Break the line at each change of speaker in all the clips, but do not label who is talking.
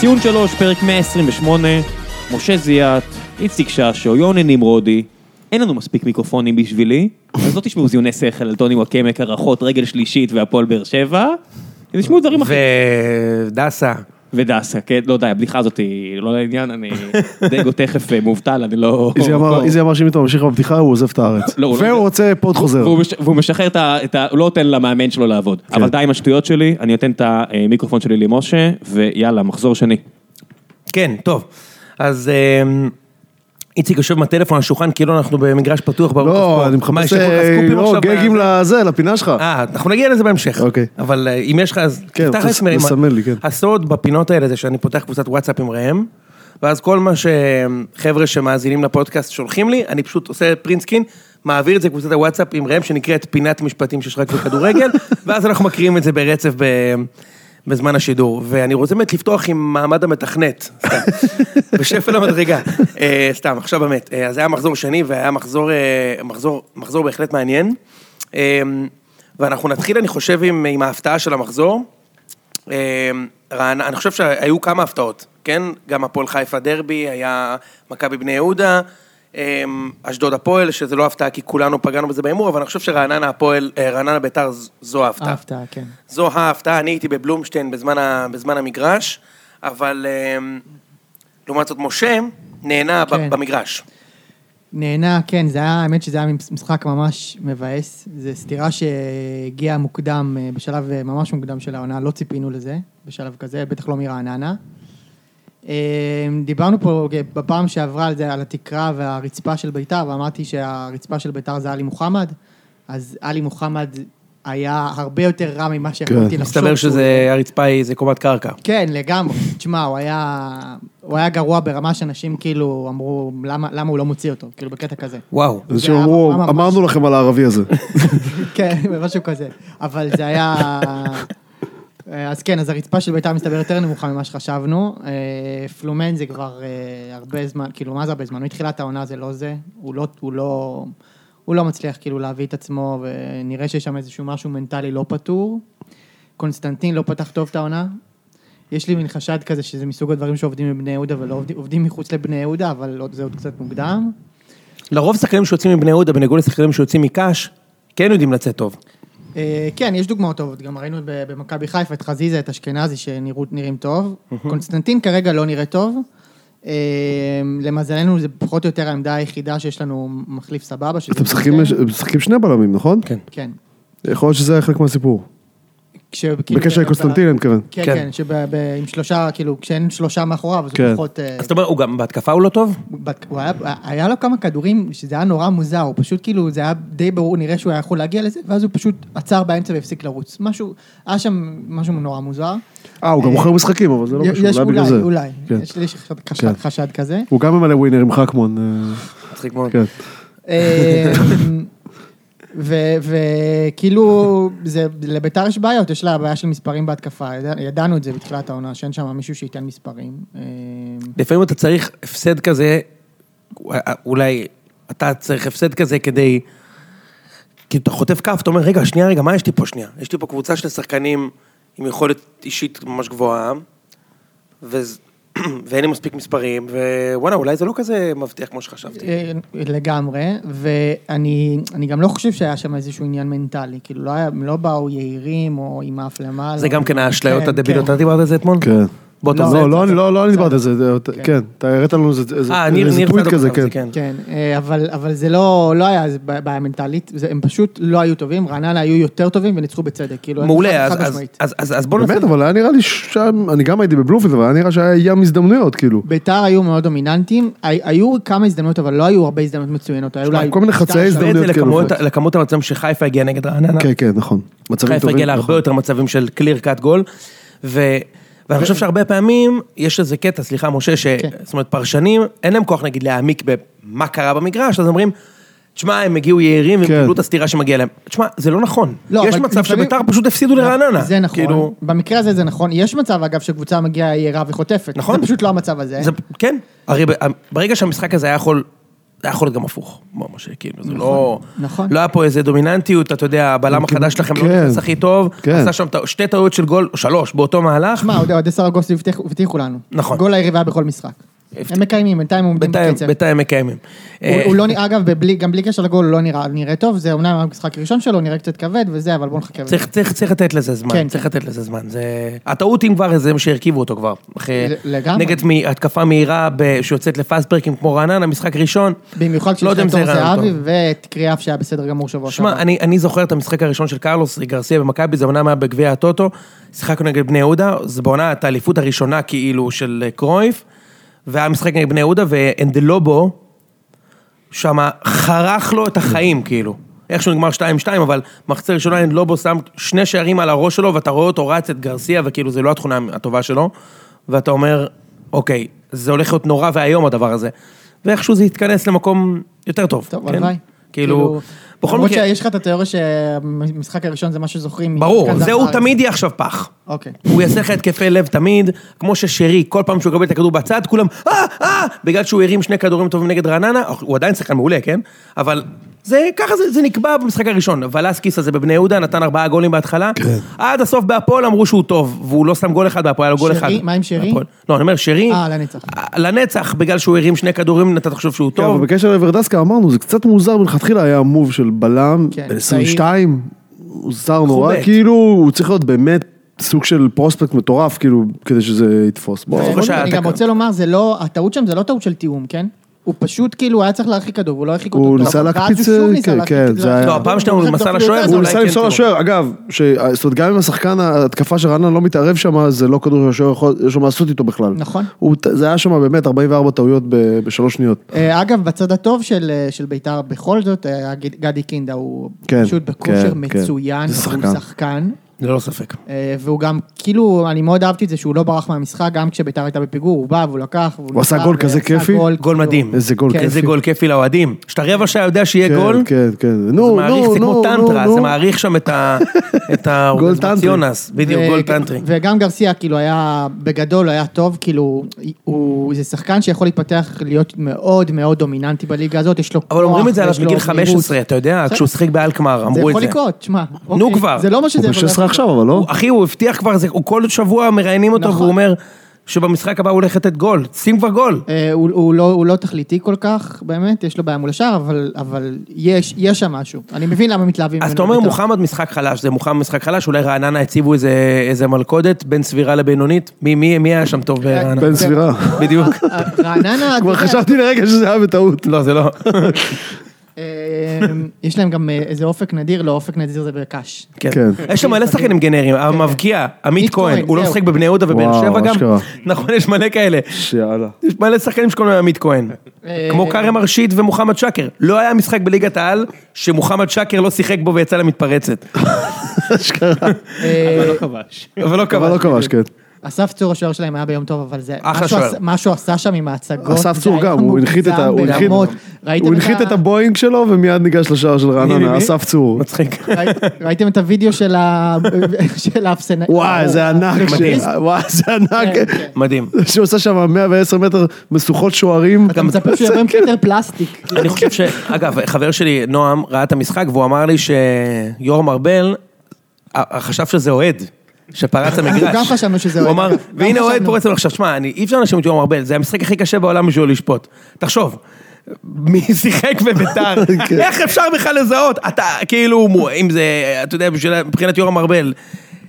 ציון 3, פרק 128, משה זיאת, איציק ששו, יוני נמרודי. אין לנו מספיק מיקרופונים בשבילי, אז לא תשמעו זיוני שכל על טוני וואקמה, קרחות, רגל שלישית והפועל באר שבע. תשמעו דברים אחרים.
ודסה,
ודסה, כן, לא די, הבדיחה הזאת היא לא לעניין, אני דגו תכף אה, מובטל, אני לא...
איזי אמר-
לא-
איזי אמר שאם אתה ממשיך בבדיחה הוא עוזב את הארץ.
לא, הוא לא-
והוא רוצה פוד חוזר.
והוא מש- והוא משחרר את ה... את ה- הוא לא נותן למאמן שלו לעבוד. אבל די עם השטויות שלי, אני נותן את המיקרופון שלי למשה, ויאללה, מחזור שני.
כן, טוב. אז אמ, איציק יושב בטלפון על השולחן, כאילו אנחנו במגרש פתוח בערוץ
לא, אני
מה, יש
מחפש
לך
אה,
סקופים
לא,
עכשיו
גגים
בזה?
לזה, לפינה שלך.
אה, אנחנו נגיע לזה בהמשך.
אוקיי.
אבל אה, אם יש לך, אז
כן,
תפתח
תס-
לעצמך.
תסמן לי, כן.
הסוד בפינות האלה זה שאני פותח קבוצת וואטסאפ עם ראם, ואז כל מה שחבר'ה שמאזינים לפודקאסט שולחים לי, אני פשוט עושה פרינסקין, מעביר את זה לקבוצת הוואטסאפ עם ראם, שנקראת פינת משפטים שיש רק בכדורגל, ואז אנחנו מקריאים את זה ברצף ב... בזמן השידור, ואני רוצה באמת לפתוח עם מעמד המתכנת, סתם, בשפל המדרגה, אה, סתם, עכשיו באמת, אה, אז היה מחזור שני והיה מחזור, אה, מחזור, מחזור בהחלט מעניין, אה, ואנחנו נתחיל, אני חושב, עם, עם ההפתעה של המחזור, אה, רענ... אני חושב שהיו כמה הפתעות, כן? גם הפועל חיפה דרבי, היה מכבי בני יהודה, אה, אשדוד הפועל, שזה לא הפתעה כי כולנו פגענו בזה בהימור, אבל אני חושב שרעננה הפועל, אה, רעננה ביתר ז- זו ההפתעה.
ההפתעה, כן.
זו ההפתעה, אני הייתי בבלומשטיין בזמן, ה... בזמן המגרש, אבל אה, לעומת זאת משה נהנה
כן.
ב... במגרש.
נהנה, כן, זה היה, האמת שזה היה משחק ממש מבאס. זו סתירה שהגיעה מוקדם, אה, בשלב אה, ממש מוקדם של העונה, לא ציפינו לזה, בשלב כזה, בטח לא מרעננה. אה, דיברנו פה אה, בפעם שעברה על זה, על התקרה והרצפה של ביתר, ואמרתי שהרצפה של ביתר זה עלי מוחמד, אז עלי מוחמד היה הרבה יותר רע ממה שיכולתי
כן.
לחשוב.
מסתבר
שהוא
שזה, הרצפה היא, זה קומת קרקע.
כן, לגמרי. תשמע, הוא היה, הוא היה גרוע ברמה שאנשים כאילו אמרו, למה, למה הוא לא מוציא אותו? כאילו, בקטע כזה.
וואו.
אנשים
זה היה
אמרו,
ממש-
אמרנו לכם על הערבי הזה.
כן, משהו כזה. אבל זה היה... אז כן, אז הרצפה של ביתר מסתבר יותר נמוכה ממה שחשבנו. אה, פלומן זה כבר אה, הרבה זמן, כאילו, מה זה הרבה זמן? מתחילת העונה זה לא זה. הוא לא, הוא לא, הוא לא מצליח כאילו להביא את עצמו, ונראה שיש שם איזשהו משהו מנטלי לא פתור. קונסטנטין לא פתח טוב את העונה. יש לי מין חשד כזה שזה מסוג הדברים שעובדים בבני יהודה ולא עובדים, עובדים מחוץ לבני יהודה, אבל עוד- זה עוד קצת מוקדם.
לרוב שחקנים שיוצאים מבני יהודה, בניגוד לשחקנים שיוצאים מקאש, כן יודעים לצאת טוב.
אה, כן, יש דוגמאות טובות. גם ראינו ב- במכבי חיפה את חזיזה, את אשכנזי, שנראים טוב. קונסטנטין כרגע לא נראה טוב. אה, למזלנו, זה פחות או יותר העמדה היחידה שיש לנו מחליף סבבה. שזה
אתם משחקים-
בסדר.
משחקים שני בלמים, נכון?
כן.
כן.
יכול להיות שזה היה חלק מהסיפור.
כש- כאילו-
בקשר לקונסטנטין, אני מתכוון.
כן,
כן.
כן, שעם שלושה, כאילו, כשאין שלושה מאחוריו, אז הוא
כן.
פחות... אה,
אז אתה אומר, הוא גם בהתקפה הוא לא טוב?
בת- הוא היה, היה לו כמה כדורים שזה היה נורא מוזר, הוא פשוט כאילו, זה היה די ברור, נראה שהוא היה יכול להגיע לזה, ואז הוא פשוט עצר באמצע והפסיק לרוץ. משהו, היה שם משהו נורא מוזר.
אה, הוא גם מוכר משחקים, אבל זה לא קשור,
יש
אולי בגלל
אולי,
זה.
אולי,
כן.
יש לי חשד-
כן.
חשד- חשד כזה.
הוא גם ממלא ווינר עם חכמון. אה,
מצחיק מאוד.
כן.
אמ, ו- וכאילו, זה- לביתר יש בעיות, יש לה בעיה של מספרים בהתקפה, ידע- ידענו את זה בתחילת העונה, שאין שם מישהו שייתן מספרים. אמ,
לפעמים אתה צריך הפסד כזה, אולי אתה צריך הפסד כזה כדי... כאילו, אתה חוטף כף, אתה אומר, רגע, שנייה, רגע, מה יש לי פה שנייה? יש לי פה קבוצה של שחקנים עם יכולת אישית ממש גבוהה, וזה- ואין לי מספיק מספרים, ווואלה, אולי זה לא כזה מבטיח כמו שחשבתי.
אה, לגמרי, ואני אני גם לא חושב שהיה שם איזשהו עניין מנטלי, כאילו לא היה- הם לא באו יהירים או עם האף למעלה.
זה גם כן האשליות
כן,
הדבילות,
כן.
אתה דיברת על זה אתמול?
כן.
בוא
לא,
תחזור.
לא, לא, אני- לא, לא, אני דיברתי על זה, זה, כן, אתה הראת לנו איזה
אה,
איזה-
ניר,
איזה
ניר,
טוויט
צדוק
כזה,
כתב את זה,
כן.
כן, אה, אבל, אבל זה לא, לא היה איזה בעיה בעיה מנטלית, זה, הם פשוט לא היו טובים, רעננה היו יותר טובים וניצחו בצדק, כאילו, אני חד-
מעולה, אז-
חד
אז-
משמעית.
אז- אז אז בוא נעשה...
באמת, אבל היה נראה לי שם, אני גם הייתי בבלומפילד, אבל היה נראה שהיה ים הזדמנויות, כאילו.
ביתר היו מאוד דומיננטיים, הי- היו כמה הזדמנויות, אבל לא היו הרבה הזדמנויות מצוינות, היו אולי...
כל מיני חצאי
שתיים, שלוש.
תשווה את זה
הזדמנויות, כן,
לכמות-
בהחלט.
לכמות המצבים שחיפה הגיעה נגד רעננה.
כן, כן, נכון. מצבים
חיפה
טובים.
הגיעה להרבה
נכון.
יותר מצבים של קליר קאט גול, ו... ואני חושב שהרבה פעמים יש איזה קטע, סליחה משה, ש...
כן.
זאת אומרת פרשנים, אין להם כוח נגיד להעמיק במה קרה במגרש, אז אומרים, תשמע, הם הגיעו יהירים, והם
כן.
קיבלו את הסטירה שמגיעה להם. תשמע, זה לא נכון.
לא,
יש
אבל
מצב
לפעמים-
שביתר פשוט הפסידו לרעננה.
זה נכון,
כאילו,
במקרה הזה זה נכון, יש מצב אגב שקבוצה מגיעה יערה וחוטפת,
נכון.
זה פשוט לא המצב הזה.
זה... כן, הרי ב... ברגע שהמשחק הזה היה יכול... זה יכול להיות גם הפוך, כמו משה, כאילו, זה לא...
נכון.
לא היה פה איזה דומיננטיות, אתה יודע, הבלם החדש שלכם לא
כן.
נכנס הכי טוב,
כן.
עשה שם טעו- שתי טעויות של גול, או שלוש, באותו מהלך.
שמע, אוהדי- אוהדי סרגוסי הבטיח- הבטיחו לנו.
נכון.
גול היריבה בכל משחק. הם מקיימים, בינתיים הם עומדים
בינתיים,
בקצב.
בינתיים מקיימים.
הוא-
אה,
הוא לא נראה, אגב, בבלי- גם בלי קשר לגול, הוא לא נראה נראה טוב, זה אומנם המשחק הראשון שלו, נראה קצת כבד וזה, אבל בואו נחכה.
צריך, צריך, צריך לתת לזה זמן,
כן.
צריך לתת לזה זמן. זה... הטעות אם כבר, זה מה שהרכיבו אותו כבר. אחרי...
ל- לגמרי.
נגד מ... התקפה מהירה ב... שיוצאת לפאסטברקים כמו רעננה, משחק ראשון.
במיוחד
לא יודע אם
כשיש
זה
תור
רעיון
זהבי ואת קריאף שהיה בסדר גמור שבוע שעבר.
שמע, אני, אני זוכר את המשחק הראשון של קרלוס גרסיה במכבי, זה אומנם היה בגביע הטוטו, שיחקנו נגד בני יהודה, זה בעונת האליפות הראשונה כאילו של אה, קרויף, והיה משחק נגד בני יהודה, ואנדלובו, שמה חרך לו את החיים כאילו. איכשהו נגמר 2-2, אבל מחצה ראשונה אנדלובו שם שני שערים על הראש שלו, ואתה רואה אותו רץ את גרסיה, וכאילו זה לא התכונה הטובה שלו, ואתה אומר, אוקיי, זה הולך להיות נורא ואיום הדבר הזה. ואיכשהו זה יתכנס למקום יותר טוב.
טוב,
כן?
הלוואי.
כאילו, בכל
למרות
מקרה...
שיש לך את התיאוריה שהמשחק הראשון זה מה שזוכרים.
ברור,
מכאן
זה הוא
לארץ.
תמיד יהיה עכשיו פח.
אוקיי.
הוא יעשה לך התקפי לב תמיד, כמו ששרי, כל פעם שהוא יקבל את הכדור בצד, כולם, אה, אה, בגלל שהוא הרים שני כדורים טובים נגד רעננה, הוא עדיין שחקן מעולה, כן? אבל זה, ככה זה, זה נקבע במשחק הראשון. ולסקיס הזה בבני יהודה נתן ארבעה גולים בהתחלה,
כן.
עד הסוף בהפועל אמרו שהוא טוב, והוא לא שם גול אחד בהפועל, היה לו גול
שרי?
אחד.
מה עם שרי?
בהפועל. לא, אני אומר, שרי,
אה, לנצח.
לנצח, בגלל שהוא הרים שני כדורים, אתה תחשוב שהוא
כן,
טוב.
אבל בקשר לוורדסקה אמרנו, זה קצת מוזר מלכתחילה היה המוב של בלם,
כן,
בן 22, הוא זר נורא,
חובט.
כאילו, הוא צריך להיות באמת סוג של פרוספקט מטורף, כאילו, כדי שזה יתפוס. בוא,
זוכר
אבל-
שהיה
אני
את
גם
הכ-
רוצה לומר, זה לא, הטעות שם זה לא טעות של תיאום, כן? הוא פשוט כאילו היה צריך להרחיק כדור, הוא לא הרחיק אותו.
הוא
טוב.
ניסה
ואז הוא
להקפיץ,
שוב ניסה
כן,
להרחיק-
כן, זה
להרחיק
היה-
לא,
כדור.
הפעם שאתה
הוא
ניסה
דווקא
לשוער,
יותר
אז
הוא
אולי
טוב.
ניסה
כן
למסור
תראו.
לשוער, אגב, ש- זאת אומרת, גם אם השחקן, ההתקפה של רעננה לא מתערב שם, זה לא כדור שהשוער יכול, יש לו מה לעשות איתו בכלל.
נכון.
הוא- זה היה שם באמת 44 טעויות ב- בשלוש שניות.
אה, אגב, בצד הטוב של, אה, של בית"ר בכל זאת, היה ג- גדי קינדה הוא
כן,
פשוט
כן,
בכושר
כן.
מצוין,
זה
הוא
שחקן.
שחקן.
ללא ספק.
אה, והוא גם, כאילו, אני מאוד אהבתי את זה שהוא לא ברח מהמשחק, גם כשבית"ר הייתה בפיגור, הוא בא והוא לקח,
הוא עשה גול כזה כיפי?
גול מדהים.
איזה גול
כן.
כיפי.
איזה גול כיפי לאוהדים. שאתה רבע שעה יודע שיהיה
כן,
גול,
כן, כן. נו,
זה
נו,
מעריך, זה כמו
נו,
טנטרה,
נו,
זה
נו.
מעריך שם את ה- את האורגנציונס. בדיוק,
ו-
גול טנטרי.
וגם גרסיה, כאילו, היה, בגדול, היה טוב, כאילו, הוא, זה שחקן שיכול להתפתח להיות מאוד מאוד דומיננטי בליגה הזאת, יש לו כוח,
אבל אומרים את זה עליו
ויש לו
בגיל
מהירות.
15, אתה יודע,
בסדר.
כשהוא שיחק באלקמר,
זה
אמרו את
יכול
זה.
לקרות, שמע.
נו
אוקיי,
כבר.
זה לא מה שזה
הוא בן
יכול
16
לקרות.
עכשיו, אבל לא?
הוא- אחי, הוא הבטיח כבר, זה- הוא כל שבוע מראיינים אותו,
נכון.
והוא אומר שבמשחק הבא הוא הולך לתת גול, שים כבר גול.
אה, הוא, הוא, לא, הוא לא תכליתי כל כך, באמת, יש לו בעיה מול השאר, אבל, אבל יש, יש שם משהו. אני מבין למה מתלהבים
אז
ממנו
אתה אומר
בית"ר.
מוחמד משחק חלש, זה מוחמד משחק חלש, אולי רעננה הציבו איזה איזה מלכודת בין סבירה לבינונית? מי- מי מי היה שם טוב ברעננה?
בן סבירה.
בדיוק.
אה, רעננה,
כבר
אתה יודע,
חשבתי לרגע שזה היה בטעות.
לא, זה לא.
אה, יש להם גם אה, איזה אופק נדיר, לא, אופק נדיר זה בקש.
כן.
כן.
יש שם מלא שחקנים גנריים, המבקיע, עמית
עמית
כהן,
כהן,
הוא לא
כן. זהו.
משחק בבני יהודה ובאר
וואו,
שבע גם.
אשכרה.
נכון, יש מלא כאלה.
שיאללה.
יש מלא שחקנים שקוראים להם עמית כהן.
אה,
כמו כרם ארשית ומוחמד שקר. לא היה משחק בליגת העל שמוחמד שקר לא שיחק בו ויצא למתפרצת.
אה,
אבל לא כבש.
אבל לא
אבל לא
קבע.
כבש, כן.
אסף צור השוער שלהם היה ביום טוב, אבל זה...
אחלה
מה שהוא
שוער.
עשה- מה שהוא עשה שם עם ההצגות,
אסף
זה
צור
היה
גם, הוא הנחית את ה... הוא
מוגזם
הנחית-
ברמות. ראיתם
הוא הנחית את הבואינג שלו ומיד ניגש לשער של
מי, מי?
רעננה, אסף צור.
מצחיק.
ראי- ראיתם את הוידאו של ה... של האפסנאי?
וואי, זה ענק, ש-
מדהים.
וואי, זה ענק.
כן.
מדהים.
שהוא עושה שם 110 מטר משוכות שוערים. כן.
אתה מצפה שהוא יבוא עם קטר פלסטיק.
אני חושב ש... אגב, חבר שלי, נועם, ראה את המשחק והוא אמר לי שיורם ארבל אה, חשב שזה אוהד. שפרץ המגרש.
גם חשבנו שזה אוהד,
הוא אמר,
אגב. גם
והנה אוהד
חשבנו.
פורץ לנו עכשיו, שמע, אני- אי אפשר להאשים את יורם ארבל, זה המשחק הכי קשה בעולם בשביל לשפוט. תחשוב, מי שיחק בביתר,
כן.
איך אפשר בכלל לזהות? אתה, כאילו, מו- אם זה, אתה יודע, בשביל- מבחינת יורם ארבל.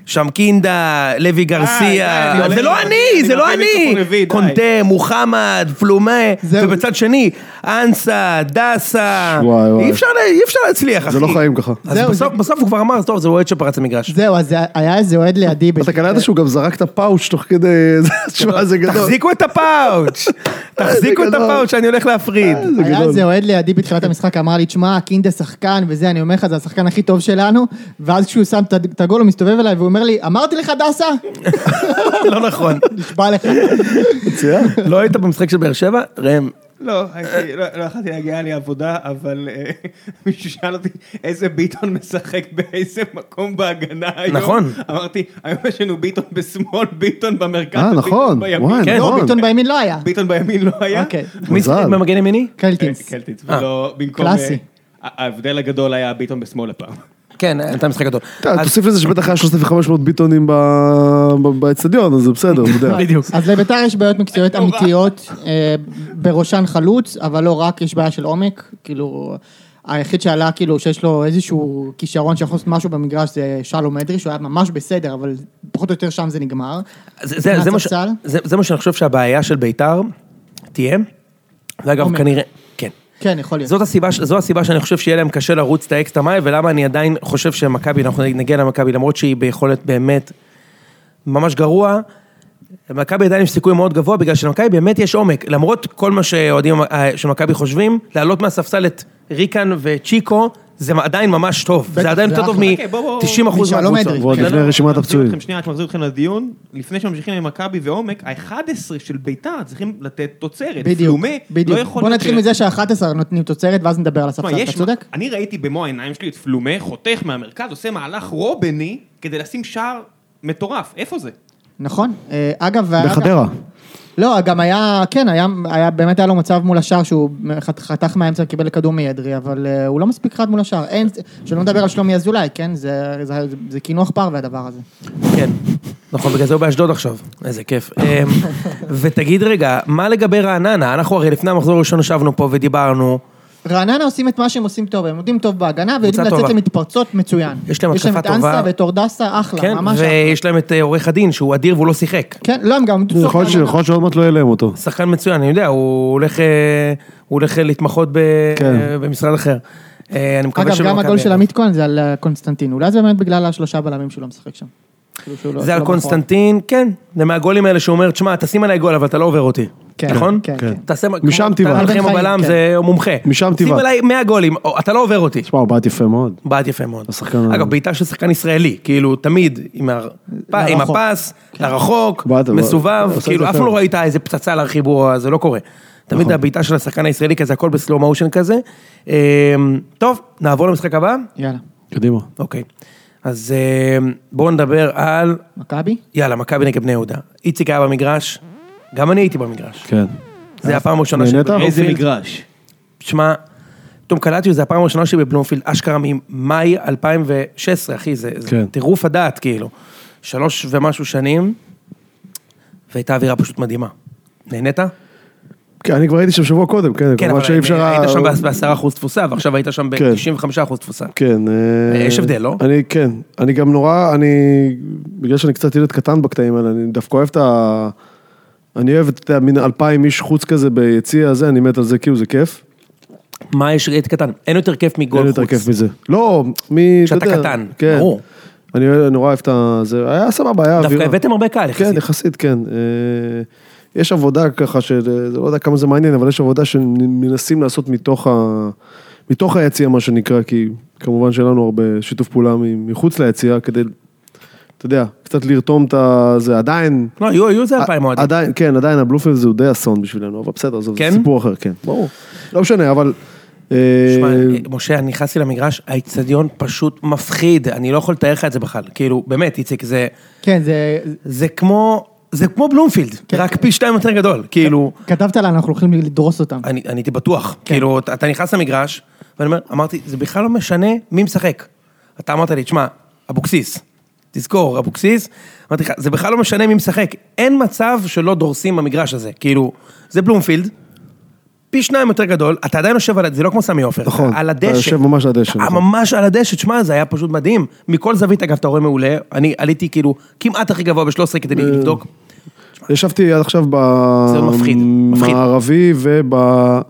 שם קינדה, לוי גרסיה,
די, אני
זה לא
הולך.
אני, זה
אני
לא
מפיל
אני,
מיקרופון רביעי, די.
קונטה, מוחמד, פלומה,
זהו.
ובצד שני, אנסה, דסה,
וואי, וואי.
אי אפשר לה- אי אפשר להצליח, אחי.
זה לא חיים ככה.
אז
זהו,
בסוף-
זה-
בסוף הוא כבר אמר, טוב, זה אוהד שפרץ למגרש.
זהו, אז היה איזה אוהד לידי.
אתה קלטת שהוא גם זרק את הפאוץ' תוך כדי... זה- תשמע, זה גדול.
תחזיקו את הפאוץ', תחזיקו את
לא- גדול. אה,
הפאוץ' שאני הולך להפריד.
היה
גדול.
איזה אוהד לידי בתחילת המשחק, אמר לי, תשמע, קינדה שחקן וזה, אני אומר לך, זה השחקן הכי טוב שלנו, ואז כשהוא שם את ה- את הגול, הוא מסתובב אליי והוא אומר לי, אמרתי לך, דסה?
לא נכון.
נשבע לך.
מצוין.
לא היית במשחק של באר שבע? ראם,
לא, הייתי- לא לא יכלתי להגיע לעבודה, אבל אה, מישהו שאל אותי איזה ביטון משחק באיזה מקום בהגנה היום.
נכון.
אמרתי, היום יש לנו ביטון בשמאל, ביטון במרכז,
אה,
וביטון
נכון,
בימין.
וואי,
כן,
לא,
נכון.
ביטון בימין לא היה.
ביטון בימין לא היה.
אוקיי,
מי שיחק
מזל.
במגן ימיני?
כן.
קלטינס.
קלטינס,
אה.
ולא במקום...
קלאסי.
אה, ההבדל הגדול היה ביטון בשמאל הפעם.
כן, הייתה משחק גדול.
אתה-
אז-
תוסיף לזה שבטח היה 3,500 ביטונים ב- ב- באצטדיון, אז זה בסדר, אתה יודע.
בדיוק.
אז לביתר יש בעיות מקצועיות אמיתיות, אה, בראשן חלוץ, אבל לא רק, יש בעיה של עומק, כאילו, היחיד שעלה, כאילו, שיש לו איזשהו כישרון שיכול לעשות משהו במגרש זה שלום אדרי, שהוא היה ממש בסדר, אבל פחות או יותר שם זה נגמר.
זה- זה- זה מה ש-
מהספסל?
זה- זה מה שאני חושב שהבעיה של ביתר תהיה, ואגב,
עומק.
כנראה, כן.
כן, יכול להיות.
זאת הסיבה, ש- זו הסיבה שאני חושב שיהיה להם קשה לרוץ את האקסטרה מייל, ולמה אני עדיין חושב שמכבי, אנחנו נגיע למכבי, למרות שהיא ביכולת באמת ממש גרוע, למכבי עדיין יש סיכוי מאוד גבוה, בגלל שלמכבי באמת יש עומק. למרות כל מה שאוהדים אה, של מכבי חושבים, לעלות מהספסל את ריקן וצ'יקו, זה עדיין ממש טוב.
בטח,
זה עדיין
זה
יותר טוב
אחלה.
אוקיי, בוא, בוא,
מ-90% מהקבוצות.
משלום אדרי.
ועוד
כן,
לפני
לא, לא,
רשימת
מחזיר
הפצועים.
אתכם שנייה, רק מחזיר אתכם לדיון. לפני שממשיכים עם מכבי ועומק, ה-11 של ביתר צריכים לתת תוצרת.
בדיוק,
פלומה, לא
בדיוק.
יכול
בוא
להיות
נתחיל
ש-
מזה שה-11 נותנים תוצרת, ואז נדבר על
תשמע,
הספסל, אתה
יש-
צודק?
אני ראיתי במו העיניים שלי את פלומה, חותך מהמרכז, עושה מהלך רובני כדי לשים שער מטורף. איפה זה?
נכון. אה, אגב, והיה גם-
בחדרה.
לא, גם היה, כן, היה, היה, באמת היה לו מצב מול השער שהוא חת- חתך מהאמצע וקיבל כדור מאדרי, אבל אה, הוא לא מספיק חד מול השער. אין, שלא נדבר על שלומי אזולאי, כן? זה, זה, זה, זה קינוח פרווה הדבר הזה.
כן, נכון, בגלל זה הוא באשדוד עכשיו, איזה כיף. אמ, ותגיד רגע, מה לגבי רעננה? אנחנו הרי לפני המחזור הראשון ישבנו פה ודיברנו,
רעננה עושים את מה שהם עושים טוב, הם עומדים טוב בהגנה, ויודעים
קבוצה
לצאת
טובה.
למתפרצות מצוין.
יש להם התקפה
יש להם
טובה.
את אנסה ואת אורדסה, אחלה,
כן?
ממש אחלה.
ויש להם את אה, עורך הדין שהוא אדיר והוא לא שיחק.
כן, לא, הם גם... עמדו
יכול להיות ש-
טוב
יכול להיות שעוד מעט לא יהיה להם אותו.
שחקן מצוין, אני יודע, הוא הולך, אה, הוא הולך אה, להתמחות ב-
כן.
אה, במשרד אחר. אה, אני מקווה
אגב, גם
שבמכבי-
הגול של עמית כהן זה על אה, קונסטנטין, אולי זה באמת בגלל השלושה בלמים שהוא לא משחק שם. כאילו שהוא לא-
זה
שהוא
על
לא
קונסטנטין, כן, זה מהגולים האלה שהוא אומר, תשמע, תשים עליי גול, אבל אתה לא עובר אותי,
כן,
נכון?
כן, כן.
תעשה, מה-
משם
כמו-
טבעי.
טל בן
חיים,
חיים הבלם
כן.
זה מומחה.
משם
שים
טבעי.
עליי 100 גולים, או, אתה לא עובר אותי.
תשמע, הוא בעט יפה מאוד.
בעט יפה מאוד.
השחקן-
אגב, בעיטה של שחקן ישראלי, כאילו, תמיד עם, הר... פ... עם
לרחוק.
הפס, לרחוק,
כן. בעט,
מסובב,
עושה את
כאילו, אף
זה יפה. נכון.
פעם לא ראית איזה פצצה על החיבור, הזה, זה לא קורה. תמיד הבעיטה של השחקן הישראלי כזה, הכל בסלואו מושן כזה. אמ, טוב, נעבור למשחק הבא?
פחות. יאללה,
קדימה.
אוקיי. אז אמ, בואו נדבר על,
מכבי?
יאללה, מכבי נגד בני יהודה. איציק היה במגרש, גם אני הייתי במגרש.
כן.
זה היה הפעם הראשונה
נהנית?
שבבלומפילד-
איזה
מגרש.
תשמע, פתאום קלטתי שזה הפעם הראשונה שלי בבלומפילד, אשכרה ממאי 2016, אחי, זה זה
כן.
טירוף הדעת, כאילו. שלוש ומשהו שנים, והייתה אווירה פשוט מדהימה. נהנית?
כן, אני כבר הייתי שם שבוע קודם, כן, כמובן שאי אפשר...
היית
היה-
שם בעשרה אחוז תפוסה, ועכשיו היית שם ב-95 אחוז תפוסה.
כן. אה,
יש הבדל, לא?
אני, כן. אני גם נורא, אני... בגלל שאני קצת ילד קטן בקטעים האלה, אני דווקא אוהב את ה... אני אוהב את ה- מין אלפיים איש חוץ כזה ביציע הזה, אני מת על זה, כאילו זה כיף.
מה יש, היית קטן, אין יותר כיף
אין
מגול
יותר כיף
חוץ.
מזה. לא, מי... אתה
כשאתה
יודע,
קטן,
כן.
ברור.
אני נורא אוהב את ה... זה היה סבבה, היה
דווקא
אווירה.
הבאתם הרבה קהל
כן,
יחסית.
יחסית, כן. אה, יש עבודה ככה של, לא יודע כמה זה מעניין, אבל יש עבודה שמנסים לעשות מתוך, ה... מתוך היציע, מה שנקרא, כי כמובן שאין לנו הרבה שיתוף פעולה מ- מחוץ ליציע, כדי, אתה יודע, קצת לרתום את ה... זה עדיין...
לא, יהיו יהיו איזה אלפיים אוהדים.
עדיין, כן, עדיין הבלופל זה הוא די אסון בשבילנו, אבל בסדר, עזוב,
כן?
זה סיפור אחר, כן, ברור. לא משנה, אבל... אה,
שמע, משה, אני נכנסתי למגרש, האיצטדיון פשוט מפחיד, אני לא יכול לתאר לך את זה בכלל. כאילו, באמת, איציק, זה...
כן, זה...
זה כמו, זה כמו בלומפילד,
כן.
רק פי שתיים יותר גדול,
כן.
כאילו,
כתבת לה, אנחנו הולכים לדרוס אותם.
אני לא אני הייתי בטוח,
כן.
כאילו, אתה אתה נכנס למגרש, ואני אומר, אמרתי, זה בכלל לא משנה מי משחק. אתה אמרת לי, תשמע, אבוקסיס, תזכור, אבוקסיס, אמרתי לך, זה בכלל לא משנה מי משחק, אין מצב שלא דורסים במגרש הזה, כאילו, זה בלומפילד. פי שניים יותר גדול, אתה עדיין יושב על, ה- זה לא כמו סמי עופר,
נכון,
על
אתה
הדשא.
יושב ממש על הדשא,
אתה
נכון.
ממש על הדשא, תשמע, זה היה פשוט מדהים. מכל זווית, אגב, אתה רואה מעולה, אני עליתי כאילו כמעט הכי גבוה ב-13 כדי
אה,
לבדוק,
ישבתי עד עכשיו
זה מפחיד, מפחיד.
במערבי ובדרומי.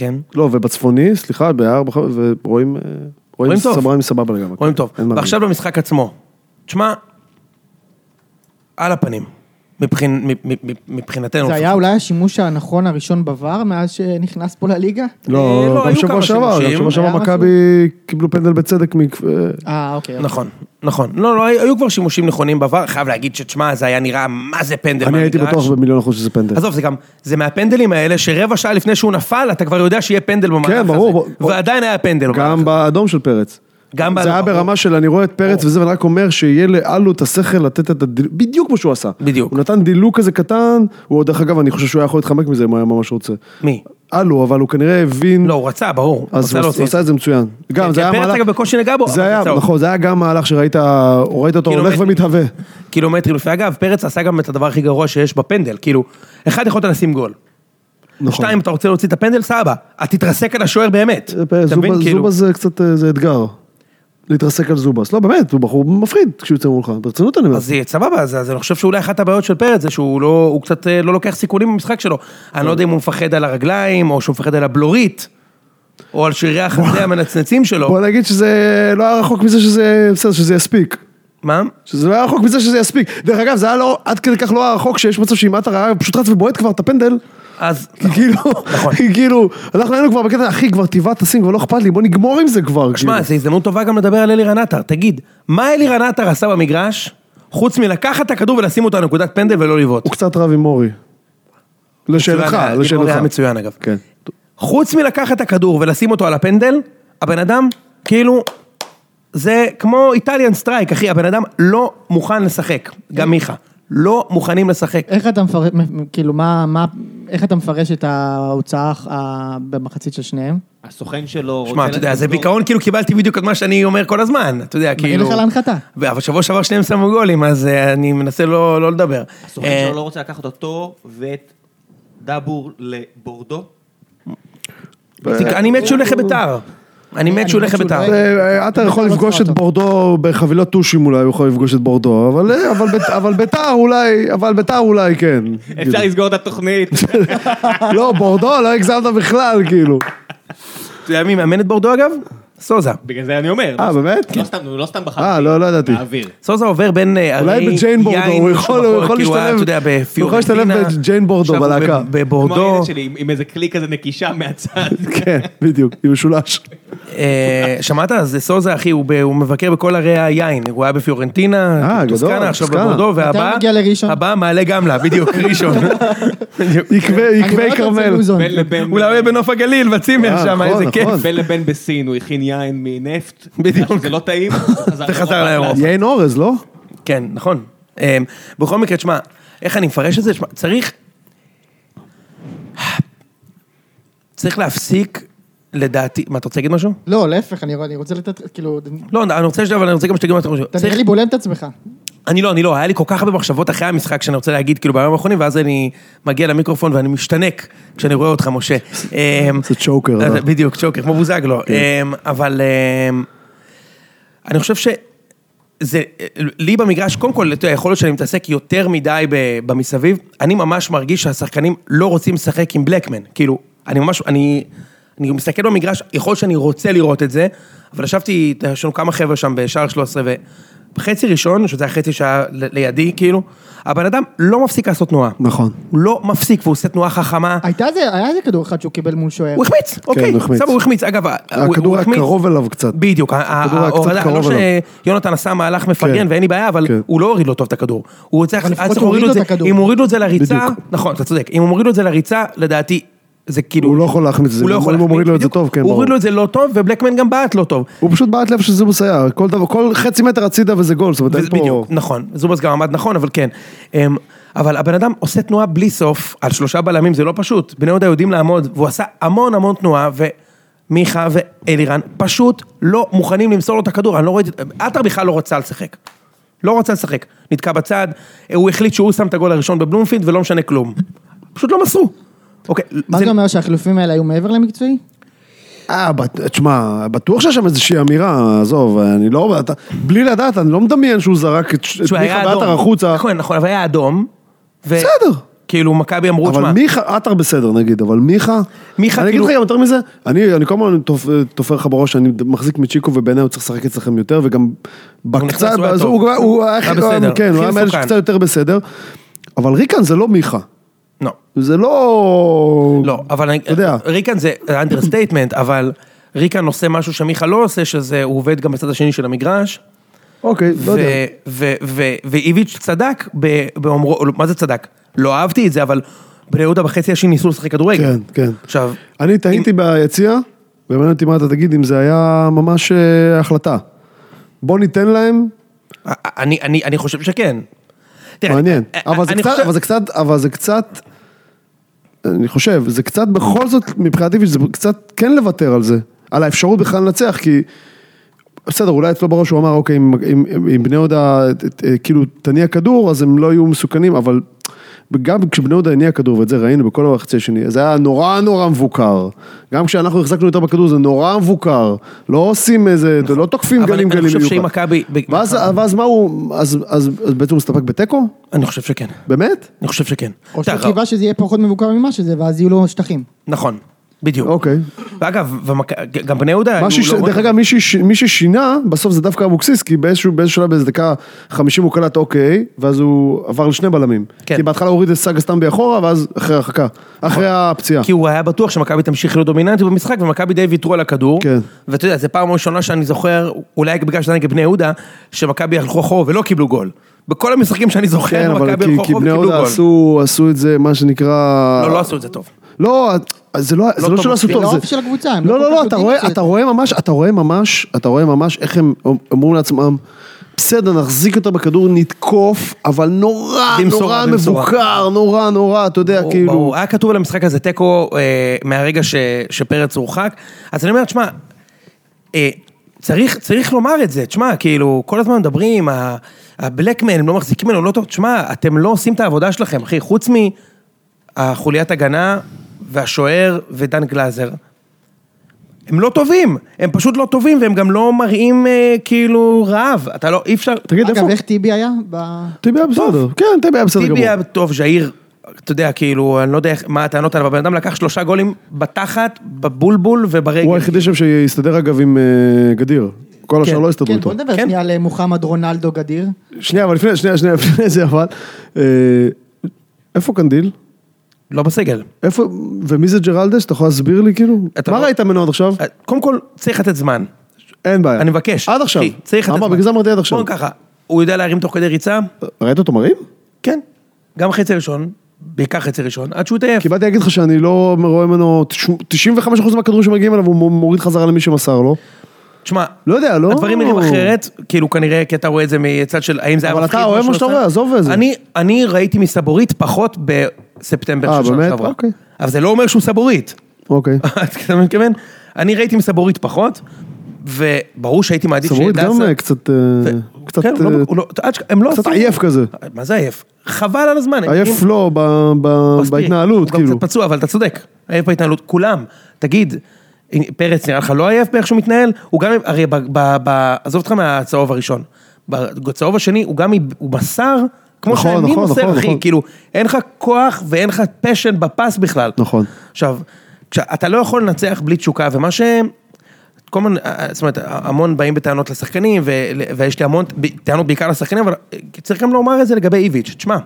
כן.
לא, ובצפוני, סליחה, בארבע, חמש, ורואים... אה, רואים
רואים טוב.
סבבה, רואים סבבה לגמרי.
רואים
כן,
טוב.
אין מה
ועכשיו למשחק עצמו. תשמע, על הפנים. מבחין- מ- מ- מ- מבחינתנו.
זה
לפחות.
היה אולי השימוש הנכון הראשון בבר מאז שנכנס פה לליגה?
להגיד. לא,
אה, לא,
לא,
היו
גם שבוע
כמה
שעבר, גם
שימושים,
שבוע שעבר
היה
מכבי קיבלו פנדל בצדק. מכ- אה,
אה, אוקיי.
נכון. נכון. לא, לא, היו כבר שימושים נכונים בעבר, חייב להגיד שתשמע, זה היה נראה מה זה פנדל
אני הייתי בטוח במיליון אחוז שזה פנדל.
עזוב, זה גם, זה מהפנדלים האלה שרבע שעה לפני שהוא נפל, אתה כבר יודע שיהיה פנדל במהלך הזה.
כן, ברור, ברור.
ועדיין היה פנדל. במהלך.
גם באדום של פרץ.
גם
זה היה
באדום, ברור.
ברמה של אני רואה את פרץ וזה, ואני רק אומר שיהיה לאלו את השכל לתת את הדילוק, בדיוק כמו שהוא עשה.
בדיוק.
הוא נתן דילוק כזה קטן, הוא עוד, דרך אגב, אני חושב שהוא היה יכול להתחמק מזה אם הוא היה ממש רוצה.
מי?
אלו, אבל הוא כנראה הבין,
לא, הוא רצה, ברור.
אז
רצה
הוא
להוציא.
עשה את זה מצוין. גם, זה היה
פרץ כן, אגב
מהלך,
בקושי נגע בו,
זה
אבל
היה,
יצא עוד.
נכון, זה היה גם מהלך שראית, ראית אותו
כאילו,
הולך
מ-
ומתהווה.
קילומטרים לפני. אגב, פרץ עשה גם את הדבר הכי גרוע שיש בפנדל. כאילו, אחד יכולת לשים גול.
נכון.
שתיים, אתה רוצה להוציא את הפנדל, סבבה. אז תתרסק על השוער באמת.
פרץ,
אתה מבין?
זובס-
כאילו,
זובס זה קצת, אה, זה אתגר. להתרסק על זובס. לא, באמת, הוא בחור מפחיד כשהוא יוצא מולך, ברצינות אני אומר.
אז אה, סבבה, אז אז אני חושב שאולי אחת הבעיות של פרץ זה שהוא לא, הוא קצת אה, לא לוקח סיכונים במשחק שלו. אני לא יודע אם הוא מפחד על הרגליים, או שהוא מפחד על הבלורית, או על שרירי החזה המנצנצים שלו.
בוא נגיד שזה לא היה רחוק מזה שזה, בסדר, שזה יספיק.
מה?
שזה לא היה רחוק מזה שזה יספיק. דרך אגב, זה היה לא, עד כדי כך לא היה רחוק שיש מצב שאם עטר היה פשוט רץ ובועט כבר את הפנדל,
אז...
כי כאילו,
נכון.
כי כאילו, אנחנו היינו כבר בקטע, אחי, כבר טבעת תשים, כבר לא אכפת לי, בוא נגמור עם זה כבר.
שמע,
כאילו.
זו הזדמנות טובה גם לדבר על אלירן עטר. תגיד, מה אלירן עטר עשה במגרש, חוץ מלקחת את הכדור ולשים אותו על נקודת פנדל ולא לבעוט?
הוא לא קצת רב עם מורי. לשאלתך,
מצוין, היה-
לשאלתך.
היה מצוין אגב.
כן.
חוץ מלקחת את הכדור ולשים אותו על הפנדל, הבן אדם, כאילו, זה כמו איטליאן סטרייק, אחי, הבן אדם לא מוכן לשחק, גם מיכה. לא מוכנים לשחק.
איך אתה מפרש, כאילו, מה, מה, איך אתה מפרש את ההוצאה ה- במחצית של שניהם?
הסוכן שלו רוצה...
שמע, אתה יודע, זה
לסגור-
בעיקרון כאילו קיבלתי בדיוק את מה שאני אומר כל הזמן, אתה יודע,
מגיע
כאילו...
לך להנחתה.
ו- אבל שבוע שעבר שניהם שמו גולים, אז אה, אני מנסה לא לא לדבר.
הסוכן
אה,
שלו לא רוצה לקחת אותו ואת דאבור לבורדו.
תק- אני מת שהוא הולך לביתר. אני מת שהוא הולך
שהוא
לביתר.
לא-
אה, עטר יכול
לא
לפגוש
רוצה
את
אותו.
בורדו בחבילות טושים אולי, הוא יכול לפגוש את בורדו, אבל, אה, אבל בית- אבל ביתר אולי, אבל ביתר אולי כן.
אפשר לסגור את התוכנית.
לא, בורדו, לא הגזמת בכלל, כאילו.
אתה יודע מי מאמן את בורדו אגב? סוזה.
בגלל זה אני אומר.
אה, באמת?
כן.
לא סתם, לא סתם בחרתי.
אה, לא, לא ידעתי.
מהאוויר.
סוזה עובר בין אה, הרי
אולי בג'יין בורדו,
יין
הוא יכול- הוא
שמחור,
יכול
כאילו,
להשתלב-
אתה יודע,
הוא יכול
בפיורנטינה,
להשתלב בג'יין בורדו
עכשיו הוא
בלהקה.
בב-
כמו
בבורדו,
הילד שלי, עם- עם איזה כלי כזה נקישה מהצד.
כן, בדיוק, עם משולש.
אה, שמעת? אז סוזה אחי, הוא ב- הוא מבקר בכל ערי היין, הוא היה בפיורנטינה,
אה, גדול,
טוסקנה, עכשיו
טוסקנה.
בבורדו, והבא,
מתי מגיע לראשון?
הבא מעלה גמלה, בדיוק, ראשון.
יקבי יקבי
אני מאוד רוצה
כרמל.
לוזון.
בין לבין,
אולי הוא יהיה בנוף הגליל, בצימר
אה,
שם,
נכון,
איזה כיף.
נכון.
בין לבין בסין, הוא הכין יין מנפט.
בדיוק.
זה לא טעים.
וחזר לאירופה.
יין אורז, לא?
כן, נכון. אמ, בכל מקרה, תשמע, איך אני מפרש את זה? תשמע, צריך... צריך להפסיק, לדעתי... מה, אתה רוצה להגיד משהו?
לא, להפך, אני אני רוצה לתת, כאילו,
לא, אני רוצה שתגיד, אבל אני רוצה גם שתגיד מה אתה חושב.
אתה
צריך-
נראה לי בולם את עצמך.
אני לא, אני לא, היה לי כל כך הרבה מחשבות אחרי המשחק שאני רוצה להגיד, כאילו, בימים האחרונים, ואז אני מגיע למיקרופון ואני משתנק כשאני רואה אותך, משה. אמ,
זה צ'וקר,
לא?
אתה-
אה.
בדיוק, צ'וקר, כמו בוזגלו.
כן.
אמ, אבל אמ, אני חושב ש... זה, לי במגרש, קודם כל, אתה יודע, יכול להיות שאני מתעסק יותר מדי ב- במסביב, אני ממש מרגיש שהשחקנים לא רוצים לשחק עם בלקמן. כאילו, אני ממש, אני, אני מסתכל במגרש, יכול להיות שאני רוצה לראות את זה, אבל ישבתי, אתה יודע, יש לנו כמה חבר'ה שם בשער 13, ובחצי ראשון, שזה החצי שהיה ל- לידי, כאילו, הבן אדם לא מפסיק לעשות תנועה.
נכון.
הוא לא מפסיק, והוא עושה תנועה חכמה.
הייתה איזה, היה איזה כדור אחד שהוא קיבל מול שוער.
הוא החמיץ, אוקיי,
כן, הוא החמיץ.
סבבה, הוא החמיץ, אגב, ה- הוא- הוא
הכדור היה
החמיץ.
קרוב אליו קצת.
בדיוק, ה- ה-
הכדור היה קצת
ההורדה, לא
קרוב אליו.
שיונתן עשה מהלך מפרגן
כן.
ואין לי בעיה, אבל
כן.
הוא לא הוריד לו טוב את הכדור. הוא צריך,
אבל לפחות
היה צריך
הוא
להוריד לו את
הוריד לו
זה,
את הכדור.
אם הוריד לו את זה לריצה,
בדיוק.
נכון, אתה צודק, אם הוריד לו את זה לריצה, לדעתי, זה כאילו...
הוא לא יכול להחמיץ את זה,
הוא לא
אם
יכול
הוא מוריד לו את זה
בדיוק.
טוב, כן,
הוא הוריד
ברור.
לו את זה לא טוב, ובלקמן גם בעט לא טוב.
הוא פשוט בעט לב שזה מוסייר, כל דבר, כל חצי מטר הצידה וזה גול, זאת אומרת, אין
וזה
פה...
בדיוק, נכון, זובס גם עמד נכון, אבל כן. אמ, אבל הבן אדם עושה תנועה בלי סוף, על שלושה בלמים, זה לא פשוט. בני יהודה יודעים לעמוד, והוא עשה המון המון תנועה, ומיכה ואלירן פשוט לא מוכנים למסור לו את הכדור, אני לא ראיתי, עטר בכלל לא רצה לשחק. לא רצה לשחק, נתקע בצד, הוא החליט שהוא שם את הגול הראשון בבלומפילד ולא משנה כלום. פשוט לא מסרו. אוקיי,
מה
זה-
זה אומר שהחילופים האלה היו מעבר למקצועי?
אה, בט- תשמע, בטוח שיש שם איזושהי אמירה, עזוב, אני לא... אתה- בלי לדעת, אני לא מדמיין שהוא זרק את ש- את
שהוא היה
מיכה ועטר
אדום.
החוצה.
נכון, נכון, אבל היה אדום. ו-
בסדר.
כאילו, מכבי אמרו,
אבל
"תשמע,
מיכה, עטר בסדר נגיד, אבל מיכה...
מיכה
אני אגיד
כאילו-
לך גם יותר מזה, אני אני כל הזמן תופ- תופר לך בראש שאני מחזיק מצ'יקו ובעיניי הוא צריך לשחק אצלכם יותר, וגם
נכנס, הוא
בקצת,
היה
אז
טוב.
הוא- הוא היה
היה
הכי- הוא היה-
בסדר,
כן,
הכי
הוא היה מאלה
מסוכן.
שקצת יותר בסדר, אבל ריקן זה לא מיכה,
לא.
זה לא...
לא, אבל אני,
אתה יודע.
ריקן זה אנדרסטייטמנט, אבל ריקן עושה משהו שמיכה לא עושה, שזה, הוא עובד גם בצד השני של המגרש,
אוקיי, לא
ו-
יודע.
ו- ו- ואיביץ' צדק ב- באומרו, מה זה צדק? לא אהבתי את זה, אבל בני יהודה בחצי השני ניסו לשחק כדורגל.
כן, כן.
עכשיו,
אני טעיתי ביציע, ומעניין אותי מה אתה תגיד אם זה היה ממש אה, החלטה. בוא ניתן להם,
א- א- אני, אני, אני חושב שכן. תראה,
מעניין.
א- א-
אבל זה
אני
קצת,
חושב-
אבל זה קצת, אבל זה קצת, אני חושב, זה קצת בכל זאת, מבחינת איביץ', זה קצת כן לוותר על זה. על האפשרות בכלל לנצח, כי... בסדר, אולי אצלו בראש הוא אמר, אוקיי, אם, אם, אם בני יהודה ת- ת- כאילו תניע כדור, אז הם לא יהיו מסוכנים, אבל גם כשבני יהודה הניע כדור, ואת זה ראינו בכל המחצי השני, זה היה נורא נורא מבוקר. גם כשאנחנו החזקנו יותר בכדור, זה נורא מבוקר. לא עושים איזה, לא תוקפים
נכון. אבל
גלים
אני
גלים
חושב שאם
מיוחד.
מכבי- ב-
ואז, ואז מה הוא, אז, אז, אז בעצם הוא מסתפק בתיקו?
נכון, אני חושב שכן.
באמת?
אני חושב שכן.
או
אוקיי,
תראה,
שהוא קיווה שזה יהיה פחות מבוקר ממה שזה, ואז יהיו לו שטחים.
נכון, בדיוק.
אוקיי.
ואגב, ומכ- גם בני יהודה...
מה
היו
שיש,
לא-
דרך אגב, מי שש- מי ששינה, בסוף זה דווקא אבוקסיס, כי באיזשהו באיזשהו שלב, באיזה דקה 50 הוא קלט אוקיי, ואז הוא עבר לשני בלמים.
כן.
כי בהתחלה הוא הוריד את סאגה סתם באחורה, ואז אחרי ההרחקה, אחרי הפציעה.
כי הוא היה בטוח שמכבי תמשיך להיות דומיננטית במשחק, ומכבי די ויתרו על הכדור.
כן.
ואתה יודע, זו פעם ראשונה שאני זוכר, אולי בגלל שזה היה נגד בני יהודה, שמכבי הלכו אחורה ולא קיבלו גול. בכל המשחקים שאני
כן,
זוכר,
אבל
מכבי
כי,
הלכו
כי
אחורה
בני
וקיבלו
יהודה
גול.
עשו, עשו את זה, מה שנקרא...
לא, לא עשו את זה טוב.
לא, אז זה לא, זה לא
טוב
שלא עשו
מספיק.
טוב.
זה
זה-
האופי של הקבוצה, הם
לא,
לא
לא,
כל
לא,
כך
אתה
יודעים
רואה,
ש-
אתה רואה ממש, אתה רואה ממש, אתה רואה ממש איך הם אומרים לעצמם, בסדר, נחזיק יותר בכדור, נתקוף, אבל נורא,
במשורה, במשורה."
נורא מבוקר, נורא, נורא, אתה יודע,
ברור,
כאילו...
ברור, היה כתוב על המשחק הזה תיקו אה, מהרגע ש, שפרץ הורחק, אז אני אומר, תשמע, אה, צריך, צריך לומר את זה, תשמע, כאילו, כל הזמן מדברים, ה- הבלקמן, הם לא מחזיקים ממנו, לא טוב, תשמע, אתם לא עושים את העבודה שלכם, אחי, חוץ מהחוליית הגנה והשוער ודן גלאזר. הם לא טובים, הם פשוט לא טובים, והם גם לא מראים אה, כאילו רעב, אתה לא, אי אפשר...
תגיד, איפה?
אגב, איך טיבי היה? ב-
טיבי היה בסדר,
טוב.
כן, טיבי היה בסדר גמור.
טיבי היה טוב, ז'איר, אתה יודע, כאילו, אני לא יודע איך- מה הטענות עליו, הבן אדם לקח שלושה גולים בתחת, בבולבול וברגל.
הוא היחידי שם שהסתדר אגב עם אה, גדיר. כל השאר
כן.
לא הסתדרו
כן,
איתו.
בוא נדבר
כן.
שנייה על מוחמד רונלדו גדיר.
שנייה, אבל לפני, שנייה, שנייה, לפני זה, אבל... אה, איפה קנדיל?
לא בסגל.
איפה, ומי זה ג'רלדש? אתה יכול להסביר לי כאילו?
אתה
מה
לא-
ראית ממנו עד עכשיו?
קודם כל, צריך לתת זמן.
אין בעיה.
אני מבקש.
אה. עד עכשיו.
כי צריך לתת זמן.
אמר, בגלל זה אמרתי עד עכשיו.
בוא ככה, הוא יודע להרים תוך כדי ריצה?
ראית אותו מרים?
כן. גם חצי ראשון, בעיקר חצי ראשון, עד שהוא התעייף.
כי באתי להגיד לך שאני לא רואה ממנו, 95% מהכדורים שמגיעים אליו הוא מוריד חזרה למי שמסר לו.
תשמע,
לא יודע, לא...
הדברים נראים אחרת, כאילו כנראה, כי אתה רואה את זה מצד של האם זה היה
אבל
מפחיד.
אתה אוהב מה
שהוא
שאתה
עשה?
רואה, עזוב את זה.
אני- אני ראיתי מסבורית פחות בספטמבר
אה,
של שנה
באמת?
שעברה.
אוקיי.
אבל זה לא אומר שהוא סבורית.
אוקיי.
אתה מתכוון? אני ראיתי עם סבורית פחות, וברור שהייתי מעדיף
סבורית גם אה, קצת... אה,
ו-
קצת...
כן, הוא לא-
אה,
הוא לא- עד ש- הם לא
קצת
עשו-
עייף כזה.
מה זה עייף? חבל על הזמן. הם
עייף
מגיעים-
לא ב- ב-
מספיק.
בהתנהלות,
הוא
כאילו.
גם קצת פצוע, אבל אתה צודק. עייף בהתנהלות, כולם. תגיד, פרץ נראה לך לא עייף באיך שהוא מתנהל? הוא גם, הרי ב... ב- ב- עזוב אותך מהצהוב הראשון. בצהוב השני, הוא גם, הוא מסר, כמו
נכון,
שהימין
נכון,
מוסר,
נכון,
אחי.
נכון.
כאילו, אין לך כוח ואין לך פשן בפס בכלל.
נכון.
עכשיו, אתה לא יכול לנצח בלי תשוקה, ומה ש... כל הזמן, אה, זאת אומרת, המון באים בטענות לשחקנים, ו- ויש לי המון ב- טענות בעיקר לשחקנים, אבל אה, צריך גם לומר את זה לגבי איביץ'. תשמע,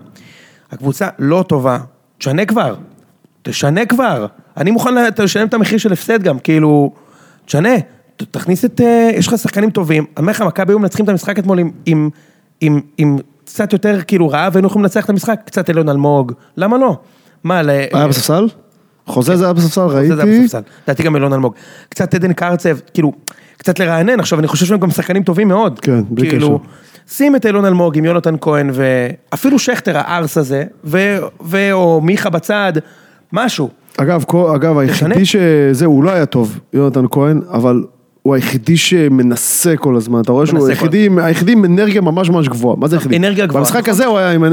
הקבוצה לא טובה, תשנה כבר. תשנה כבר. אני מוכן לת- לשלם את המחיר של הפסד גם, כאילו, תשנה. ת- תכניס את... אה, יש לך שחקנים טובים. אני אומר לך, מכבי היו מנצחים את המשחק אתמול עם, עם, עם, עם קצת יותר כאילו רעב, והיינו יכולים לנצח את המשחק. קצת אליון אלמוג, למה לא? מה, ל...
היה בספסל? חוזה זה היה בספסל,
אה, כן. זה זה היה
ראיתי.
בספסל. לדעתי גם אלון אלמוג. קצת עדן קרצב, כאילו, קצת לרענן, עכשיו אני חושב שהם גם שחקנים טובים מאוד.
כן, בלי
כאילו, שים את אילון אלמוג עם יונתן כהן ואפילו שכטר הארס הזה, ו... ו... או מיכה בצד, משהו.
אגב, כל- אגב, היחידי שזה, הוא לא היה טוב, יונתן כהן, אבל הוא היחידי שמנסה כל הזמן, אתה רואה שהוא
מנסה
היחידי, עם- היחידי עם אנרגיה ממש ממש גבוהה, מה זה היחידי?
אנרגיה גבוהה.
במשחק הזה הוא היה עם, אה,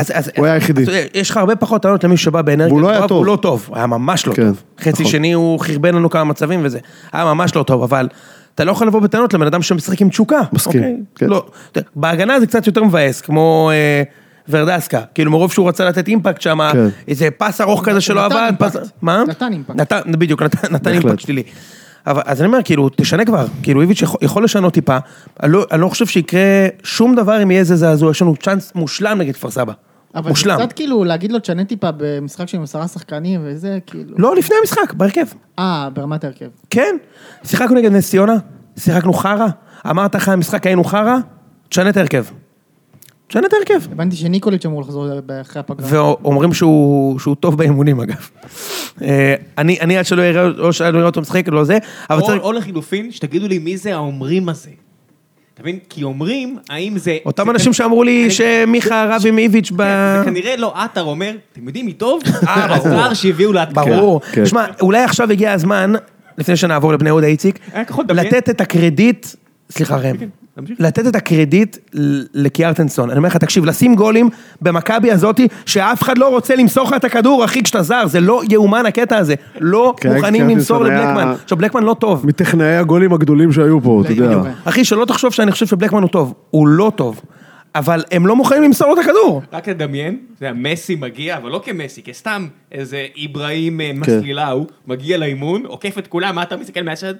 אז- אז-
הוא היה
אז-
היחידי.
אתה יודע, יש לך הרבה פחות טענות למישהו שבא באנרגיה
והוא לא היה
גבוהה,
טוב.
והוא לא טוב, הוא היה ממש לא
כן,
טוב. חצי
נכון.
שני הוא חרבן לנו כמה מצבים וזה. היה ממש לא טוב, אבל אתה לא יכול לבוא בטענות לבן אדם שמשחק עם תשוקה.
מסכים,
אוקיי?
כן.
לא, אתה יודע, בהגנה זה קצת יותר מבאס, כמו אה, ורדסקה. כאילו מרוב שהוא רצה לתת אימפקט שם,
כן.
איזה פס ארוך כזה שלא
נתן
עבד.
אימפקט.
פס- מה?
נתן אימפקט.
נתן, בדיוק, נתן, נתן
בהחלט.
אימפקט שלילי. אבל, אז אני אומר, כאילו, תשנה כבר, כאילו איביץ' יכול, יכול לשנות טיפה, אני לא, אני לא חושב שיקרה שום דבר אם יהיה איזה זעזוע, יש לנו צ'אנס מושלם נגד כפר סבא.
אבל
מושלם.
זה קצת כאילו להגיד לו תשנה טיפה במשחק שלי עם עשרה שחקנים וזה, כאילו...
לא, לפני המשחק, בהרכב.
אה, ברמת ההרכב.
כן. שיחקנו נגד נס ציונה, שיחקנו חרא, אמרת אחרי המשחק היינו חרא, תשנה את ההרכב. תשנה את ההרכב.
הבנתי שניקוליץ' אמור לחזור אה, אחרי הפגרה.
ואומרים שהוא, שהוא טוב באימונים אגב. אה, אני, אני עד שלא אראה או שאני אראה אותו משחק, לא זה, אבל
או,
צריך...
או לחילופין, שתגידו לי מי זה האומרים הזה. אתה מבין? כי אומרים, האם זה...
אותם
זה
אנשים
כנ-
שאמרו לי
אני-
שמיכה רב עם איביץ' ב...
כן, זה כנראה לא עטר אומר, אתם יודעים מי טוב?
אה, ברור.
הזר שהביאו להתקעה.
ברור.
כן.
שמע, אולי עכשיו הגיע הזמן, לפני שנעבור לבני יהודה איציק,
רק יכול לדמיין.
לתת את הקרדיט, סליחה ראם,
כן, תמשיך.
לתת את הקרדיט ל- לקיארטנסון. אני אומר לך, תקשיב, לשים גולים במכבי הזאתי, שאף אחד לא רוצה למסור לך את הכדור, אחי, כשאתה זר, זה לא יאומן הקטע הזה. לא
כן,
מוכנים
קיארטנסון
למסור
היה-
לבלקמן. עכשיו, בלקמן לא טוב.
מטכנאי הגולים הגדולים שהיו פה, אתה יודע.
בדיוק.
אחי, שלא תחשוב שאני חושב שבלקמן הוא טוב. הוא לא טוב. אבל הם לא מוכנים למסור לו את הכדור.
רק לדמיין, זה המסי מגיע, אבל לא כמסי, כסתם איזה אברהים
כן.
אה, מסלילאו, מגיע לאימון, עוקף את כולם, מה אתה מסתכל מהשד?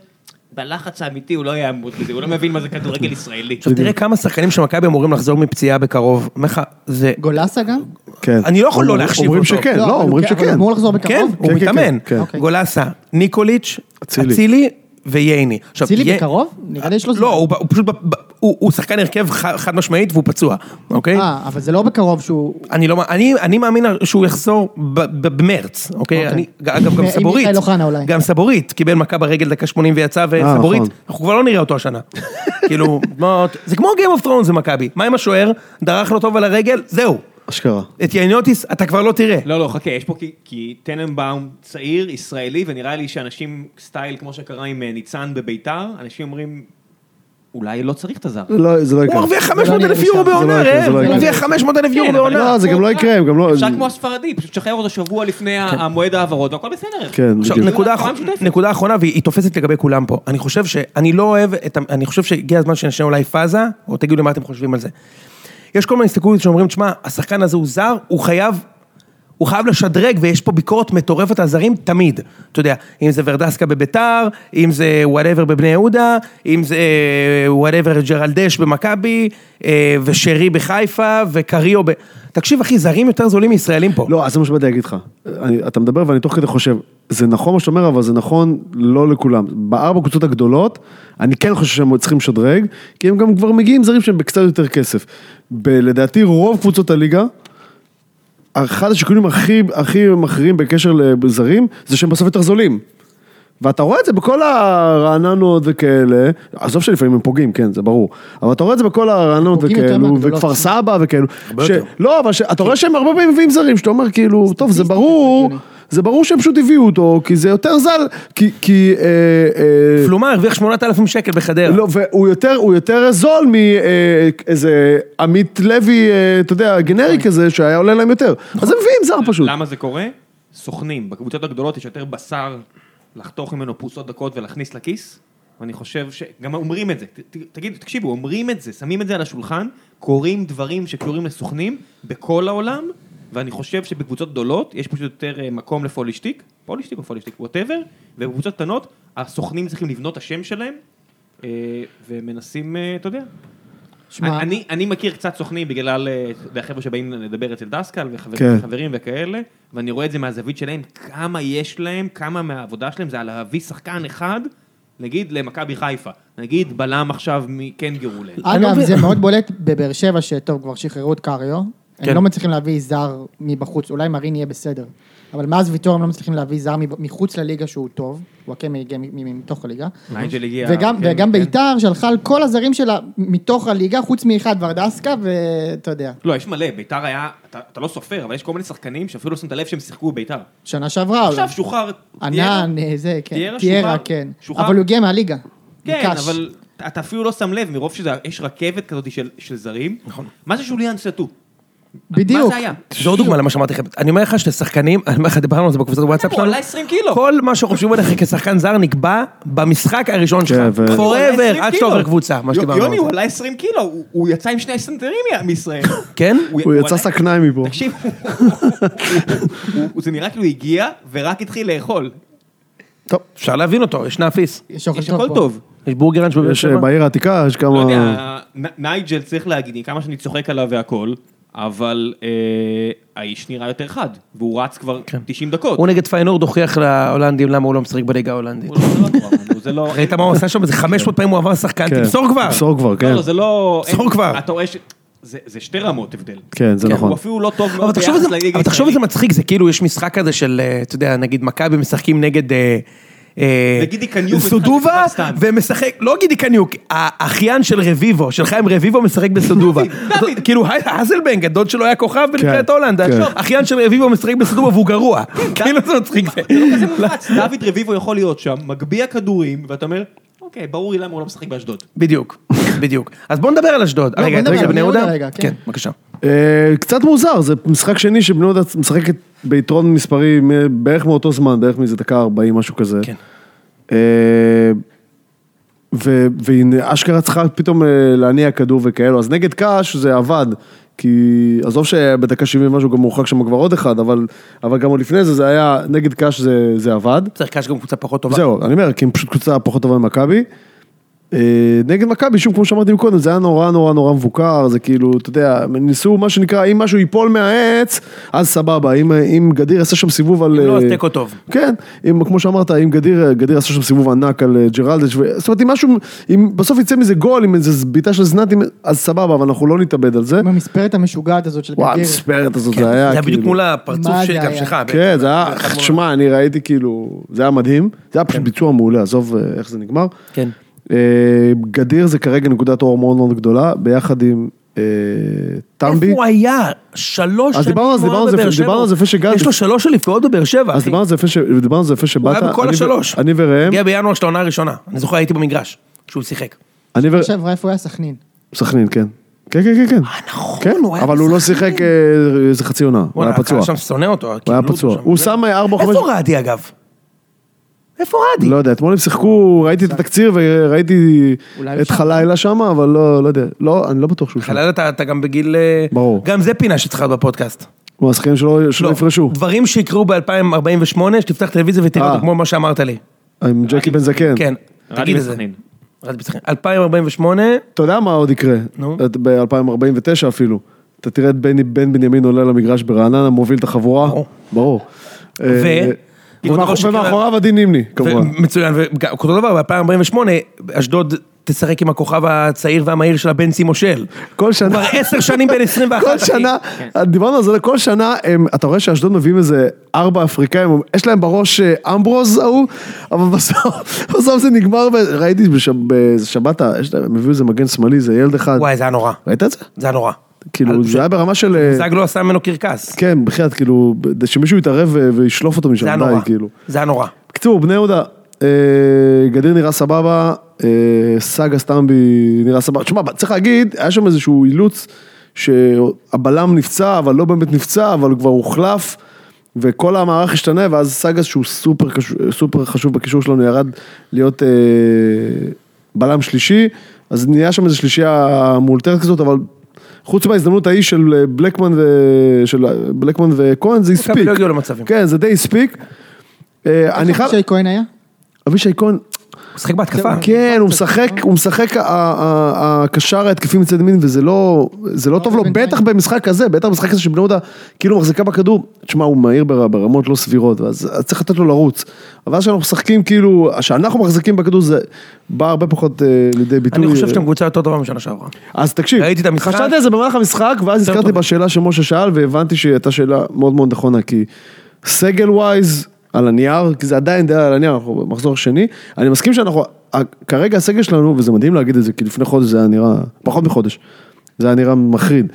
בלחץ האמיתי הוא לא יעמוד בזה, הוא לא מבין מה זה כדורגל ישראלי.
עכשיו, תראה כמה שחקנים של מכבי אמורים לחזור מפציעה בקרוב. אומר לך, זה...
גולסה גם?
כן.
אני לא יכול לא
אומרים-
להחשיב
אומרים
אותו.
שכן,
אבל
לא,
הוא
אומרים
כן- אבל הוא
שכן.
אמור לחזור
כן,
בקרוב?
הוא
כן, כן,
מתאמן.
כן.
אוקיי.
גולסה, ניקוליץ',
אצילי.
אצילי וייני. עכשיו,
אצילי
יה-
בקרוב? נראה לי יש לו זמן.
לא, הוא ב- הוא פשוט... ב- ב- הוא הוא שחקן הרכב ח- חד משמעית והוא פצוע, אוקיי?
אה, אבל זה לא בקרוב שהוא...
אני לא... מא- אני אני מאמין שהוא יחזור ב- ב- במרץ, אוקיי?
אוקיי.
אני- אגב, גם
עם
סבורית.
מיכאל אוחנה אולי.
גם סבורית קיבל מכה ברגל דקה 80 ויצא,
אה,
וסבורית,
נכון.
אנחנו כבר לא נראה אותו השנה. כאילו, בוא- זה כמו Game of Thrones במכבי. מה עם השוער? דרך לו טוב על הרגל, זהו.
אשכרה.
את יאניוטיס אתה כבר לא תראה.
לא, לא, חכה, יש פה כי, כי טננבאום צעיר, ישראלי, ונראה לי שאנשים, סטייל כמו שקרה עם אה, ניצן בביתר, אנשים אומרים, אולי לא צריך את הזר.
לא, זה לא
הוא
יקרה.
מרוויח 500 אלף
נראה לי
יורו
שם. זה
בעונה,
לא יקרה, זה
ראם.
לא
הוא
יקרה.
מרוויח 500 אלף יורו
כן, אבל
בעונה.
לא, זה גם לא יקרה, הם גם לא...
אפשר כמו הספרדי, פשוט שחרר אותו שבוע לפני המועד העברות, והכל בסדר.
כן,
עכשיו,
בדיוק.
נקודה,
מטרה
אח-
משותפת.
נקודה אחרונה, והיא תופסת לגבי כולם פה. אני חושב שאני לא אוהב את ה... אני חושב שהגיע הזמן שנשנה אולי פאזה, או תגידו לי מה אתם חושבים על זה. יש כל מיני הסתכלות שאומרים, תשמע, השחקן הזה הוא זר, הוא חייב... הוא חייב לשדרג, ויש פה ביקורת מטורפת על זרים תמיד. אתה יודע, אם זה ורדסקה בביתר, אם זה וואטאבר בבני יהודה, אם זה וואטאבר ג'רלדש במכבי, אה, ושרי בחיפה, וקריו ב... תקשיב, אחי, זרים יותר זולים מישראלים פה.
לא, אז זה מה שבאתי להגיד לך. אני- אתה מדבר ואני תוך כדי חושב, זה נכון מה שאתה אומר, אבל זה נכון לא לכולם. בארבע קבוצות הגדולות, אני כן חושב שהם צריכים לשדרג, כי הם גם כבר מגיעים זרים שהם בקצת יותר כסף. ב- לדעתי רוב קבוצות הליגה, אחד השיקולים הכי, הכי מכריעים בקשר לזרים, זה שהם בסוף יותר זולים. ואתה רואה את זה בכל הרעננות וכאלה, עזוב שלפעמים הם פוגעים, כן, זה ברור, אבל אתה רואה את זה בכל הרעננות
פוגעים יותר
וכאלו,
מהגדולות.
וכפר סבא וכאלו. ש... לא, אבל ש... אתה רואה שהם הרבה פעמים מביאים זרים, שאתה אומר כאילו, טוב, זה ברור, זה ברור שהם פשוט הביאו אותו, כי זה יותר זל, כי... כי אה, אה,
פלומה הרוויח 8,000 שקל בחדרה.
לא, והוא יותר, הוא יותר זול מאיזה עמית לוי, אה, אתה יודע, גנרי כזה, שהיה עולה להם יותר. אז הם מביאים זר פשוט.
למה זה קורה? סוכנים. בקבוצות הגדולות יש יותר בשר לחתוך ממנו פרוסות דקות ולהכניס לכיס. ואני חושב שגם אומרים את זה, ת- ת- תגידו, תקשיבו, אומרים את זה, שמים את זה על השולחן, קוראים דברים שקשורים לסוכנים בכל העולם, ואני חושב שבקבוצות גדולות יש פשוט יותר אה, מקום לפולישטיק, פולישטיק או פולישטיק, ווטאבר, ובקבוצות קטנות הסוכנים צריכים לבנות את השם שלהם, אה, ומנסים, אה, אתה יודע,
שמע,
אני, אני מכיר קצת סוכנים בגלל אה, אתה יודע, החבר'ה שבאים לדבר אצל דסקל וחברים
כן.
וחברים וכאלה, ואני רואה את זה מהזווית שלהם, כמה יש להם, כמה מהעבודה שלהם זה על להביא שחקן אחד, נגיד למכבי חיפה, נגיד בלם עכשיו מקנגרולנד.
אני לא
אגב,
מבין-
זה מאוד בולט בבאר שבע, שטוב, כבר שחררו את קריו.
כן.
הם לא מצליחים להביא זר מבחוץ, אולי מרין יהיה בסדר. אבל מאז ויטור הם לא מצליחים להביא זר מב- מחוץ לליגה שהוא טוב. הוא הקמי הגיע מ- מ- מתוך הליגה.
נייג'ל הגיע...
וגם,
כן,
וגם
כן.
ביתר שלחה על כל הזרים שלה מתוך הליגה, חוץ מאחד ורדסקה, ואתה יודע.
לא, יש מלא, ביתר היה, אתה, אתה לא סופר, אבל יש כל מיני שחקנים שאפילו לא שמת לב שהם שיחקו בביתר.
שנה שעברה.
עכשיו שוחרר...
ענן, אה, זה, כן.
טיירה
טיירה,
שוחרר?
כן.
שוחרר?
אבל הוא הגיע מהליגה.
כן,
מקש.
אבל אתה אפילו לא שם לב, מרוב שיש רכבת כזאת של, של זרים. נכון. מה זה שוליאן סטו? מה
בדיוק.
זה היה?
זו עוד דוגמה למה שאמרתי לכם. אני אומר לך ששחקנים, אני אומר לך, דיברנו על זה בקבוצת וואטסאפ
הוא
שלנו.
עלה 20 קילו.
כל מה שחושבים עליך כשחקן זר נקבע במשחק הראשון שלך.
כן, ו-
הוא עלה 20
forever, עד שאתה
קילו.
עובר קבוצה, מה
יו-
שדיברנו
יוני, הוא
על זה.
עלה 20 קילו, הוא- הוא יצא עם שני סנטרים מ- מישראל.
כן?
הוא יצא
עלה-
סכנאי מפה.
תקשיב, הוא- הוא- הוא- זה נראה כאילו הגיע ורק התחיל לאכול.
לא אפשר להבין אותו, יש נאפיס.
יש אוכל
יש הכל
פה.
טוב.
יש בורגראנץ' בבאר
יש
שבע.
אה, בעיר העתיקה, יש
לא
כמה...
יודע, נ- נייג'ל צריך להגיד, כמה שאני צוחק עליו והכל, אבל אה, האיש נראה יותר חד, והוא רץ כבר 90 דקות.
כן. הוא נגד פיינורד הוכיח להולנדים למה הוא לא משחק בליגה ההולנדית.
הוא לא- זה לא נורא, אבל זה לא...
ראית מה הוא עשה שם? זה 500 פעמים הוא עבר שחקן,
כן.
תמסור כבר!
תמסור כבר,
לא,
כן.
לא, זה לא...
עצרו
אין-
כבר.
אתה רואה ש... זה זה שתי רמות הבדל.
כן, זה
כן,
נכון.
הוא אפילו לא טוב
אבל
מאוד
תחשוב על
ביחס
זה-
לליגה
אבל תחשוב
הישראלית.
איזה מצחיק, זה כאילו יש משחק כזה של, אה, אתה יודע, נגיד מכבי משחקים נגד... אה, אה,
וגידי קניוק משחק
סודובה,
בקזחסטן.
ומשחק, לא גידי קניוק, האחיין של רביבו, של חיים רביבו משחק בסודובה.
דוד.
כאילו האזלבנג, הדוד שלו היה כוכב בנבחרת
כן,
הולנד,
כן.
האחיין של רביבו משחק בסודובה והוא גרוע. כאילו זה מצחיק זה.
זה לא כזה מומלץ, דוד רביבו יכול להיות שם, מגביה כדורים, ואתה אומר, אוקיי, ברור לי למה הוא לא משחק באשדוד.
בדיוק, בדיוק. אז בוא נדבר על אשדוד.
לא,
רגע,
בוא נדבר
רגע,
על
בני
בני
יהודה?
יהודה רגע, כן.
כן, בבקשה.
אה, קצת מוזר, זה משחק שני שבני יהודה משחקת ביתרון מספרי מ- בערך מאותו זמן, בערך מזה דקה 40, משהו כזה.
כן.
אה, ו- והיא אשכרה צריכה פתאום אה, להניע כדור וכאלו, אז נגד קאש זה עבד, כי עזוב שבדקה 70 משהו גם הורחק שם כבר עוד אחד, אבל, אבל גם עוד לפני זה, זה היה, נגד קאש זה, זה עבד.
צריך קש גם קבוצה פחות טובה.
זהו, אני אומר, כי הם פשוט קבוצה פחות טובה ממכבי. אה, נגד מכבי, שוב, כמו שאמרתי מקודם, זה היה נורא נורא נורא מבוקר, זה כאילו, אתה יודע, הם ניסו מה שנקרא, אם משהו ייפול מהעץ, אז סבבה, אם, אם גדיר יעשה שם סיבוב על...
אם לא, אז
אה,
תיקו טוב.
כן, אם, כמו שאמרת, אם גדיר, גדיר עשה שם סיבוב ענק על אה, ג'רלדש, ו... זאת אומרת, אם משהו, אם בסוף יצא מזה גול, עם איזה בעיטה של זנתי, אז סבבה, אבל אנחנו לא נתאבד על זה.
במספרת המשוגעת הזאת של
וואי,
גדיר.
המספרת הזאת,
כן,
זה היה
זה היה
כאילו...
בדיוק מול הפרצוף
מה
שלי,
זה
גם
היה?
שלך.
כן, זה היה, שמע, אני ראיתי כאילו, זה היה מדהים, זה היה פשוט ביצוע מעולה, עזוב אה, איך זה נגמר.
כן.
אה, גדיר זה כרגע נקודת אור מאוד מאוד גדולה, ביחד עם אה, טמבי.
איפה הוא היה? שלוש
אז
שנים
דיברנו-
הוא
אז
היה
דיברנו על זה-
בבאר שבע.
דיברנו על זה לפני שהגעתי.
יש לו שלוש אליפויות בבאר שבע,
אז
אחי.
דיברנו על זה יפה ש- דיברנו על זה יפה שבאת.
הוא היה בכל
אני ו-
השלוש.
אני וראם,
הגיע בינואר של העונה הראשונה. אני זוכר, הייתי במגרש, כשהוא שיחק.
אני ו...
כן.
עכשיו, איפה הוא היה? סכנין.
סכנין, כן. כן, כן, כן, כן.
נכון,
כן,
הוא היה
אבל הוא לא
בסכנין.
שיחק אה, איזה חצי עונה, הוא היה
וואלה,
פצוע.
הקהל שם שונא אותו.
הוא
כאילו,
היה פצוע.
שם.
הוא שם אה, ארבע, חמש...
איפה רעדי אגב? איפה רעדי?
לא יודע, אתמול הם שיחקו, ראיתי את התקציר וראיתי
אולי הוא
את
שם.
חלילה שם, אבל לא, לא יודע. לא, אני לא בטוח שהוא שם.
חלל אתה אתה גם בגיל... אה,
ברור.
גם זה פינה שצריכה להיות בפודקאסט.
הוא השחקנים שלא שלא
לא,
יפרשו.
דברים שיקרו ב-2048, שתפתח טלוויזיה ותראה
אה.
אותו כמו מה שאמרת לי.
עם ג'קי בן זקן.
כן.
רדי
תגיד את זה.
בסכנין.
רדי בסכנין. 2048,
אתה יודע מה עוד יקרה?
נו.
ב-2049 אפילו. אתה תראה את בני, בן בנימין עולה למגרש ברעננה, מוביל את החבורה.
ברור.
ברור.
ו-
אה,
ועוד דבר
ומאח-
שקרה-
ומאחוריו עדי נימני, כמובן.
ו- מצוין, ואותו דבר, ב-2048, אשדוד תשחק עם הכוכב הצעיר והמהיר שלה, בן סימושל.
כל שנה...
כבר עשר שנים בן 21,
כל
אחי.
שנה, דיברנו על זה, כל שנה, הם- אתה רואה שאשדוד מביאים איזה ארבע אפריקאים, הם- יש להם בראש אה, אמברוז ההוא, אבל בסוף בסוף זה נגמר, ב- ראיתי בשב- בשבת, אה, יש להם- הם הביאו איזה מגן שמאלי, זה ילד אחד.
וואי, זה היה נורא.
ראית את זה?
זה היה נורא.
כאילו, זה היה ברמה של... אה,
זג לא עשה ממנו קרקס.
כן, בחייאת, כאילו, שמישהו יתערב ו- וישלוף אותו משם,
זה היה
די,
נורא.
כאילו.
זה היה נורא.
בקיצור, בני יהודה, אה, גדיר נראה סבבה, אה, סאגה סטמבי נראה סבבה. תשמע, צריך להגיד, היה שם איזשהו אילוץ שהבלם נפצע, אבל לא באמת נפצע, אבל הוא כבר הוחלף, וכל המערך השתנה, ואז סאגה, שהוא סופר, קשו- סופר חשוב בקישור שלנו, ירד להיות אה, בלם שלישי, אז נהיה שם איזו שלישייה מאולתרת כזאת, אבל... חוץ מההזדמנות ההיא של אה, בלקמן, ו... של אה, בלקמן וכהן, זה הספיק.
מכבי לא הגיעו למצבים.
כן, זה די הספיק. אה, אני חייב...
שי כהן היה?
אבישי כהן,
הוא שיחק בהתקפה.
כן, הוא משחק, הוא משחק ה- ה- ה- הקשר ההתקפי מצד ימין, וזה לא, זה לא טוב לו,
בינתיים.
בטח במשחק הזה, בטח במשחק הזה שבני יהודה כאילו מחזיקה בכדור, תשמע, הוא מהיר בר- ברמות לא סבירות, אז אז צריך לתת לו לרוץ. אבל אז כשאנחנו משחקים, כאילו, כשאנחנו מחזיקים בכדור, זה בא הרבה פחות אה, לידי ביטוי. אה,
אני חושב שאתם קבוצה יותר טובה משנה שעברה.
אז תקשיב,
ראיתי את המשחק.
חשבתי על זה במהלך המשחק, ואז
יותר
נזכרתי
טוב.
בשאלה שמשה שאל, והבנתי שהייתה שאלה מאוד מאוד נכונה, כי סגל ווייז, על הנייר, כי זה עדיין די על הנייר, אנחנו במחזור שני, אני מסכים שאנחנו, ה- כרגע הסגל שלנו, וזה מדהים להגיד את זה, כי לפני חודש זה היה נראה, פחות מחודש, זה היה נראה מחריד,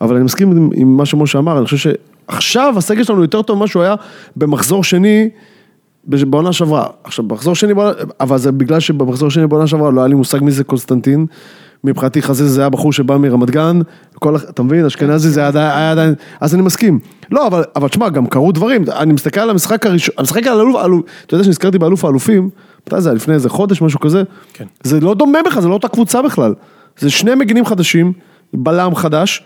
אבל אני מסכים עם, עם מה שמשה אמר, אני חושב שעכשיו הסגל שלנו יותר טוב ממה שהוא היה במחזור שני, בש- בעונה שעברה, עכשיו במחזור שני, בעונה- אבל זה בגלל שבמחזור שני בעונה שעברה לא היה לי מושג מי זה קונסטנטין, מבחינתי חזיזה זה היה בחור שבא מרמת גן, כל, הח- אתה מבין, אשכנזי זה היה עדיין- היה עדיין, אז אני מסכים. לא, אבל, אבל תשמע, גם קרו דברים, אני מסתכל על המשחק הראשון, המשחק על אלוף, אלוף, אתה יודע שנזכרתי באלוף האלופים, מתי זה היה? לפני איזה חודש, משהו כזה,
כן.
זה לא דומה בכלל, זה לא אותה קבוצה בכלל, זה שני מגינים חדשים, בלם חדש,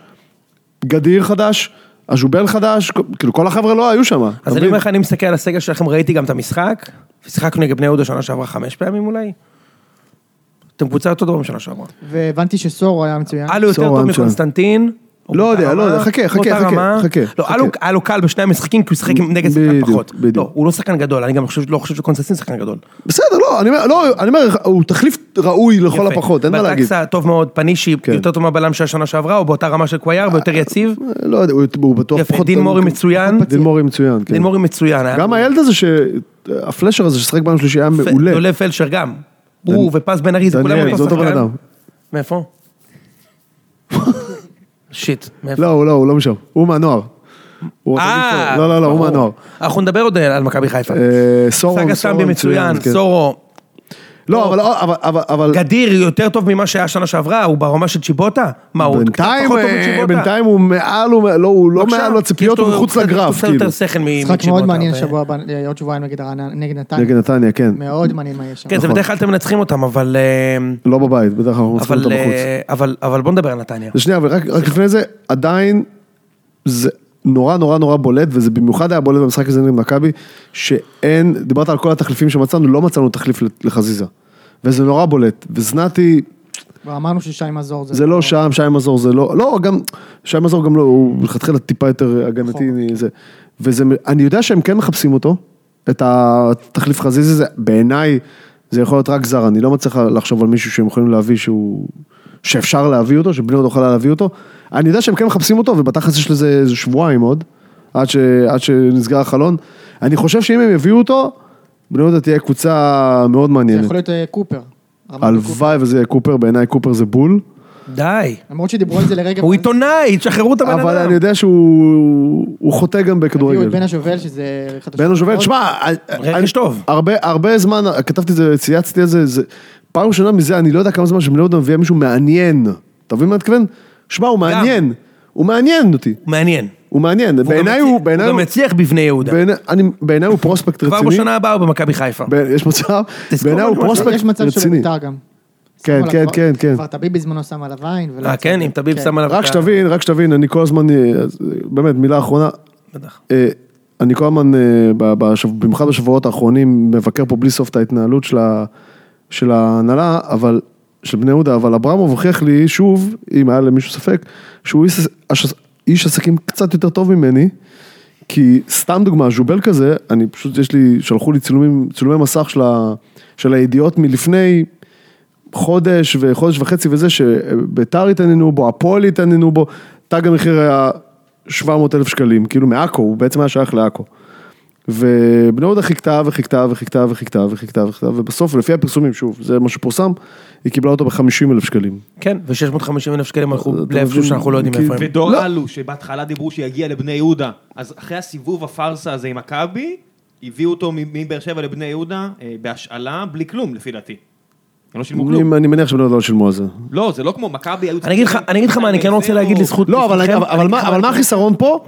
גדיר חדש, אז'ובל חדש, כאילו כל החבר'ה לא היו שם. אתה
אז אני
מבין?
אומר לך, אני מסתכל על הסגל שלכם, ראיתי גם את המשחק, ושיחקנו נגד בני יהודה שנה שעברה חמש פעמים אולי. אתם קבוצה יותר טובה משנה שעברה.
והבנתי שסורו היה מצוין.
היה לו יותר
סורו
טוב
היה מצוין.
מקונסטנטין,
לא יודע, לא יודע, חכה, חכה,
באותה
חכה,
רמה.
חכה,
לא,
חכה.
היה לו- היה לו קל בשני המשחקים, כי הוא שיחק עם- נגד שחקן
בדיוק,
פחות.
בדיוק.
לא, הוא לא שחקן גדול, אני גם חושב- לא חושב שקונסטנטין שחקן גדול.
בסדר, לא, אני אומר, לא, אני אומר, הוא תחליף ראוי לכל
יפה.
הפחות, אין מה להגיד.
בטקסה טוב מאוד, פנישי
כן.
יותר טוב מהבלם של השנה שעברה, או באותה רמה של קוויאר, ויותר יציב.
לא יודע, הוא- הוא בטוח
יפה, דין
טוב-
מורי מצוין.
דין מורי מצוין, כן.
דין מורי מצוין. אה? היה-
גם הילד הזה, ש- הפלשר הזה ששחק פעם שלישי היה מעולה.
דולב פלשר גם. הוא ופז בן ארי, זה כולם
דניאל, זה אותו בן אדם.
מאיפה? שיט, מאיפה?
לא, הוא לא, הוא לא משם. הוא מהנוער. הוא
אה,
החליף- לא, לא, לא, הוא
ברור.
מהנוער.
אנחנו נדבר עוד על מכבי חיפה.
אה, סורו,
סאגה
סורו
סמבי מצוין,
כן.
סורו.
לא, אבל- אבל- אבל- אבל...
גדיר יותר טוב ממה שהיה שנה שעברה, הוא ברמה של צ'יבוטה? מה, הוא קצת
בינתיים,
פחות טוב
אה,
מצ'יבוטה?
בינתיים הוא מעל, הוא- לא, הוא לא
בבקשה,
מעל הציפיות,
יש לו-
הוא מחוץ
קצת-
לגרף,
קצת
כאילו.
יותר שכל מ-
משחק מאוד
מצ'יבוטה,
מעניין
ו-
שבוע הבא, אה, עוד שבועיים נגד רעננה- נגד
נגד
נתניה.
נתניה, כן.
מאוד מעניין מה יש שם.
כן, זה
נכון.
בדרך כלל אתם מנצחים אותם, אבל... אה,
לא בבית, בדרך כלל אנחנו מצחיקים
אבל,
אותם בחוץ.
אה, אבל, אבל בוא נדבר על נתניה.
שנייה, אבל רק רק לפני זה, עדיין זה נורא נורא נורא בולט, וזה במיוחד היה בולט במשחק הזה נגד מכבי, שאין, דיברת על כל התחליפים שמצאנו, לא מצאנו תחליף לחזיזה. וזה נורא בולט. וזנתי,
כבר אמרנו ששי מזור זה...
זה לא שם, שי מזור זה לא, לא, גם, שי מזור גם לא, הוא מלכתחילה טיפה יותר הגנתי
נכון.
מזה. וזה, אני יודע שהם כן מחפשים אותו, את התחליף חזיזי הזה, בעיניי זה יכול להיות רק זר, אני לא מצליח לחשוב על מישהו שהם יכולים להביא שהוא, שאפשר להביא אותו, שבני עוד יכולה להביא אותו. אני יודע שהם כן מחפשים אותו, ובתכלס יש לזה איזה שבועיים עוד, עד, ש, עד שנסגר החלון. אני חושב שאם הם יביאו אותו, בני יהודה תהיה קבוצה מאוד
זה
מעניינת.
יכול להיות אה, קופר. ארמנד קופר.
הלוואי וזה יהיה קופר, בעיניי קופר זה בול.
די.
למרות שדיברו על זה לרגע...
הוא עיתונאי, תשחררו את הבן אדם.
אבל אני יודע שהוא הוא חוטא גם
הביאו את
בכדורגל.
בן השובל, שזה... אחד
בן השובל,
השחקנים
תשמע, אני-
טוב.
הרבה- הרבה זמן, כתבתי את זה, צייצתי את זה, זה, פעם ראשונה מזה, אני לא יודע כמה זמן שבני יהודה מביאה מישהו מעניין. אתה מבין מה אני מתכוון? שמע, הוא מעניין, הוא מעניין אותי,
הוא מעניין.
הוא מעניין,
והוא גם
בעיניי
הצליח-
הוא, בעיניי
הוא גם
הוא-
הצליח בבני יהודה.
בעיני- אני- בעיניי הוא פרוספקט
כבר
רציני,
בשנה הבאה הוא במכבי חיפה.
ב- יש מצב,
תזכור
בעיניי הוא
משהו,
יש
פרוספקט
מצב שהוא
רציני.
בית"ר גם.
כן,
אבל
כן,
כבר-
כן, כן.
כבר תביב בזמנו שם עליו עין. ולא
אה,
יצא
כן,
זה.
אם תביב
כן.
שם עליו...
רק
את ה-
שתבין, רק שתבין, אני כל הזמן, אה, אז, אה, באמת, מילה אחרונה,
בטח.
אה, אני כל הזמן, אה, ב- בשב- במיוחד בשבועות האחרונים, מבקר פה בלי סוף את ההתנהלות של, ה, של ההנהלה, אבל, של בני יהודה, אבל אברמוב הוכיח לי שוב, אם היה למישהו ספק, שהוא איש, אש- איש עסקים קצת יותר טוב ממני, כי סתם דוגמה, ז'ובל כזה, אני פשוט, יש לי, שלחו לי צילומים, צילומי מסך של, ה, של הידיעות מלפני חודש וחודש וחצי וזה, שביתר התעניינו בו, הפועל התעניינו בו, תג המחיר היה 700 אלף שקלים, כאילו מעכו, הוא בעצם היה שייך לעכו. ובני יהודה חיכתה וחיכתה וחיכתה וחיכתה וחיכתה וחיכתה, ובסוף, לפי הפרסומים, שוב, זה מה שפורסם, היא קיבלה אותו ב-50 אלף שקלים.
כן, ו-650 אלף שקלים הלכו
אה, אתה
לאיפשהו
מבין?
שאנחנו לא יודעים
כי-
איפה הם.
ודור
לא.
אלו, שבהתחלה דיברו שיגיע לבני יהודה, אז אחרי הסיבוב הפארסה הזה עם מכבי, הביאו אותו מ- מבאר שבע לבני יהודה אה, בהשאלה, בלי כלום לפי דעתי. הם לא שילמו כלום.
אני אני מניח שבני יהודה לא שילמו על זה.
לא, זה לא כמו מכבי היו
אני אגיד לך- אני אגיד לך מה, אני כן רוצה להגיד לזכות...
לא, אבל,
לזכותכם,
אבל, אבל,
אני
מה,
אגיד לך
אבל מה החיסרון פה?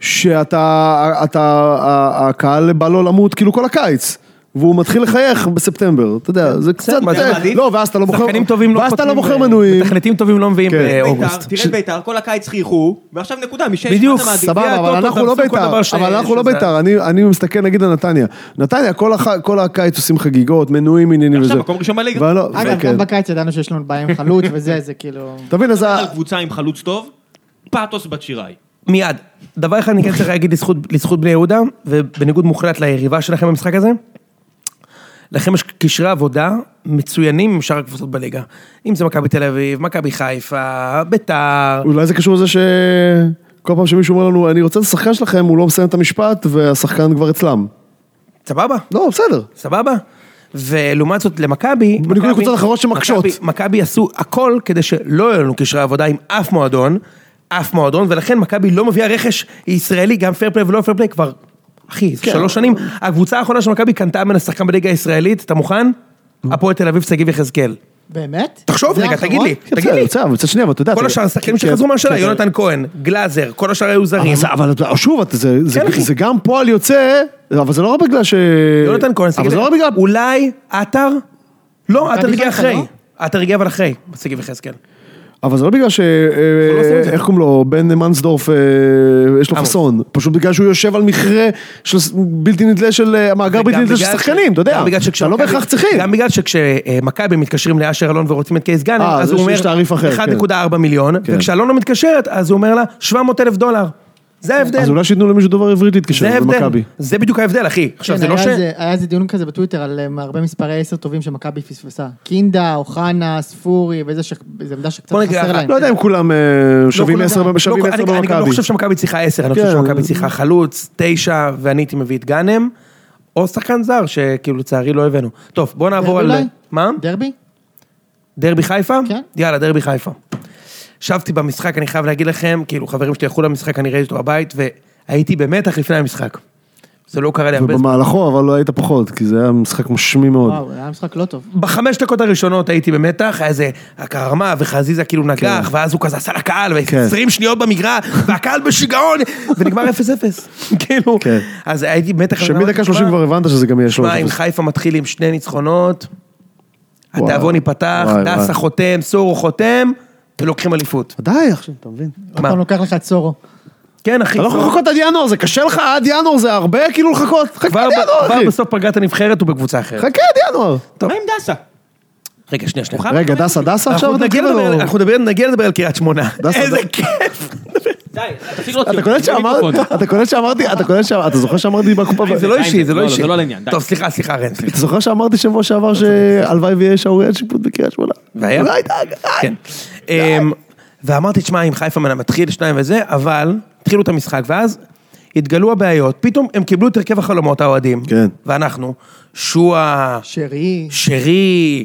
שאתה, אתה, ה- הקהל בא לו למות כאילו כל הקיץ. והוא מתחיל לחייך בספטמבר, אתה יודע, זה קצת...
מה
זה
אה,
מעדיף?
לא, ואז אתה לא מוכר...
שחקנים טובים לא
ואז אתה לא
חותמים,
מוכר
אה,
מנויים.
מתכנתים טובים לא מביאים
כן.
בית"ר,
באוגוסט.
תראה את בית"ר, כל הקיץ חייכו, ועכשיו נקודה, משש
בדיוק,
אתה מעדיף.
גביע
סבבה, אבל
הטוטו,
אנחנו לא
תעשו כל
בית"ר,
דבר ש-
אבל אנחנו לא
שזה-
בית"ר, אני- אני מסתכל נגיד על נתניה. נתניה, כל הח- כל הקיץ עושים חגיגות, מנויים עניינים וזה.
עכשיו מקום ראשון בליגה.
אבל לא,
אגב,
כן.
גם בקיץ ידענו שיש לנו בעיה עם חלוץ וזה, זה כאילו...
אתה מבין, אז ה-
על קבוצה עם חלוץ טוב, פאתוס בת שיראי.
מיד. דבר אחד אני כן צריך להגיד לזכות, לזכות בני יהודה, ובניגוד מוחלט ליריבה שלכם במשחק הזה, לכם יש קשרי עבודה מצוינים עם שאר הקבוצות בליגה. אם זה מכבי תל אביב, מכבי חיפה, ביתר,
אולי זה קשור לזה שכל פעם שמישהו אומר לנו, אני רוצה את השחקן שלכם, הוא לא מסיים את המשפט, והשחקן כבר אצלם.
סבבה?
לא, בסדר.
סבא. ולעומת זאת למכבי,
בניגוד
מכבי-
לקבוצות אחרות שמקשות.
מכבי- מכבי עשו הכל כדי שלא יהיו לנו קשרי עבודה עם אף מועדון, אף מועדון, ולכן מכבי לא מביאה רכש ישראלי, גם פייר פליי ולא פייר פליי כבר, אחי,
כן.
זה שלוש שנים. הקבוצה האחרונה של מכבי קנתה מן השחקן בליגה הישראלית, אתה מוכן? הפועל תל אביב שגיב יחזקאל.
באמת?
תחשוב
זה
רגע, תגיד
האחרון?
לי, תגיד לי,
כן, בסדר, אבל מצד שני, אבל אתה יודע...
כל
אתה-
השאר השחקנים
כן,
שחזרו מהשאלה,
כן,
יונתן כהן, גלאזר, כל השאר היו
אבל
זרים.
זה- אבל שוב, אתה- זה- זה-
כן, אחי.
זה גם פועל יוצא, אבל זה לא רק בגלל ש...
יונתן כהן,
אבל
שגיב-
זה לא רק בגלל...
אולי עטר? לא, עטר הגיע
חיפה,
אחרי.
לא?
עטר הגיע אבל אחרי, שגיב יחזקאל.
אבל זה לא בגלל ש...
לא עושים את
אה,
זה.
איך קוראים לו? בן מנסדורף, אה, יש לו
עמוס.
חסון. פשוט בגלל שהוא יושב על מכרה של ס- בלתי נדלה של... אה, מאגר בלתי
וגם
נדלה של
בגלל ש-
שחקנים, אתה יודע.
גם בגלל שכשמכבי-
אתה לא בהכרח צריכים.
גם בגלל שכשמכבי מתקשרים לאשר אלון ורוצים את קייס גאנם,
אה,
אז
זה
הוא
שיש תעריף אחר,
אומר
כן.
1.4 מיליון,
כן.
וכשאלונה מתקשרת, אז הוא אומר לה 700 אלף דולר. זה
כן, אז לא
ההבדל.
אולי שייתנו למישהו דובר עברית להתקשר
זה ההבדל.
במכבי.
זה בדיוק ההבדל, אחי. עכשיו,
כן,
זה לא
היה
ש...
איזה- היה איזה דיון כזה בטוויטר על אה, הרבה מספרי עשר טובים שמכבי פספסה. קינדה, אוחנה, ספורי, וזה ש- זה עמדה שקצת
בוא נגיד,
חסר להם.
לא יודע אם כולם אה, שווים
כן. כולם-
עשר
לא,
שווים
אני-
עשר
אני גם לא
במכבי.
חושב שמכבי צריכה 10, אני
כן.
חושב שמכבי צריכה חלוץ, 9, ואני הייתי מביא את גאנם, או שחקן זר, שכאילו לצערי לא הבאנו. טוב, בוא נעבור על...
דרבי אולי?
מה?
דרבי?
דרבי חיפה?
כן.
יאללה, דרבי חיפה. ישבתי במשחק, אני חייב להגיד לכם, כאילו, חברים שלי הלכו למשחק, אני ראיתי אותו בבית, והייתי במתח לפני המשחק. זה לא קרה לי הרבה זמן.
ובמהלכו, אבל לא היית פחות, כי זה היה משחק משמי מאוד.
וואו, היה משחק לא טוב.
בחמש דקות הראשונות הייתי במתח, היה איזה הקרמה וחזיזה כאילו נגח, ואז הוא כזה עשה לקהל,
כן.
ו-20 שניות במגרש, והקהל בשיגעון, ונגמר 0-0. כאילו,
כן.
אז הייתי במתח.
שמדקה 30 כבר הבנת שזה גם יהיה שלוש.
שמע, אם חיפה מתחיל עם שני ניצחונות,
וואו.
התיאבון ייפתח,
וואי, וואי.
דסה חותם, סורו חותם, ולוקחים אליפות.
די עכשיו, אתה מבין?
עוד פעם לוקח לך את סורו.
כן, אחי.
אתה לא יכול
כבר-
לחכות עד ינואר, זה קשה לך עד ינואר, זה הרבה כאילו לחכות. חכה
כבר
עד
ב-
ינואר,
כבר
לא, אחי.
בסוף פגרת הנבחרת הוא בקבוצה אחרת.
חכה עד ינואר.
מה עם דסה?
רגע, שנייה, שנייה.
רגע, דסה, דסה
אנחנו
עכשיו אתה
נגיע
כאילו...
לדבר על- אנחנו נדבר- נגיע לדבר על קריית שמונה.
דסה,
איזה כאילו-
דסה.
כיף.
די, תפסיק להוציא
אתה קולט שאמרתי, אתה קולט שאמרתי, אתה קולט שאמרתי, אתה זוכר שאמרתי בקופה,
כאילו- זה לא
די עם
אישי,
זה,
זה לא
לא, לא,
אישי.
זה לא לעניין, די.
טוב, סליחה, סליחה, רן, סליחה.
אתה זוכר שאמרתי שבוע שעבר שהלוואי ויהיה שעוריית שיפוט בקריית שמונה?
לא והיה?
אולי די,
כן. אמ, ואמרתי, תשמע, אם חיפה מנה- מתחיל שניים וזה, אבל התחילו את המשחק, ואז התגלו הבעיות, פתאום הם קיבלו את הרכב החלומות, האוהדים.
כן.
ואנחנו, שועה,
שרי,
שרי,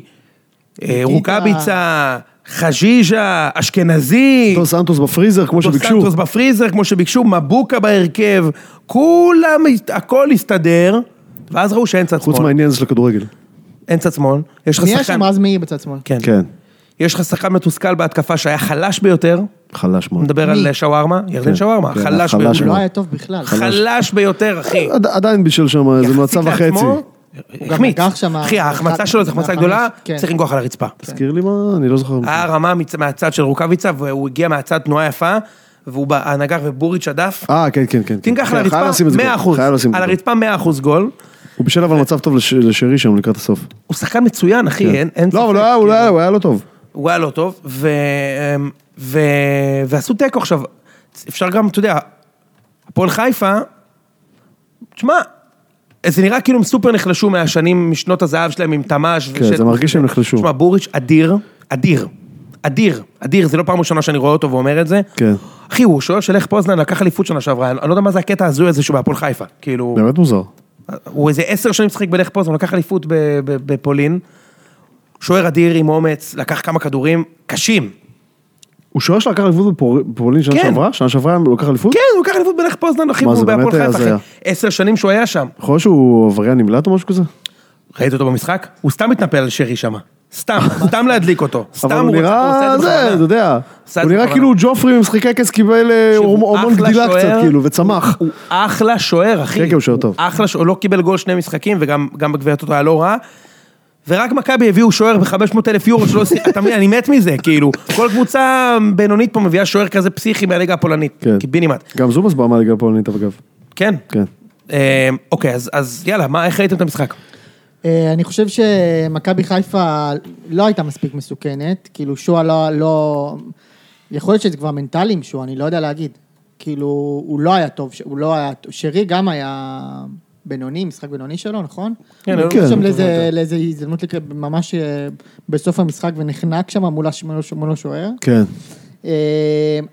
אה, רוקאביצה, חזיזה, אשכנזי.
דו סנטוס בפריזר כמו
דו
שביקשו.
סנטוס בפריזר, כמו שביקשו, מבוקה בהרכב, כולם, הכל הסתדר, ואז ראו שאין צד
חוץ
שמאל.
מהעניין הזה של הכדורגל.
אין צד שמאל, יש לך
מי היה
שחקן,
שם רז מאיר בצד שמאל?
כן.
כן,
יש לך שחקן מתוסכל בהתקפה שהיה חלש ביותר,
חלש מאוד.
מדבר
מי?
על שווארמה, ירדן
כן,
שווארמה,
כן,
חלש
החלש
ביותר,
שלו.
לא היה טוב בכלל.
חלש ביותר, אחי.
עד- עדיין בישל שם איזה
יחסית
מצב וחצי.
לעצמו,
גם
החמיץ.
לקח שם-
אחי, ההחמצה
אחד-
שלו זו החמצה
מהחמיש,
גדולה,
כן.
צריך לנגוח על הרצפה.
תזכיר לי מה, אני לא זוכר.
היה רמה מצ- מהצד של רוקאביצה, והוא הגיע מהצד תנועה יפה, והוא בא- נגח ובוריץ' הדף.
אה, כן, כן, כן.
תנגח
כן,
על
חייב לשים את זה
הרצפה
גול,
100%,
חייב לשים את
על
זה גול.
הרצפה 100% גול.
הוא בישל אבל מצב טוב לש- לשרי שם לקראת הסוף.
הוא שחקן מצוין, אחי, אין אין ספק. כן.
לא, אבל הוא היה- הוא לא היה- הוא היה לא טוב.
הוא היה לא טוב, ו... אמ, ו... ועשו תיקו עכשיו. אפשר גם, אתה יודע, הפועל חיפה, תשמע, זה נראה כאילו הם סופר נחלשו מהשנים, משנות הזהב שלהם עם תמ"ש.
כן, זה מרגיש שהם נחלשו.
תשמע, בוריץ' אדיר, אדיר, אדיר, אדיר, זה לא פעם ראשונה שאני רואה אותו ואומר את זה.
כן.
אחי, הוא שוער של איך פוזנן לקח אליפות שנה שעברה, אני לא יודע מה זה הקטע ההזוי הזה שהוא בהפועל חיפה. כאילו,
באמת מוזר.
הוא איזה עשר שנים משחק בלך פוזנן, הוא לקח אליפות ב- ב- בפולין. שוער אדיר עם אומץ, לקח כמה כדורים קשים.
הוא שוער שלקח אליפות בפור- בפולין שנה
כן.
שעברה? שנה שעברה הוא לקח אליפות?
כן, הוא לקח אליפות בלך פוזנן, אחי,
מה,
והוא
זה באמת
בהפועל חיפה,
הזיה.
אחי. עשר שנים שהוא היה שם.
יכול להיות שהוא עבריין נמלט או משהו כזה?
ראית אותו במשחק? הוא סתם מתנפל על שרי שם. סתם, סתם להדליק אותו. סתם
אבל הוא נראה, זה, אתה יודע.
עשה את
הוא
זה
נראה
בכוונה.
כאילו ג'ופרי ממשחקי כס קיבל אה,
תקשיב,
הורמ-
הוא
הורמון
אחלה
גדילה קצת,
שוער.
כאילו, וצמח.
הוא אחלה שוער, אחי.
כן, כן, הוא שוער טוב.
אחלה שוער, הוא לא קיבל גול שני משחקים, וגם גם בגביע הטוטו היה לא רע. ורק מכבי הביאו שוער ב-500 אלף יורו, שלא עושים, אתה מבין, אני מת מזה, כאילו, כל קבוצה בינונית פה מביאה שוער כזה פסיכי מהליגה הפולנית.
כן.
קיבינימט.
גם זובס בא מהליגה הפולנית, אגב.
כן.
כן.
אה, אוקיי, אז- אז יאללה, מה, איך ראיתם את המשחק?
אה, אני חושב שמכבי חיפה לא הייתה מספיק מסוכנת, כאילו שועה לא, לא... יכול להיות שזה כבר מנטלי עם שועה, אני לא יודע להגיד. כאילו, הוא לא היה טוב, הוא לא היה... שרי גם היה בינוני, משחק בינוני שלו, נכון?
כן,
הוא
הוא
הלך
כן,
שם
הוא
לאיזה- לאיזה הזדמנות לק- ממש אה, בסוף המשחק ונחנק שם מול הש- מול הש- מול השוער.
כן.
אה,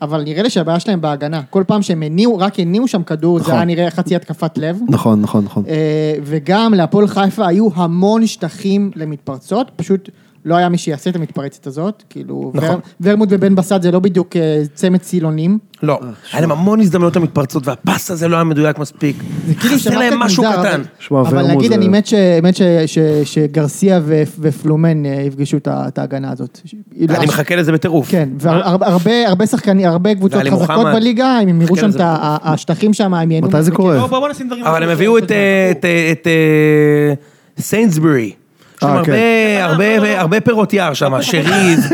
אבל נראה לי שהבעיה שלהם בהגנה. כל פעם שהם הניעו, רק הניעו שם כדור, זה
נכון.
היה נראה חצי התקפת לב.
נכון, נכון, נכון.
אה, וגם להפועל חיפה היו המון שטחים למתפרצות, פשוט לא היה מי שיעשה את המתפרצת הזאת, כאילו,
נכון.
ור- ורמוט ובן בסט זה לא בדיוק אה, צמד סילונים.
לא.
אה,
היה להם המון הזדמנויות למתפרצות, והפס הזה לא היה מדויק מספיק.
זה כאילו
חסר להם
שמעת
משהו
מוזר,
קטן.
אבל-
שמע,
אבל
ורמוט
נגיד,
זה-
אני מת ש- מת ש- ש- שגרסיה ו- ופלומן אה, יפגשו את ה- את ההגנה הזאת. לא,
אני מחכה לזה בטירוף.
כן, והרבה הרבה שחקנים, הרבה קבוצות
ועלי
חזקות
מוחמד.
בליגה, הם ימרו
מחכה
שם
לזה.
את ה- ה- השטחים שם, הם ייהנו.
מתי זה
מזה,
קורה?
בואו נשים דברים...
אבל הם הביאו את, אה, את, אה, את אה, סיינסברי, יש שם
אה,
הרבה-
כן.
הרבה- הרבה פירות יער שם, שריז,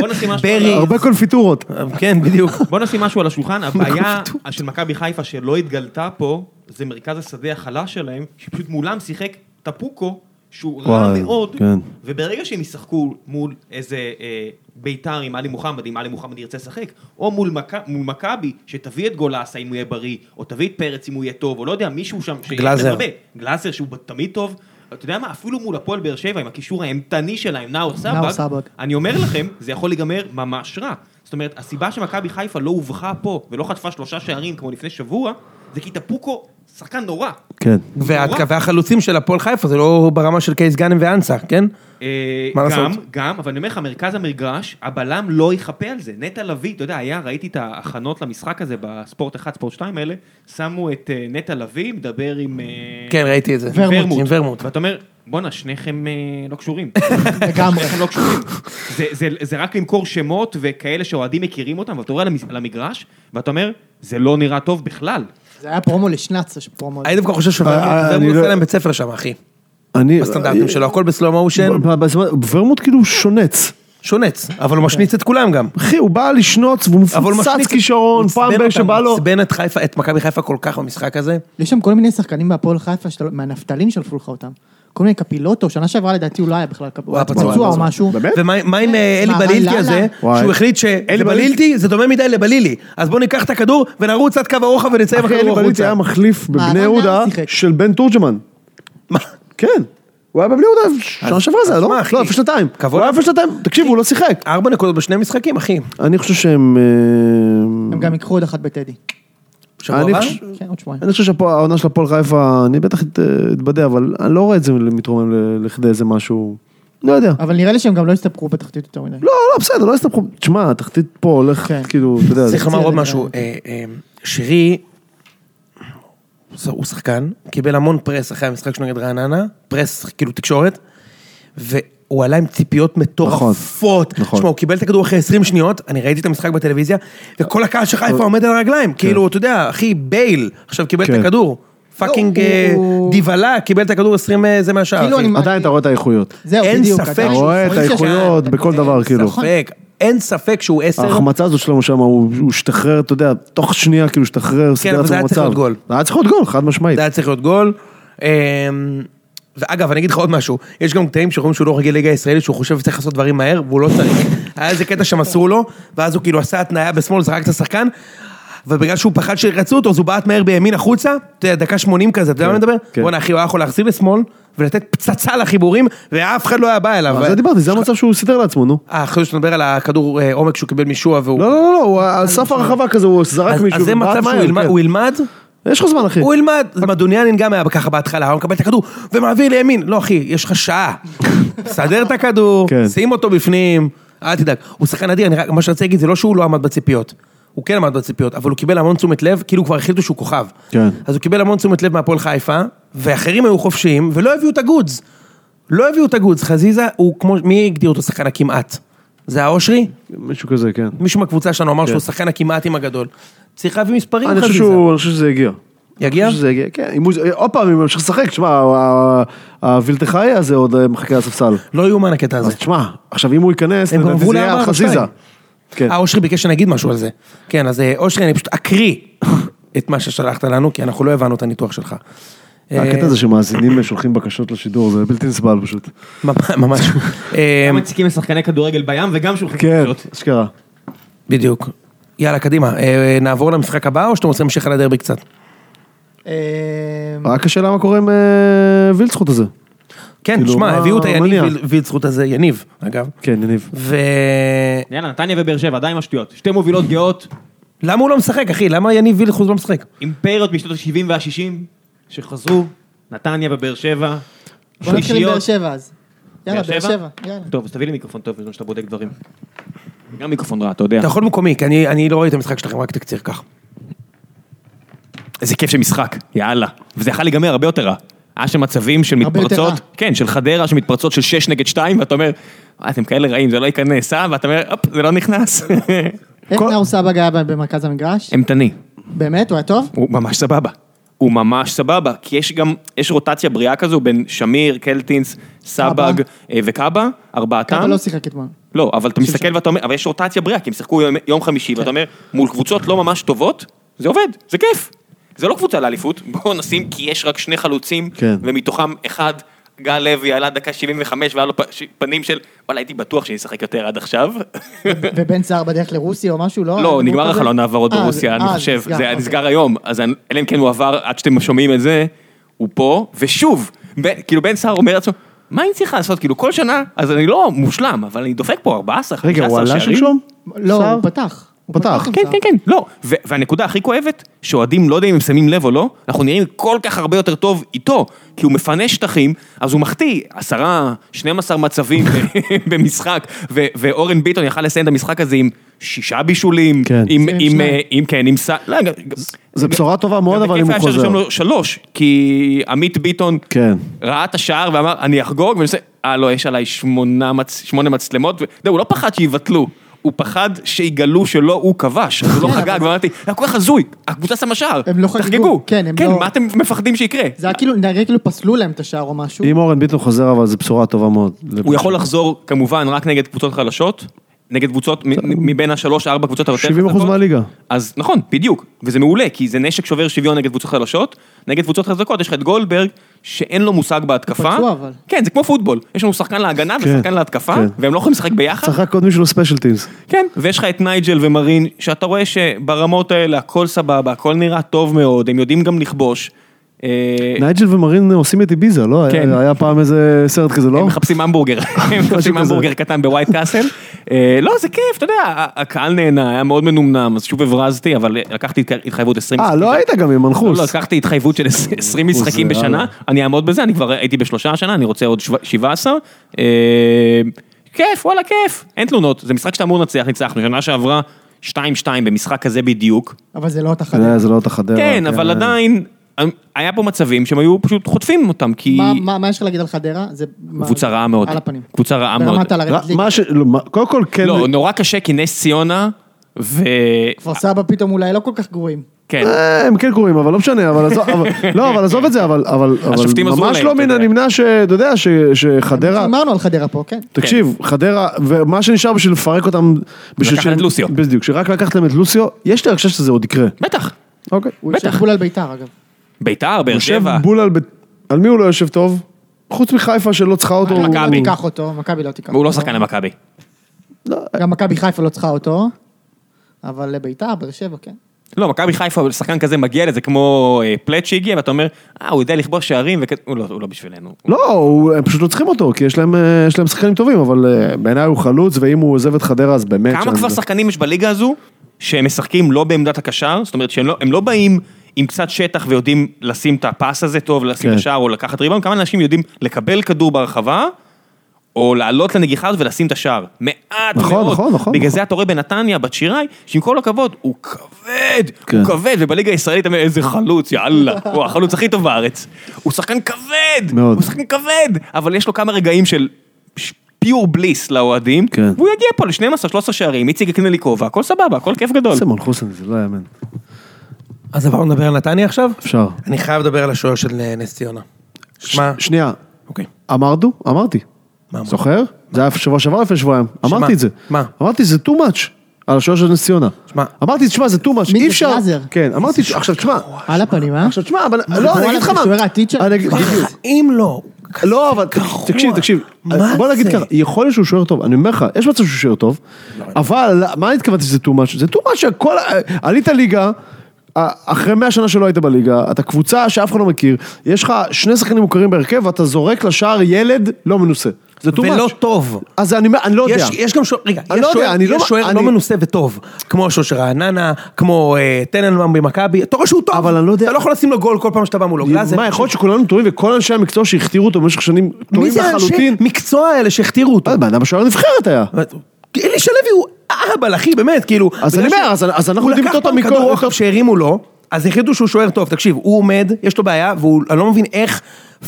בוא נשים משהו
אה, ברי.
על-
הרבה קונפיטורות.
כן, בדיוק.
בוא נשים משהו על השולחן, הבעיה של מכבי חיפה שלא התגלתה פה, זה מרכז השדה החלש שלהם, שפשוט מולם שיחק טפוקו, שהוא רע
וואי,
מאוד,
כן.
וברגע שהם ישחקו מול איזה אה, ביתר עם עלי מוחמד, אם עלי מוחמד ירצה לשחק, או מול מכ- מול מכבי, שתביא את גולסה אם הוא יהיה בריא, או תביא את פרץ אם הוא יהיה טוב, או לא יודע, מישהו שם, שיש להם
גלאזר.
הרבה. גלאזר שהוא תמיד טוב. אתה יודע מה, אפילו מול הפועל באר שבע, עם הקישור האימתני שלהם, נאור
נאור
סבג,
סבג.
אני אומר לכם, זה יכול להיגמר ממש רע. זאת אומרת, הסיבה שמכבי חיפה לא הובכה פה, ולא חטפה שלושה שערים כמו לפני שבוע, זה כי טפוקו שחקן נורא.
כן.
וההתק- והחלוצים של הפועל חיפה זה לא ברמה של קייס גאנם ואנסה, כן?
אה,
מה
גם,
לעשות?
גם, אבל אני אומר לך, מרכז המגרש, הבלם לא יכפה על זה. נטע לביא, אתה יודע, היה, ראיתי את ההכנות למשחק הזה בספורט 1, ספורט 2 האלה, שמו את אה, נטע לביא, מדבר עם... אה,
כן, ראיתי את זה.
ורמוט.
עם ורמוט.
ואתה אומר, בואנה, שניכם אה, לא קשורים.
לגמרי.
שניכם לא קשורים. זה, זה, זה רק למכור שמות וכאלה שאוהדים מכירים אותם, ואתה רואה על המס- על המגרש, ואתה אומר, זה לא נראה טוב בכלל.
זה היה פרומו לשנץ, זה פרומו.
אני דווקא חושב
אה,
שוורמוט, זה
אני
הוא
לא-
עושה להם בית ספר שם, אחי.
אני...
בסטנדרטים שלו, הכל בסלואו מושן,
ב- ב- בזמן- ורמוט כאילו שונץ.
שונץ, אבל הוא משניץ את כולם גם.
אחי, הוא בא לשנוץ והוא
אבל הוא
מפוצץ
משניץ...
כישרון,
הוא
פעם
עצבן
ב-
אותם,
שבא לו...
הוא עצבן את חיפה, את מכבי חיפה כל כך במשחק הזה.
יש שם כל מיני שחקנים בהפועל חיפה, שאתה לא- מהנפתלים שלפו לך אותם. כל מיני קפילוטו, שנה שעברה לדעתי הוא לא היה בכלל קפילוטו. הוא היה פצוע או משהו.
באמת?
ומה מה עם אה, אלי
מה, מה,
בלילטי
לאללה?
הזה,
וואי.
שהוא החליט שלבלילטי זה דומה מדי לבלילי. אז בוא ניקח את הכדור ונרוץ עד קו הרוחב ונצא עם
אחי, אלי
הכדור
בליטי
החוצה.
היה מחליף בבני
רן
יהודה
לאן שיחק?
של בן תורג'מן.
מה?
כן. הוא היה בבני יהודה שנה
אז-
שעברה זה,
אז
לא?
מה, אחי?
לא, איפה שנתיים.
כבוד.
הוא היה איפה שנתיים. תקשיבו, הוא לא שיחק.
ארבע נקודות בשני משחקים, אחי.
אני חושב שהם... אה,
הם גם ייקחו עוד אחת בטדי.
שבוע
אני
הבא?
חושב-
כן, עוד שבועיים.
אני חושב שהעונה של הפועל חיפה, אני בטח את- אתבדה, אבל אני לא רואה את זה מתרומם ל- לכדי איזה משהו... לא יודע.
אבל נראה לי שהם גם לא יסתפרו בתחתית יותר מדי.
לא, לא, בסדר, לא הסתבכו. תשמע, התחתית פה הולך,
כן.
כאילו, אתה יודע... זה-
צריך לומר
זה
עוד
לגמרי.
משהו, אה, אה, שרי, הוא שחקן, קיבל המון פרס אחרי המשחק שלו נגד רעננה, פרס כאילו תקשורת, והוא עלה עם ציפיות מטורפות.
נכון.
תשמע, הוא קיבל את הכדור אחרי 20 שניות, אני ראיתי את המשחק בטלוויזיה, וכל הקהל של חיפה עומד על הרגליים, כאילו, אתה יודע, אחי, בייל עכשיו קיבל את
כן.
הכדור. פאקינג
הוא-
אה,
הוא-
דיבלה קיבל את הכדור 20 אה, זה מהשאר.
כאילו,
אחי.
אני-
עדיין אתה רואה את האיכויות.
זהו,
אין
בדיוק.
ספק.
עדיין.
אתה רואה את האיכויות בכל דבר, כאילו.
נכון.
ספק, אין ספק שהוא עשר.
ההחמצה הזו שלנו שם, הוא הוא השתחרר, אתה יודע, תוך שנייה כאילו השתחרר, סידר
כן, אבל זה
את
היה צריך
המצב.
להיות גול.
זה היה צריך להיות גול, חד משמעית.
זה היה צריך להיות גול. אמ, ואגב, אני אגיד לך עוד משהו, יש גם קטעים שרואים שהוא לא רגיל ליגה הישראלית, שהוא חושב שצריך לעשות דברים מהר, והוא לא צריך. היה איזה קטע שמסרו לו, ואז הוא כאילו עשה התניה בשמאל, זרק את השחקן, ובגלל שהוא פחד שירצו אותו, אז הוא בעט מהר בימין החוצה, אתה יודע, דקה 80 כזה, אתה יודע מה אני מדבר?
כן.
בואנה אחי, הוא היה יכול להחזיר לשמאל, ולתת פצצה לחיבורים, ואף אחד לא היה בא אליו.
על זה דיברתי, זה המצב שהוא סידר לעצמו, נו.
אה, אחרי שאתה מדבר על הכדור אה, עומק שהוא קיבל משועה, והוא...
לא, לא, לא, לא, הוא על סף הרחבה כזה, הוא זרק
אז
מישהו.
אז זה
ובעט
מצב שהוא
מהר,
ילמד-
כן.
הוא ילמד,
יש לך זמן, אחי.
הוא ילמד, אז מדוניאנין גם היה ככה בהתחלה, הוא מקבל את הכדור, ומעביר לימין. לא אחי, יש לך שעה. סדר את הכדור,
כן.
שים אותו בפנים, אל תדאג. הוא שחקן אדיר, אני רק- מה שאני רוצה להגיד זה לא שהוא לא עמד בציפיות. הוא כן עמד בציפיות, אבל הוא קיבל המון תשומת לב, כאילו כבר החליטו שהוא כוכב.
כן.
אז הוא קיבל המון תשומת לב מהפועל חיפה, ואחרים היו חופשיים, ולא הביאו את הגודס. לא הביאו את הגודס, חזיזה הוא כמו, מי הגדיר אותו שחקן הכמעט? זה האושרי?
מישהו כזה, כן.
מישהו מהקבוצה שלנו אמר שהוא שחקן הכמעטים הגדול. צריך להביא מספרים
אני חושב
חזיזה.
שהוא, אני חושב שזה הגיע.
יגיע?
אני חושב שזה הגיע, כן. אם הוא- עוד פעם, אם הוא ימשיך לשחק, תשמע, ה- ה- הווילטחאי הזה עוד אה, מחכה לספסל.
לא יאומן הקטע הזה.
אז תשמע, עכשיו אם הוא ייכנס,
הם כבר
לדעתי
עברו
זה יהיה
לארבע
על
או
חזיזה.
שתיים.
כן.
אה, אושרי ביקש שנגיד משהו על זה. כן, אז אה, אושרי, אני פשוט אקריא את מה ששלחת לנו, כי אנחנו לא הבנו את הניתוח שלך. אה, כן.
הקטע הזה שמאזינים שולחים בקשות לשידור, זה בלתי נסבל פשוט.
ממ- ממש. אה,
גם מציקים לשחקני כדורגל בים וגם שולחים
כן,
קבוצות.
אשכרה.
בדיוק. יאללה, קדימה. אה, נעבור למשחק הבא, או שאתם רוצים להמשיך על הדרבי קצת?
אה,
רק השאלה מה קורה עם אה, וילצחוט הזה.
כן,
כאילו,
שמע,
מה-
הביאו את
מה
היניב
נהיה?
ויל- וילצחוט הזה, יניב, אגב.
כן, יניב.
ולמה
יאללה, נתניה ובאר שבע, די עם השטויות. שתי מובילות גאות,
הוא לא משחק, אחי? למה יניב וילצחוט לא משחק?
אימפריות משנות ה-70 וה-60, שחזרו, נתניה ובאר שבע.
בוא נתחיל עם
שלישיות.
באר שבע אז. יאללה, באר שבע, יאללה.
טוב, אז תביא לי מיקרופון טוב בזמן שאתה בודק דברים. גם מיקרופון רע, אתה יודע.
אתה יכול במקומי, כי אני- אני לא רואה את המשחק שלכם, רק תקציר כך.
איזה כיף של משחק, יאללה. וזה יכול להיגמר הרבה יותר רע. היה שם מצבים של
הרבה יותר
מתפרצות,
רע.
כן, של חדרה, של מתפרצות של 6 נגד 2, ואתה אומר, "אה, אתם כאלה רעים, זה לא ייכנס, אה? ואתה אומר, הופ, זה לא נכנס.
איך נאור סבג היה במרכז המגרש?
אה.
אימתני,
באמת, הוא היה טוב?
הוא ממש סבבה.
הוא ממש סבבה, כי יש גם, יש רוטציה בריאה כזו בין שמיר, קלטינס, סבג
קאבה.
אה, וקאבה, ארבעתם.
קאבה לא שיחק אתמול.
לא, אבל אתה מסתכל ואתה אומר, אבל יש רוטציה בריאה, כי הם שיחקו יום- יום חמישי, ואתה אומר, מול קבוצות לא ממש טובות, זה עובד, זה כיף. זה לא קבוצה לאליפות, בואו נשים כי יש רק שני חלוצים,
כן.
ומתוכם אחד, גל לוי, עלה דקה 75 והיה לו פ- ש- פנים של, וואלה, הייתי בטוח שאני אשחק יותר עד עכשיו.
ובן סער בדרך לרוסיה או משהו, לא?
לא, נגמר
הוא כזה?
החלון ההעברות
אה,
ברוסיה,
זה-
אני
אה,
חושב, זה היה
אוקיי.
נסגר היום, אז אני- אלא אם כן הוא עבר, עד שאתם שומעים את זה, הוא פה, ושוב, ב- כאילו בן סער אומר לעצמו, מה אני צריך לעשות? כאילו כל שנה, אז אני לא מושלם, אבל אני דופק פה 14, 15
רגע,
שערים.
הוא עלה שלשום?
לא, הוא פתח. הוא
פתח.
עם
כן,
סער.
כן, כן, לא. ו- והנקודה הכי כואבת, שאוהדים, לא יודע אם הם שמים לב או לא, אנחנו נראים כל כך הרבה יותר טוב איתו, כי הוא מפנה שטחים, אז הוא מחטיא 10, 12 מצבים במשחק, ו- ואורן ביטון יכל לסיים את המשחק הזה עם שישה בישולים,
כן.
עם,
זה עם
עם,
שניים.
אה, עם, כן, עם ס... לא, גם-
זה
גם-
בשורה טובה מאוד,
גם
אבל אם
בכיף
הוא
היה שרשום
חוזר.
לו שלוש, כי עמית ביטון
כן.
ראה את השער ואמר, אני אחגוג, ואני עושה, אה, לא, יש עליי שמונה, מצ... שמונה מצלמות, ו... לא, הוא לא פחד שיבטלו, הוא פחד שיגלו שלא הוא כבש, אז הוא לא
כן,
חגג,
אבל-
ואמרתי, זה היה כל כך הזוי, הקבוצה שמה שער,
הם לא חגגו,
תחגגו,
כן, הם
כן,
לא-
מה אתם מפחדים שיקרה?
זה היה כאילו, נראה כאילו פסלו להם את השער או משהו.
אם אורן ביטון חוזר, אבל זו בשורה טובה מאוד.
הוא יכול לחזור, כמובן, רק נגד קבוצות חלשות, נגד קבוצות מ- מ- מבין השלוש-ארבע קבוצות היותר
70%
חזקות.
מהליגה.
אז נכון, בדיוק, וזה מעולה, כי זה נשק שובר שוויון נגד קבוצות חלשות, נגד קבוצות חזקות יש לך את גולדברג, שאין לו מושג בהתקפה.
הוא פצוע, אבל.
כן, זה כמו פוטבול, יש לנו שחקן להגנה
כן,
ושחקן להתקפה,
כן.
והם לא יכולים לשחק ביחד.
צריך רק עוד מישהו לספיישל טימס.
כן, ויש לך את נייג'ל ומרין, שאתה רואה שברמות האלה הכל סבבה, הכל נראה טוב מאוד, הם יודעים גם לכבוש. אה,
נייג'ל ומרין עושים את איביזה, לא? היה-
כן.
היה פעם איזה סרט כזה, לא?
הם מחפשים המבורגר, הם מחפשים
כזה.
המבורגר קטן בווייט קאסל. אה, לא, זה כיף, אתה יודע, ה- הקהל נהנה, היה מאוד מנומנם, אז שוב הברזתי, אבל לקחתי התק- התחייבות 20
אה, לא היית גם עם
לא, לא,
מנחוס.
לקחתי התחייבות של 20 משחקים
יאללה.
בשנה, אני אעמוד בזה, אני כבר הייתי בשלושה השנה, אני רוצה עוד שבע- 17. אה, כיף, וואלה, כיף, אין תלונות, זה משחק שאתה אמור לנצח, ניצחנו, שנה שעברה 2-2 במשחק כזה בדיוק.
אבל זה לא אותה
אתה
חדרה.
יודע, זה לא אותה חדרה.
כן, אבל עדיין, אה, היה פה מצבים שהם היו פשוט חוטפים אותם, כי
מה- מה- מה יש לך להגיד על חדרה? זה...
קבוצה רעה מאוד.
על הפנים.
קבוצה רעה מאוד.
ברמת
ר-
הלרדת ליגה.
מה ש... לא, מה- קודם כל, כן.
לא, נורא קשה כי נס ציונה, ו...
כפר סבא פתאום אולי לא כל כך גרועים.
כן.
אה, הם כן קוראים, אבל לא משנה, אבל עזוב, אבל- לא, אבל עזוב את זה, אבל, אבל,
השופטים
אבל
עזרו
ממש
להם,
לא
אתה
מן
יודע.
הנמנע ש- אתה יודע, ש- שחדרה,
אמרנו על חדרה פה, כן.
לא. תקשיב, חדרה, ומה שנשאר בשביל לפרק אותם, בשביל...
לקחת
שהם-
את לוסיו.
בדיוק, שרק לקחת להם את לוסיו, יש לי הרגשה שזה עוד יקרה.
בטח.
אוקיי.
הוא
בטח.
יושב בול על ביתר אגב.
ביתר, באר
יושב
שבע.
בול על... בית- על מי הוא לא יושב טוב? חוץ מחיפה שלא צריכה אותו. הוא-
מכבי
הוא-
תיקח אותו, מכבי לא תיקח אותו.
והוא לא שחקן למכבי.
לא,
גם מכבי חיפה לא צריכה אותו, אבל לביתר, באר שבע, כן.
לא, מכבי חיפה, אבל שחקן כזה מגיע לזה כמו אה, פלט שהגיע, ואתה אומר, אה, הוא יודע לכבוש שערים, וכ- הוא לא- הוא לא בשבילנו.
לא, הוא- הם פשוט לא צריכים אותו, כי יש להם, אה, יש להם שחקנים טובים, אבל אה, בעיניי הוא חלוץ, ואם הוא עוזב את חדרה אז באמת...
כמה
שאני- לא-
כבר שחקנים יש בליגה הזו שהם משחקים לא בעמדת הקשר? זאת אומרת שהם לא, הם לא באים עם קצת שטח ויודעים לשים את הפס הזה טוב, לשים
כן.
את השער או לקחת ריבאונד, כמה אנשים יודעים לקבל כדור ברחבה, או לעלות לנגיחה הזאת ולשים את השער. מעט
נכון,
מאוד.
נכון, נכון,
בגלל
נכון.
זה אתה רואה בנתניה, בת שיראי, שעם כל הכבוד, הוא כבד,
כן.
הוא כבד, ובליגה הישראלית אתה אומר, איזה חלוץ, יאללה, הוא החלוץ הכי טוב בארץ. הוא שחקן כבד,
מאוד.
הוא שחקן כבד, אבל יש לו כמה רגעים של... פיור בליס לאוהדים,
כן.
והוא יגיע פה ל-12-13 שערים, איציק יקנליקובה, הכל סבבה, הכל כיף גדול.
איזה מנחוסן, זה לא יאמן.
אז עברנו לדבר על נתניה עכשיו?
אפשר.
אני חייב לדבר על השוער של אה, נס ציונה. שמע,
שנייה,
אוקיי.
אמרנו? אמרתי.
מה אמרת?
זוכר? זה היה שבוע שעבר לפני שבועיים. אמרתי את זה.
מה?
אמרתי, זה too much. על השוער של נס ציונה.
שמע.
אמרתי, תשמע, זה too much,
מיקי
אי אפשר...
גלאזר.
כן, אמרתי, עכשיו תשמע,
על הפנים, אה?
עכשיו תשמע, אבל לא, אני
וואלה,
אגיד לך
זה
מה.
שוער העתיד שלנו.
אני אגיד- בדיוק.
אם לא,
לא, אבל תקשיב, תקשיב. אה,
מה
בוא נגיד
זה?
ככה, יכול להיות שהוא שוער טוב, אני אומר לך, יש מצב שהוא שוער טוב, אבל מה התכוונתי שזה too much? זה too much שכל... עלית ליגה, ה- אחרי 100 שנה שלא היית בליגה, אתה קבוצה שאף אחד לא מכיר, יש לך שני שחקנים מוכרים בהרכב, ואתה זורק לשער ילד לא מנוסה. זה too much.
ולא טוב.
אז אני אומר, אני לא יודע.
יש, יש גם שוער, רגע,
אני
יש
לא יודע,
שוער,
אני לא-
יש שוער
אני-
לא מנוסה וטוב, כמו השוער של רעננה, כמו אה, טננבאום במכבי, אתה רואה שהוא טוב,
אבל אני לא יודע-
אתה לא יכול לשים לו גול כל פעם שאתה בא מולו, גלאזר.
מה, יכול להיות שכולנו טועים, וכל אנשי המקצוע שהכתירו אותו במשך שנים
מי
טועים
זה אנשי
לחלוטין?
מקצוע האלה שהכתירו אותו?
אה, בן אדם השוער הנבחרת היה.
אלישע לוי כאילו, הוא אהבל, אחי, באמת, כאילו.
אז
בגלל
אני אומר,
ש-
אז- אז אנחנו
הוא
יודעים
לקח
אותו
פעם
מכל-
כדור
אותו-
רוחב שהרימו לו, אז החליטו שהוא שוער טוב. תקשיב, הוא עומד, יש לו בעיה, ואני לא מבין איך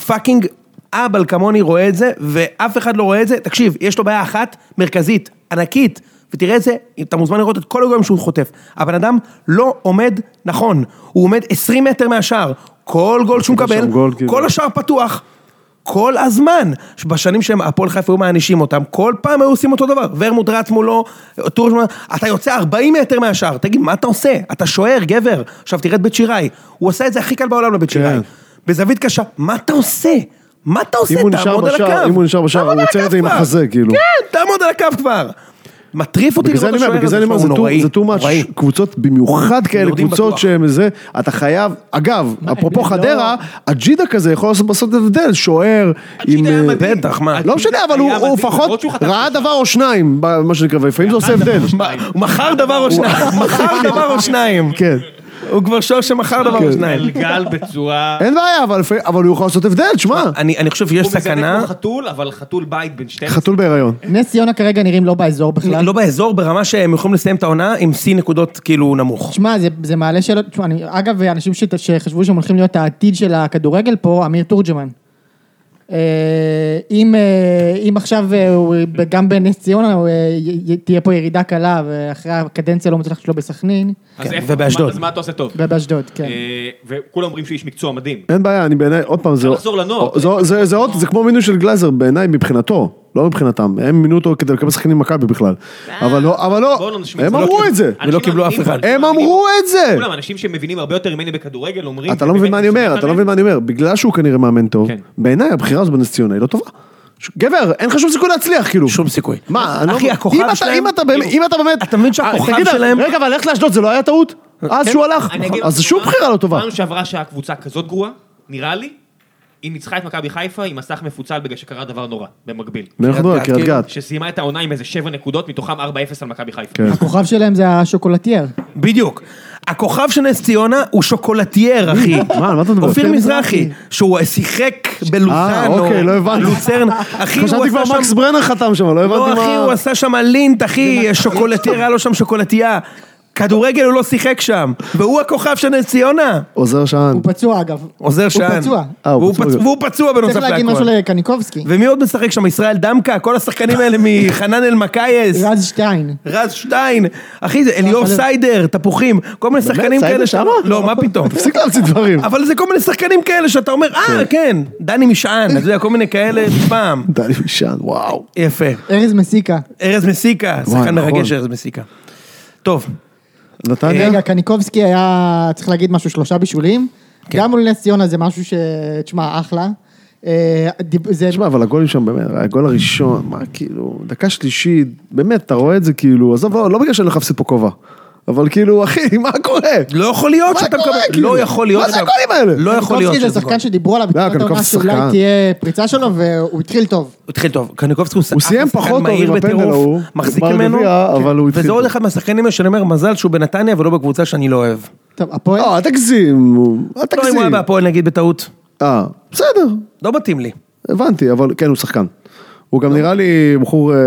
פאקינג אהבל כמוני רואה את זה, ואף אחד לא רואה את זה. תקשיב, יש לו בעיה אחת מרכזית, ענקית, ותראה את זה, אתה מוזמן לראות את כל הגולים שהוא חוטף. הבן אדם לא עומד נכון, הוא עומד 20 מטר מהשער. כל גול שהוא
קיבל שם
מקבל,
גול, כאילו.
כל השאר פתוח. כל הזמן, בשנים שהם הפועל חיפה היו מענישים אותם, כל פעם היו עושים אותו דבר. ורמוט רץ מולו, טורג'מן, אתה יוצא 40 מטר מהשאר, תגיד, מה אתה עושה? אתה שוער, גבר. עכשיו תראה את בית שיראי, הוא עשה את זה הכי קל בעולם לבית שיראי.
כן.
בזווית קשה, מה אתה עושה? מה אתה עושה?
אם הוא נשאר
תעמוד על
בשער,
הקו.
אם הוא נשאר בשער,
תעמוד
הוא
על
עוצר את
הקו
זה עם
כבר.
החזה, כאילו.
כן, תעמוד על הקו כבר. מטריף אותי
בגלל זה
לראות
אני
את
אומר,
השוער
בגלל
הזה,
זה אני אומר,
הוא
זה too-
נוראי.
זה too
נוראי.
much, קבוצות, במיוחד כאלה,
יורדים
קבוצות
בטוח.
שהם זה, אתה חייב, אגב, אפרופו
לא-
חדרה, הג'ידה כזה יכול לעשות- לעשות הבדל, שוער, עם...
היה
אה,
מדהים.
בטח, מה.
הג'ידה
לא משנה, אבל הוא
היה
הוא
מדהים, למרות
לפחות
שהוא חטף
ראה
שלושה.
דבר או שניים, ב- מה שנקרא, ולפעמים זה עושה הבדל.
הוא מכר דבר או שניים, מכר דבר או שניים.
כן.
הוא כבר שוער שמכר דבר או
כן.
שניים.
גלגל בצורה...
אין בעיה, אבל לפעמים- אבל הוא יכול לעשות הבדל, שמע,
אני אני חושב שיש
הוא מזנק
סכנה,
כמו חתול, אבל חתול בית בן 12.
חתול בהיריון.
נס ציונה כרגע נראים לא באזור בכלל.
לא באזור, ברמה שהם יכולים לסיים את העונה עם שיא נקודות כאילו נמוך.
תשמע, זה, זה מעלה שאלות, תשמע, אני, אגב, אנשים ש, שחשבו שהם הולכים להיות העתיד של הכדורגל פה, אמיר תורג'מן. אה, אם, אה, אם עכשיו, אה, הוא, גם בנס ציונה, הוא, אה, י- י- תהיה פה ירידה קלה, ואחרי הקדנציה לא מוצלחת שלו בסכנין,
אז
כן,
איפה-
ובאשדוד.
אז מה אתה עושה טוב?
ובאשדוד, כן.
אה, וכולם אומרים שהוא איש מקצוע מדהים.
אין בעיה, אני בעיניי, עוד פעם, זה...
אפשר לחזור לנוער.
זה- זה- זה עוד- זה כמו מינוי של גלייזר בעיניי מבחינתו, לא מבחינתם. הם מינו אותו כדי לקבל שחקנים ממכבי בכלל. אבל לא, אבל
בואו
לא,
לא נשמיץ.
הם
לא
אמרו
קיבלו-
את זה.
אנשים
ולא קיבלו
מאמינים
אף אחד.
בו, אנשים
הם
מאמינים
אמרו
בו.
את זה!
כולם אנשים שמבינים הרבה יותר ממני בכדורגל אומרים...
אתה לא מבין
ובאמת
מה אני אומר,
סומך
אתה לא
עליהם.
מבין מה אני אומר. בגלל שהוא כנראה מאמן טוב,
כן.
בעיניי הבחירה הזו בנס ציונה היא לא טובה. ש- גבר, אין לך שום סיכוי להצליח, כאילו.
שום סיכוי.
מה, אני לא-
אה, אחי, הכוכב
אם אתה-
שלהם- כאילו-
אם אתה באמת, אם אתה באמת...
אתה מבין
אה,
שהכוכב
תגיד,
שלהם- אה, כן.
רגע, אבל ללכת לאשדוד זה לא היה טעות? אז שהוא הלך?
אני אגיד
אז
לך
זה שוב
מה,
בחירה לא טובה.
פעם שעברה שהקבוצה כזאת גרועה, נראה לי, היא ניצחה את מכבי חיפה עם מסך מפוצל בגלל שקרה דבר נורא, במקביל.
מלך
קריית
נוער,
גת,
קריית
כאילו.
גת.
שסיימה את העונה עם איזה שבע נקודות, מתוכם 4-0 על מכבי חיפה.
כאילו.
כן.
הכוכב שלהם זה השוקולטייר.
בדיוק. הכוכב של נס ציונה הוא שוקולטייר, אחי.
מה, על מה אתה מדבר?
אופיר
כן,
מזרחי, שהוא שיחק בלוזאן,
אה,
או
אוקיי, לא הבנתי.
לוצרן. אחי, הוא
חשבתי
עשה
כבר
שם...
מקס ברנר חתם שם, לא
לא,
הבנתי
אחי,
מה...
הוא עשה שם לינט, אחי, שוקולטייר, היה לו שם שוקולטייה. כדורגל הוא לא שיחק שם, והוא הכוכב של נס ציונה.
עוזר שען.
הוא פצוע, אגב.
עוזר שען.
פצוע.
אה, הוא
והוא
פצוע
פצ-
גם.
והוא פצוע בנוסף
צריך להגיד משהו
להכל.
לקניקובסקי.
ומי עוד משחק שם? ישראל דמקה? כל השחקנים האלה מחנן אלמקייס,
רז שטיין.
רז שטיין, אחי, זה אליאור
הלב.
סיידר, תפוחים, כל מיני שחקנים
סיידר
כאלה
שמה?
לא, מה פתאום.
תפסיק להמציא דברים.
אבל זה כל מיני שחקנים כאלה שאתה אומר, אה, כן, דני משען, אתה יודע, כל מיני כאלה פעם.
דני מישן, וואו.
יפה.
ארז מסיקה.
ארז מסיקה,
וואי,
שחקן מרגש
נכון.
ארז מסיקה. טוב, אה,
נתניה?
רגע, קניקובסקי היה, צריך להגיד משהו, שלושה בישולים.
כן.
גם מול נס ציונה זה משהו ש... תשמע, אחלה. אה, דיב- זה
תשמע, אבל הגולים שם באמת, הגול הראשון, מה כאילו, דקה שלישית, באמת, אתה רואה את זה כאילו, עזוב, לא, לא בגלל שאני הולך להפסיד פה כובע, אבל כאילו, אחי, מה קורה?
לא יכול להיות
מה
שאתה
קורה,
מקבל,
כאילו?
לא יכול להיות
מה זה
שאתה-
הגולים האלה?
לא יכול להיות
קניקובסקי
שזה לא,
זה
גול.
שחקן שדיברו עליו בתחילת העונה
קניקובסקי
שאולי
שחקן.
תהיה פריצה שלו, והוא התחיל טוב.
הוא התחיל טוב, קניקובסקי הוא
הוא סיים
שחקן
פחות טוב
מהיר
עם הפנדל
בטירוף,
ההוא,
מחזיק
בגמר
ממנו,
גביע,
כן.
אבל הוא התחיל
וזה עוד
טוב.
אחד מהשחקנים האלה שאני אומר, מזל שהוא בנתניה ולא בקבוצה שאני לא אוהב.
טוב, הפועל,
לא, אל תגזים, אל
לא אם הוא היה
תגזים.
בהפועל נגיד בטעות,
אה, בסדר,
לא מתאים לי.
הבנתי, אבל כן, הוא שחקן. הוא
לא.
גם נראה לי בחור אה,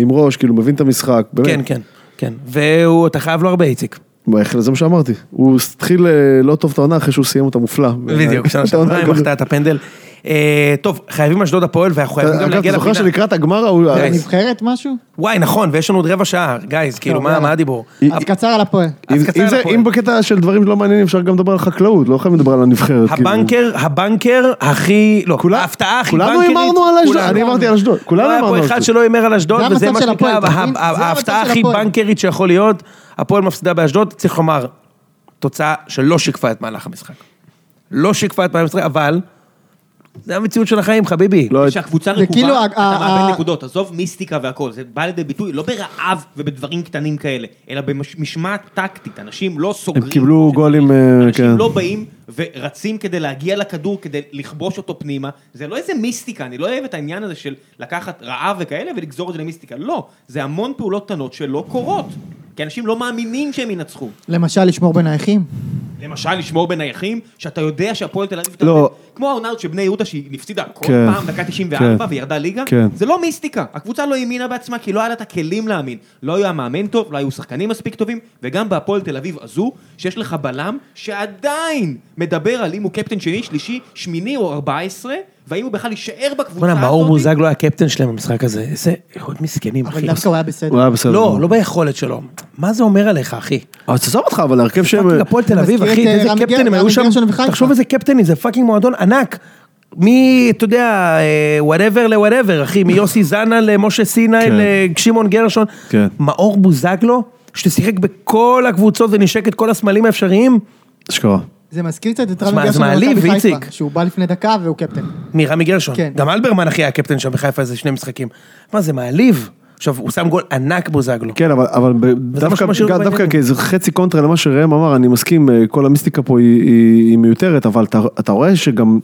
עם ראש, כאילו, מבין את המשחק, באמת.
כן, כן, כן. והוא, אתה חייב לו הרבה איציק.
בהחלט, זה מה שאמרתי. הוא התחיל אה, לא טוב את העונה אחרי שהוא סיים אותה מופלא.
בדיוק, שנה
את העונה
שעברה היא
הקודמת.
מחטאה את הפנדל. אה, טוב, חייבים אשדוד הפועל ואנחנו חייבים גם
אגב,
להגיע
אתה זוכר
לפינה. כן.
שלקראת הגמר ההוא...
די.
נבחרת משהו?
וואי, נכון, ויש לנו עוד רבע שעה, גייז,
לא,
כאילו,
טוב,
מה
יאללה.
מה הדיבור?
אז קצר על הפועל.
אם,
אז קצר
אם, זה,
לפועל.
אם בקטע של דברים לא מעניינים אפשר גם לדבר על חקלאות, לא חייבים לדבר על הנבחרת. כאילו.
הבנקר, הבנקר הכי, לא, ההפתעה הכי בנקרית.
כולנו הימרנו על אשדוד,
כולנו.
אני אמרתי על אשדוד,
לא
כולנו
היה
הימרנו
פה
על
אחד
אשדוד.
שלא הימר על אשדוד,
זה
וזה
המצב
מה
של הפועל,
שנקרא
אתה מבין?
הה-
זה
ההפתעה
המצב של
הכי
הפועל.
בנקרית שיכול להיות. הפועל מפסידה באשדוד, צריך לומר, תוצאה שלא שיקפה את מהלך המשחק. לא שיקפה את מהלך המשחק, אבל זה המציאות של החיים, חביבי.
לא,
כשהקבוצה
זה כאילו
רקובה,
ה-
אתה
ה-
מאבד
ה-
נקודות, עזוב מיסטיקה והכל, זה בא לידי ביטוי לא ברעב ובדברים קטנים כאלה, אלא במשמעת טקטית, אנשים לא סוגרים.
הם קיבלו גולים, אה, כן.
אנשים לא באים ורצים כדי להגיע לכדור, כדי לכבוש אותו פנימה, זה לא איזה מיסטיקה, אני לא אוהב את העניין הזה של לקחת רעב וכאלה ולגזור את זה למיסטיקה, לא, זה המון פעולות קטנות שלא קורות, כי אנשים לא מאמינים שהם ינצחו.
למשל, לשמור בין האחים.
למשל, לשמור בנייחים, שאתה יודע שהפועל תל אביב...
לא.
תעשה- כמו העונה הזאת של בני יהודה, שהיא הפסידה כל
כן.
פעם, דקה 94,
כן.
וירדה ליגה,
כן.
זה לא מיסטיקה. הקבוצה לא האמינה בעצמה, כי לא היה לה את הכלים להאמין. לא היה מאמן טוב, לא היו שחקנים מספיק טובים, וגם בהפועל תל אביב הזו, שיש לך בלם שעדיין מדבר על אם הוא קפטן שני, שלישי, שמיני או ארבע עשרה, והאם הוא בכלל יישאר בקבוצה
בוא'נה,
הזאת.
מאור מוזג לא היה קפטן שלהם במשחק הזה. איזה עוד מסכנים, אחי.
אבל דווקא הוא היה בסדר.
הוא היה בסדר.
לא,
גמור.
לא ביכולת שלו. מה זה אומר עליך, אחי?
אבל תעזוב אותך, אבל ההרכב
כן,
שהם...
פאקינג הפועל תל אביב,
מזכיר את,
אחי,
אה,
איזה
רמי גר-
קפטנים היו
רמי
שם,
גרשון וחיפה.
תחשוב איזה קפטנים, זה פאקינג מועדון ענק. מי, אתה יודע, וואטאבר לוואטאבר, אחי, מיוסי זנה למשה סיני
כן.
לשמעון גרשון.
כן.
מאור בוזגלו, ששיחק בכל הקבוצות ונישק את כל הסמלים האפשריים,
אשכרה.
זה מזכיר קצת את
תשמע,
רמי
זה
גרשון
מעליב,
במכבי חיפה,
איציק.
שהוא בא לפני דקה והוא קפטן.
מרמי גרשון.
כן.
גם אלברמן, אחי, היה קפטן שם בחיפה איזה שני משחקים. מה, זה מעליב. עכשיו, הוא שם גול ענק בוזגלו.
כן, אבל, אבל ב-
מה
דווקא,
שמשאיר אותו
דווקא
בעניינים.
כאיזה חצי קונטרה למה שראם אמר, אני מסכים, אה, כל המיסטיקה פה היא, היא, היא מיותרת, אבל אתה, אתה רואה שגם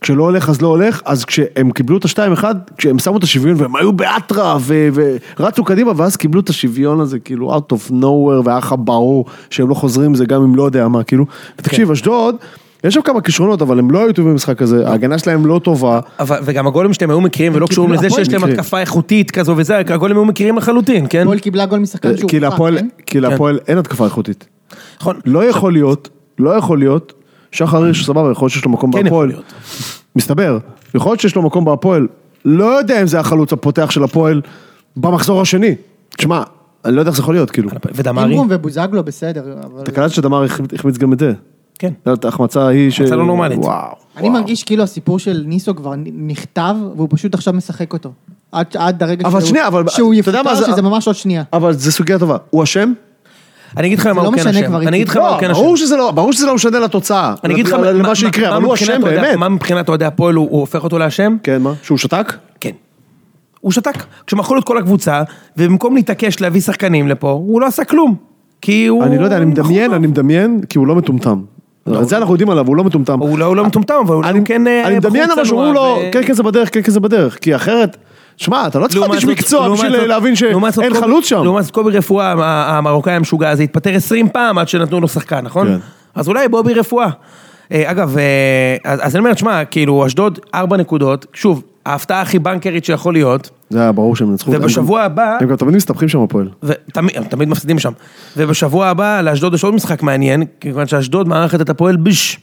כשלא הולך אז לא הולך, אז כשהם קיבלו את השתיים אחד, כשהם שמו את השוויון והם היו באטרה ו- ורצו קדימה, ואז קיבלו את השוויון הזה, כאילו out of nowhere, והיה לך ברור שהם לא חוזרים, זה גם אם לא יודע מה, כאילו,
כן.
תקשיב, אשדוד, יש שם כמה כישרונות, אבל הם לא היו טובים במשחק הזה, ההגנה שלהם לא טובה.
אבל, וגם הגולים שלהם היו מקריים ולא קשורים לזה
הפועל
שיש להם
מקרים.
התקפה איכותית כזו וזה, הגולים היו מקריים לחלוטין, כן? כאילו
פועל קיבלה גול משחקן שהוא
כי
הורחק,
להפועל-
כן?
כי להפועל אין התקפה איכותית.
נכון.
לא יכול להיות, לא יכול להיות, שחר הירש סבבה, יכול להיות שיש לו מקום
כן יכול
בהפועל.
להיות.
מסתבר, יכול להיות שיש לו מקום בהפועל. לא יודע אם זה החלוץ הפותח של הפועל במחזור השני. תשמע, אני לא יודע איך זה יכול להיות, כאילו.
ודמרי?
אינגרום ובוזגלו בסדר, אבל...
אתה קלט שדמר החמ- החמיץ גם את זה.
כן.
את ההחמצה ההיא ש...
החמצה לא נורמלית.
וואו.
אני מרגיש כאילו הסיפור של ניסו כבר נכתב, והוא פשוט עכשיו משחק אותו. עד עד הרגע
אבל
שהוא-
שנייה, אבל-
שהוא
אתה יודע מה
יפוטר,
זה-
שזה ממש עוד שנייה.
אבל זו סוגיה טובה. הוא אשם?
אני אגיד לך מה
לא
הוא כן
משנה
אשם.
כבר,
אני אגיד לך מה
לא,
הוא כן אשם.
ברור שזה לא, ברור שזה לא משנה לתוצאה.
אני אגיד לך
ל-
מה-
למה
מה-
שיקרה,
מה
אבל הוא
מבחינת
אשם
אוהדי-
באמת.
מה מבחינת אוהדי הפועל הוא הוא הופך אותו לאשם?
כן, מה? שהוא שתק?
כן. הוא שתק. כשמכרו לו את כל הקבוצה, ובמקום להתעקש להביא שחקנים לפה, הוא לא עשה כלום. כי הוא...
אני לא יודע, אני מדמיין, אני מדמיין, כי הוא לא מטומטם. את זה אנחנו יודעים עליו, הוא לא מטומטם.
הוא לא הוא לא מטומטם, אבל הוא
אני,
כן... אה,
אני מדמיין
בחור
אבל שאומרים
צנוע
לו,
ו-
כן כן זה בדרך, כן כן זה בדרך, כי אחרת, שמע, אתה לא צריך
לעומת
להיות איש
זאת-
מקצוע
לעומת
בשביל
זאת-
להבין
לעומת זאת
שאין
קובי-
חלוץ שם.
לעומת זאת קובי רפואה, המ- המרוקאי המשוגע הזה, התפטר 20 פעם עד שנתנו לו שחקן, נכון?
כן.
אז אולי בובי רפואה. אה, אגב, אה, אז אז אני אומר, שמע, כאילו, אשדוד, 4 נקודות, שוב, ההפתעה הכי בנקרית שיכול להיות,
זה היה ברור שהם ינצחו.
ובשבוע
הם גם-
הבא-
הם גם תמיד מסתבכים שם הפועל.
ותמיד הם תמיד מפסידים שם. ובשבוע הבא לאשדוד יש עוד משחק מעניין, כיוון שאשדוד מארחת את הפועל ביש.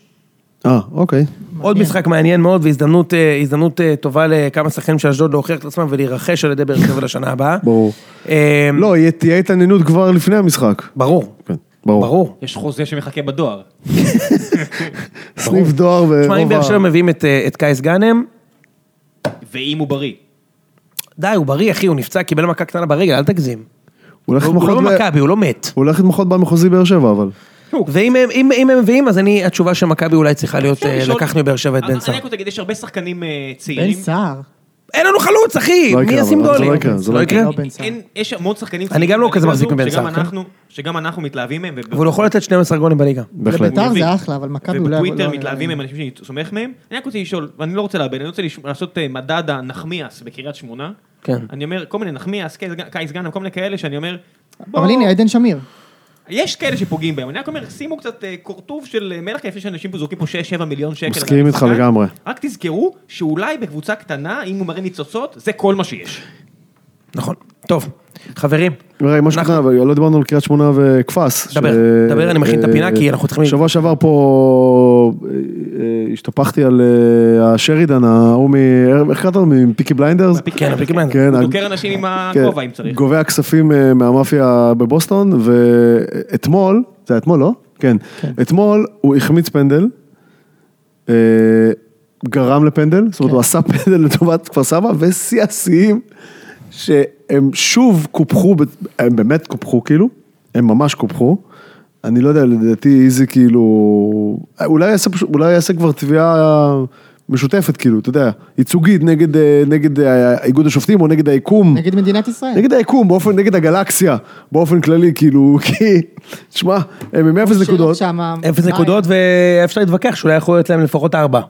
אה, אוקיי.
עוד משחק מעניין מאוד והזדמנות אה, הזדמנות, אה, טובה לכמה שחקנים של אשדוד להוכיח את עצמם ולהירכש על ידי באר שבע לשנה הבאה.
ברור.
אה,
לא, יהיה- תהיה התעניינות כבר לפני המשחק.
ברור.
כן, ברור.
ברור.
יש חוזה שמחכה בדואר.
סניף דואר
תשמע, אם
ורוב
באר שבע
ה...
מביאים את, אה, את קייס גאנם,
ואם הוא בריא.
די, הוא בריא, אחי, הוא נפצע, קיבל מכה קטנה ברגל, אל תגזים.
הוא הולך
הוא הוא
להתמחות
לא
ב-
במכבי, הוא לא מת.
הוא הולך להתמחות במחוזי באר שבע, אבל.
ואם הם- אם- אם הם מביאים, אז אני, התשובה של מכבי אולי צריכה להיות,
אפשר
אה,
לשאול-
לקחנו מבאר שבע את
אז
בן סער.
אני רק רוצה להגיד, יש הרבה שחקנים אה,
בן
צעירים.
סער.
אין לנו חלוץ, אחי!
לא
מי
יקרה,
ישים
אבל זה
גולים?
לא יקרה, זה לא יקרה.
לא בן סער.
אין, יש המון שחקנים
אני גם לא כזה מחזיק מבן
שגם
סער, כן.
אנחנו- שגם אנחנו מתלהבים מהם. וב-
אבל הוא לא יכול לתת 12 גולים בליגה.
בהחלט.
בית"ר זה אחלה, אבל מכבי אולי...
ובטוויטר
לא-
מתלהבים הם אנשים שאני סומך מהם. אני רק רוצה לשאול, ואני לא רוצה לאבד, אני רוצה לש- לעשות אה, מדד הנחמיאס בקריית שמונה.
כן.
אני אומר, כל מיני נחמיאס, כן, קייס גאנם, קייס גאנם, כל מיני כאלה שאני אומר, בוא,
אבל הנה, עדן שמיר.
יש כאלה שפוגעים בהם. אני רק אומר, שימו קצת אה, קורטוב של אה, מלח, כי לפני שאנשים פה זורקים פה 6-7 מיליון שקל. על
מסכים איתך
השחקן.
לגמרי.
רק תזכרו שאולי בקבוצה קטנה, אם הוא מראה ניצוצות, זה כל מה שיש.
נכון. טוב, חברים.
רגע, מה
אנחנו-
שקטנה, אבל לא דיברנו על קריית שמונה וכפס.
דבר,
ש-
דבר, אני מכין את הפינה, כי אנחנו צריכים-
שבוע שעבר פה אה, אה, השתפכתי על אה, השרידן, ההוא מ... איך קראת לו? מפיקי בליינדרס?
כן, הפיקים להם.
כן,
הוא
ה-
דוקר אנשים עם
כן,
הכובע אם צריך.
גובה הכספים אה, מהמאפיה בבוסטון, ואתמול, זה היה אתמול, לא? כן. אתמול הוא החמיץ פנדל, אה, גרם לפנדל, זאת אומרת הוא עשה פנדל לטובת כפר סבא, ושיא השיאים, שהם שוב קופחו, ב- הם באמת קופחו כאילו, הם ממש קופחו. אני לא יודע, לדעתי איזי כאילו, אולי יעשה, פשוט- אולי יעשה כבר תביעה משותפת כאילו, אתה יודע, ייצוגית נגד, אה, נגד אה, איגוד השופטים או נגד היקום.
נגד מדינת ישראל.
נגד היקום, באופן, נגד הגלקסיה, באופן כללי, כאילו, כי, שמע, הם עם אפס
שאלות
נקודות,
שם, אה, מה-
אפס נקודות, ואפשר להתווכח שאולי יכול להיות להם לפחות ארבע.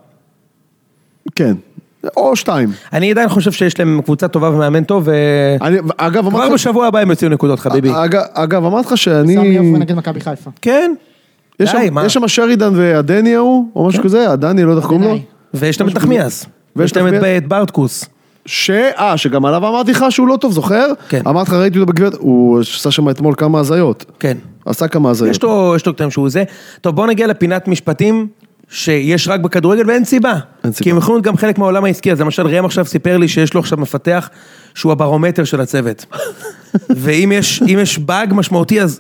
כן, או שתיים.
אני עדיין חושב שיש להם קבוצה טובה ומאמן טוב, וכבר
אני, אה, אגב, אמרתי לך,
בשבוע הבא הם יוציאו נקודות, חביבי.
אגב, אגב, אמרתי לך שאני,
סמי עופר נגד מכבי חיפה.
כן.
יש
די,
שם-
מה?
יש שם שרידן והדני ההוא, או
כן.
משהו כזה, הדני, לא יודע איך קוראים לו,
הדני.
ויש להם את נחמיאס.
ויש
ויש להם את-
נחמיאס.
את ברטקוס.
ש... אה, שגם עליו אמרתי לך שהוא לא טוב, זוכר?
כן.
אמרתי לך, ראיתי אותו בגבעת, הוא עשה שם אתמול כמה הזיות.
כן.
עשה כמה הזיות.
יש לו יש לו קטעים שהוא זה. טוב, בואו נגיע לפינת משפטים. שיש רק בכדורגל ואין סיבה.
אין סיבה.
כי הם יכולים להיות גם חלק מהעולם העסקי, אז למשל ראם עכשיו סיפר לי שיש לו עכשיו מפתח שהוא הברומטר של הצוות. ואם יש, אם יש באג משמעותי אז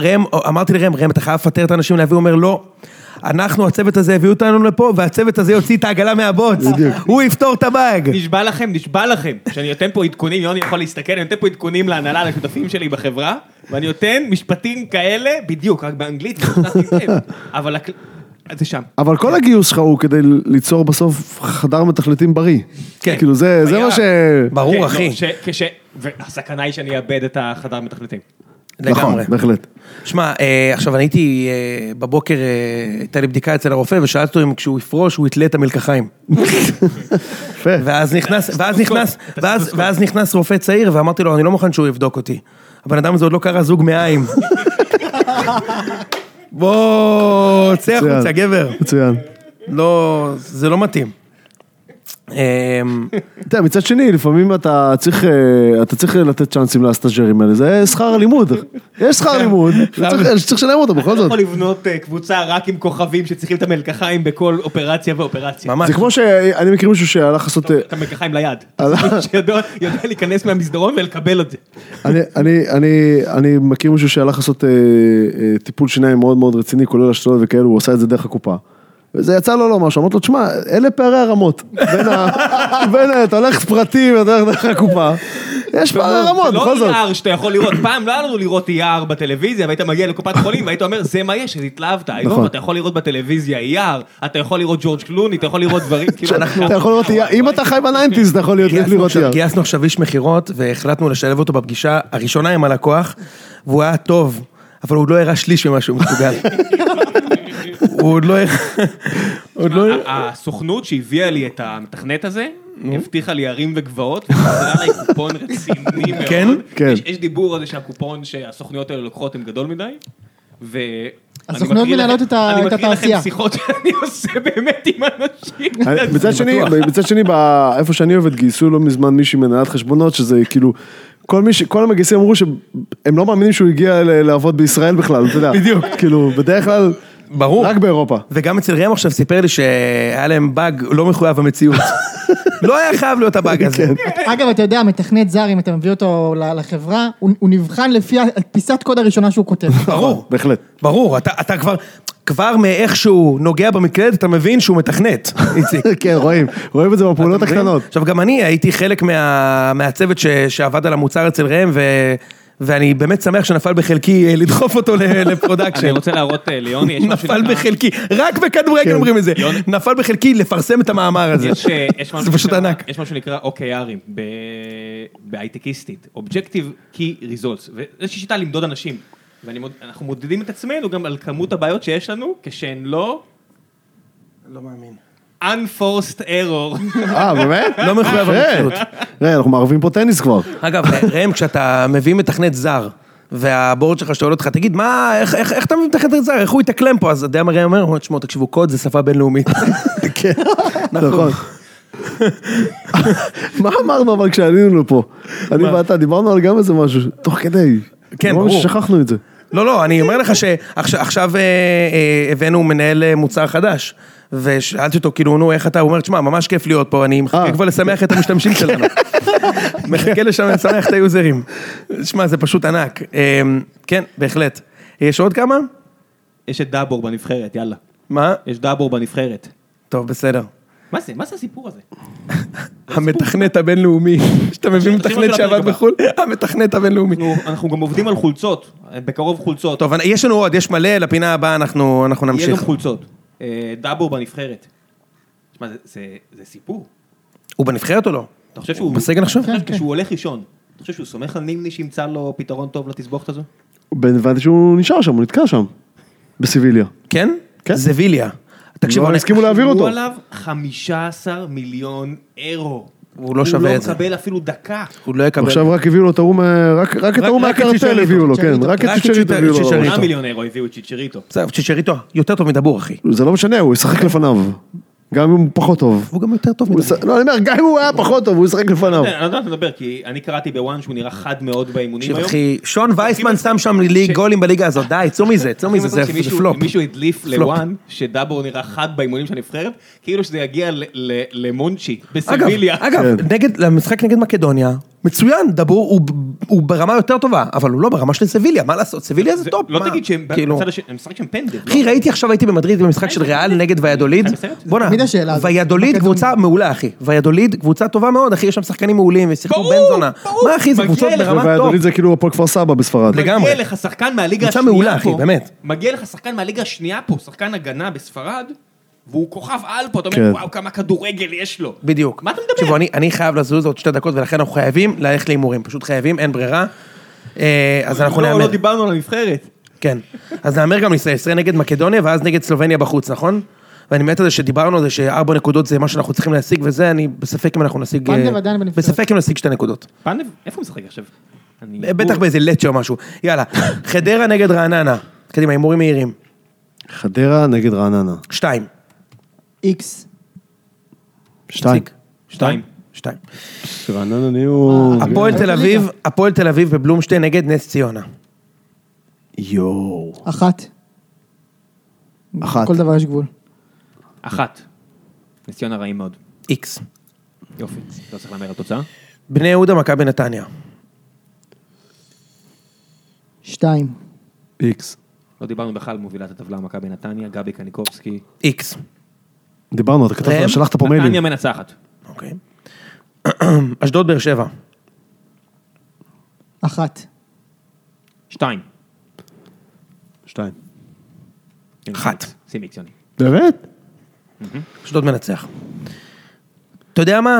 ראם, אמרתי לראם, ראם אתה חייב לפטר את האנשים להביא, הוא אומר לא. אנחנו, הצוות הזה הביאו אותנו לפה, והצוות הזה יוציא את העגלה מהבוץ.
בדיוק.
הוא יפתור את הבאג.
נשבע לכם, נשבע לכם, שאני נותן פה עדכונים, יוני יכול להסתכל, אני נותן פה עדכונים להנהלה, לשותפים שלי בחברה, ואני נותן משפטים כאלה, בדיוק, רק באנגלית, לא שמתי לב. אבל הכל- זה שם.
אבל
כן.
כל הגיוס שלך הוא כדי ליצור בסוף חדר מתכלתים בריא.
כן.
כאילו זה, זה
היה.
מה ש...
כן,
ברור,
לא,
אחי.
ש- כש- והסכנה היא שאני אאבד את החדר מתכנתים.
נכון,
לגמרי.
בהחלט.
שמע, אה, עכשיו אני הייתי אה, בבוקר, אה, הייתה לי בדיקה אצל הרופא, ושאלתי אותו אם כשהוא יפרוש הוא יתלה את המלקחיים.
יפה.
ואז נכנס, ואז נכנס, ואז, ואז נכנס רופא צעיר, ואמרתי לו, אני לא מוכן שהוא יבדוק אותי. הבן אדם הזה עוד לא קרא זוג מעיים. בוא, צא
מצוין.
החוצה, גבר.
מצוין.
לא, זה לא מתאים. אמ,
אתה יודע, מצד שני, לפעמים אתה צריך, אה, אתה צריך לתת צ'אנסים לסטאג'רים האלה, זה שכר הלימוד. יש שכר לימוד, צריך צריך לשלם אותו בכל
אתה
זאת.
כן. יכול לבנות אה, קבוצה רק עם כוכבים שצריכים את המלקחיים בכל אופרציה ואופרציה.
ממש.
זה כמו שאני מכיר מישהו שהלך לעשות... אה,
את המלקחיים ליד.
הלך-
שיודע יודע להיכנס מהמסדרון ולקבל את זה.
אני, אני, אני, אני מכיר מישהו שהלך לעשות אה, אה, טיפול שיניים מאוד מאוד רציני, כולל השתלות וכאלו, הוא עשה את זה דרך הקופה. וזה יצא לו לא משהו, אמרתי לו, תשמע, אלה פערי הרמות. בין ה... בין ה... אתה הולך פרטי ואתה הולך דרך הקופה, יש פערי רמות, בכל
זה
זאת.
לא יער שאתה יכול לראות, פעם לא היה לנו לראות יער בטלוויזיה, והיית מגיע לקופת חולים והיית אומר, זה מה יש, אז התלהבת. היום
נכון.
אתה יכול לראות בטלוויזיה יער, אתה יכול לראות ג'ורג' קלוני, אתה יכול לראות דברים, כאילו,
אתה יכול לראות, אם אתה חי בניינטיז, אתה יכול להיות
גייסנו
לראות
עכשיו-
יער.
גייסנו עכשיו איש מכירות, והחלטנו לשלב אותו בפגישה הראשונה עם הלקוח, והוא היה טוב, אבל הוא עוד לא הראה שליש ממה שהוא מסוגל. הוא עוד לא הראה... הוא עוד לא...
ה- הסוכנות שהביאה לי את המתכנת הזה, הבטיחה לי הרים וגבעות, וחזרה לי קופון רציני מאוד.
כן?
כן.
יש- יש דיבור על זה שהקופון שהסוכנויות האלה לוקחות הם גדול מדי, ו... אני
הסוכנויות
מקריא
מנהלות
לכם-
את ה- את
אני מקריא
התעשייה.
לכם שיחות שאני עושה באמת עם אנשים.
אני- מצד שני, מצד שני, ב- איפה שאני עובד, גייסו לא מזמן מישהי מנהלת חשבונות, שזה כאילו, כל מי ש... כל המגייסים אמרו שהם לא מאמינים שהוא הגיע ל- לעבוד בישראל בכלל, אתה יודע. בדיוק. כאילו, בדרך כלל,
ברור.
רק באירופה.
וגם אצל ראם עכשיו סיפר לי שהיה להם באג לא מחויב המציאות. לא היה חייב להיות הבאג הזה.
אגב, אתה יודע, מתכנת זר, אם אתה מביא אותו ל- לחברה, הוא הוא נבחן לפי פיסת קוד הראשונה שהוא כותב.
ברור,
בהחלט.
ברור, אתה אתה כבר... כבר מאיך שהוא נוגע במקלדת, אתה מבין שהוא מתכנת, איציק.
כן, רואים, רואים את זה בפעולות הקטנות.
עכשיו, גם אני הייתי חלק מה... מהצוות ש... שעבד על המוצר אצל ראם, ו... ואני באמת שמח שנפל בחלקי אה, לדחוף אותו ל...
אני
לפרודקשן.
רוצה להראות אה, ליוני, יש משהו
נפל
שנקרא-
בחלקי, רק בכדורגל אומרים את זה,
יוני.
נפל בחלקי לפרסם את המאמר הזה.
יש, אה, יש משהו
זה פשוט
שנקרא-
ענק.
יש משהו שנקרא OKRים ב- בהייטקיסטית, Objective Key Results, וזו שיטה למדוד אנשים, ואנחנו מודדים את עצמנו גם על כמות הבעיות שיש לנו, כשהן לא
לא מאמין.
Unforced Error.
אה, באמת?
לא מחויב
יפה.
המציאות.
ראה, אנחנו מערבים פה טניס כבר.
אגב, אה, ראם, כשאתה מביא מתכנת זר, והבורד שלך שואל אותך, תגיד, מה, איך, איך, איך אתה מביא מתכנת זר, איך הוא יתאקלם פה? אז אתה יודע מה ראם אומר? הוא אומר, תשמעו, תקשיבו, קוד זה שפה בינלאומית.
כן, נכון. מה אמרנו אבל כשעלינו לפה? אני ואתה דיברנו על גם איזה משהו, תוך כדי.
כן,
אמרנו
ברור.
ששכחנו את זה.
לא, לא, אני אומר לך שעכשיו עכשיו, אה, אה, הבאנו מנהל אה, מוצר חדש, ושאלתי אותו, כאילו, נו, איך אתה? הוא אומר, תשמע, ממש כיף להיות פה, אני מחכה
אה.
כבר לשמח את המשתמשים שלנו. מחכה לשם לשמח את היוזרים. שמע, זה פשוט ענק. אה, כן, בהחלט. יש עוד כמה?
יש את דאבור בנבחרת, יאללה.
מה?
יש דאבור בנבחרת.
טוב, בסדר.
מה זה? מה זה הסיפור הזה?
המתכנת הבינלאומי, שאתה מביא
השם
מתכנת שעבד
של הפרק הבא.
בחו"ל, המתכנת הבינלאומי.
אנחנו- אנחנו גם עובדים על חולצות, בקרוב חולצות.
טוב, אני- יש לנו עוד, יש מלא, לפינה הבאה אנחנו אנחנו
יהיה גם
נמשיך.
חולצות. אה, דאבור בנבחרת. תשמע, זה- זה- זה סיפור.
הוא בנבחרת או לא?
אתה חושב שהוא... כן.
בסגל עכשיו?
אתה חושב כשהוא הולך לישון, אתה חושב שהוא סומך על נימני שימצא לו פתרון טוב לתסבוכת הזו?
בין- הבנתי שהוא נשאר שם, הוא נתקע שם, בסיביליה.
כן?
כן.
זה ויליה. תקשיב,
לא
אני-
הסכימו להעביר
הוא
אותו.
עליו 15 מיליון אירו.
הוא לא שווה את זה.
הוא לא מקבל אפילו דקה.
הוא לא יקבל.
עכשיו רק הביאו לו את ההוא, מה- רק- רק את
רק-
ההוא
רק את
מהקרטל
צ'יצ'ריטו,
הביאו לו, כן,
צ'יצ'ריטו.
רק את
רק את
צ'יצ'ריטו הביאו לו.
צ'יצ'ריטו.
8 מיליון אירו הביאו את צ'יצ'ריטו.
בסדר, צ'יצ'ריטו, יותר טוב מדבור, אחי.
זה לא משנה, הוא ישחק לפניו. גם אם הוא פחות טוב.
הוא גם יותר טוב
הוא
מזה.
מש- לא, אני אומר, גם אם הוא היה פחות טוב, הוא ישחק לפניו.
כן,
אני לא יודע מה אתה מדבר, כי אני קראתי בוואן שהוא נראה חד מאוד באימונים היום.
אחי, שון וייסמן שם שם לי גולים בליגה הזאת, די, צאו מזה, צאו מזה, זה זה
שמישהו-
פלופ.
מישהו הדליף
פלופ.
לוואן שדאבור נראה חד באימונים של הנבחרת, כאילו שזה יגיע ל- ל- למונצ'י בסביליה.
אגב, אגב,
כן.
נגד, למשחק נגד מקדוניה, מצוין, דבור הוא- הוא ברמה יותר טובה, אבל הוא לא ברמה של סביליה, מה לעשות, סביליה זה טופ,
לא
מה?
תגיד שהם,
כאילו-
בצד השני, הם משחק שם פנדל. לא?
אחי, ראיתי עכשיו, הייתי במדריד במשחק של ריאל נגד ויאדוליד.
אתה מסרט?
בואנה,
תמיד השאלה הזאת.
ויאדוליד
מקדוניה.
קבוצה מעולה, אחי. ויאדוליד קבוצה טובה מאוד, אחי, יש שם שחקנים מעולים, ושיחקו
ברור,
בן זונה.
ברור.
מה אחי, זה
מגיע
קבוצות
לך.
ברמה טוב.
והידולית זה כאילו הפועל כפר סבא בספרד.
לגמרי.
מגיע לך שחקן מהליגה
קבוצה
השנייה
מעולה,
פה.
אחי, באמת.
מגיע לך שחקן מהליגה השנייה פה, שחקן הגנה בספרד, והוא כוכב על פה, אתה
כן.
אומר, וואו, כמה כדורגל יש לו.
בדיוק.
מה אתה מדבר?
תשמעו, אני- אני חייב לזוז עוד שתי דקות, ולכן אנחנו חייבים ללכת להימורים. פשוט חייבים, אין ברירה. אה, אז אנחנו
לא,
נהמר.
לא דיברנו על הנבחרת.
כן. אז נהמר גם לישראל, ישראל נגד מקדוניה, ואז נגד סלובניה בחוץ, נכון? ואני מת על זה שדיברנו על זה שארבע נקודות זה מה שאנחנו צריכים להשיג וזה, אני בספק אם אנחנו נשיג... אה,
פנדב עדיין בנבחרת.
בספק אם נשיג שתי נקודות.
פנדב, איפה הוא משחק עכשיו? אני-
אה, בטח באיזה לצ'ה או משהו. יאללה, חדרה נגד רעננה. קדימה, הימורים מהירים.
חדרה נגד רעננה.
שתיים.
איקס.
שתיים.
פסיק.
שתיים.
שתיים.
רעננה נהיו...
הפועל
איזה
תל אביב, הפועל תל אביב בבלומשטיין נגד נס ציונה.
יואו.
אחת.
אחת.
כל דבר יש גבול.
אחת. נס ציונה רעים מאוד.
איקס.
יופי. לא צריך להמר על תוצאה.
בני יהודה, מכבי נתניה.
שתיים.
איקס.
לא דיברנו בכלל על מובילת הטבלה מכבי נתניה, גבי קניקובסקי.
איקס.
דיברנו, אתה כתבת,
ראם?
שלחת פה
נתניה
מיילים.
מנצחת.
אוקיי. אשדוד, באר שבע.
אחת.
שתיים.
שתיים.
אחת.
שימי ציוני.
באמת?
אשדוד מנצח. אתה יודע מה?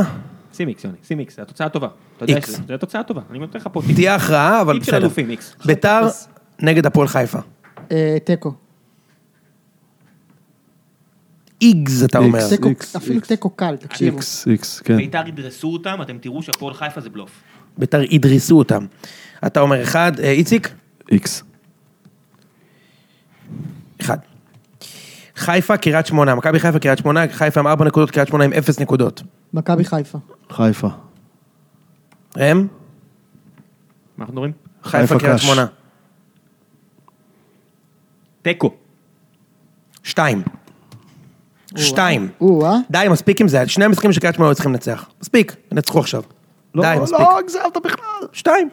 שימי ציוני. שימי איקס. זו התוצאה הטובה. אתה יודע
איקס.
שזה- זו התוצאה הטובה. אני נותן לך פה טיפ.
תהיה הכרעה, אבל
טיפ של
בסדר.
אלופים, איקס.
ביתר
אפס.
נגד הפועל חיפה.
אה, תיקו.
איגז, אתה אומר.
איקס.
תיקו-
איקס,
אפילו
איקס.
תיקו קל, תקשיבו.
איקס, איקס, כן.
ביתר ידרסו אותם, אתם תראו שהפועל חיפה זה בלוף.
ביתר ידרסו אותם. אתה אומר אחד, אה, איציק?
איקס.
אחד. חיפה, קריית שמונה, מכבי חיפה, קריית שמונה, חיפה עם ארבע נקודות, קריית שמונה עם אפס נקודות.
מכבי חיפה.
חיפה.
ראם?
מה אנחנו אומרים?
חיפה,
חיפה,
קריית
קש.
שמונה.
תיקו.
שתיים. שתיים.
או, אה?
די, מספיק עם זה, שני המשחקים של קריית שמונה היו צריכים לנצח. מספיק, ינצחו עכשיו.
לא,
די, מספיק.
לא, הגזמת בכלל.
שתיים.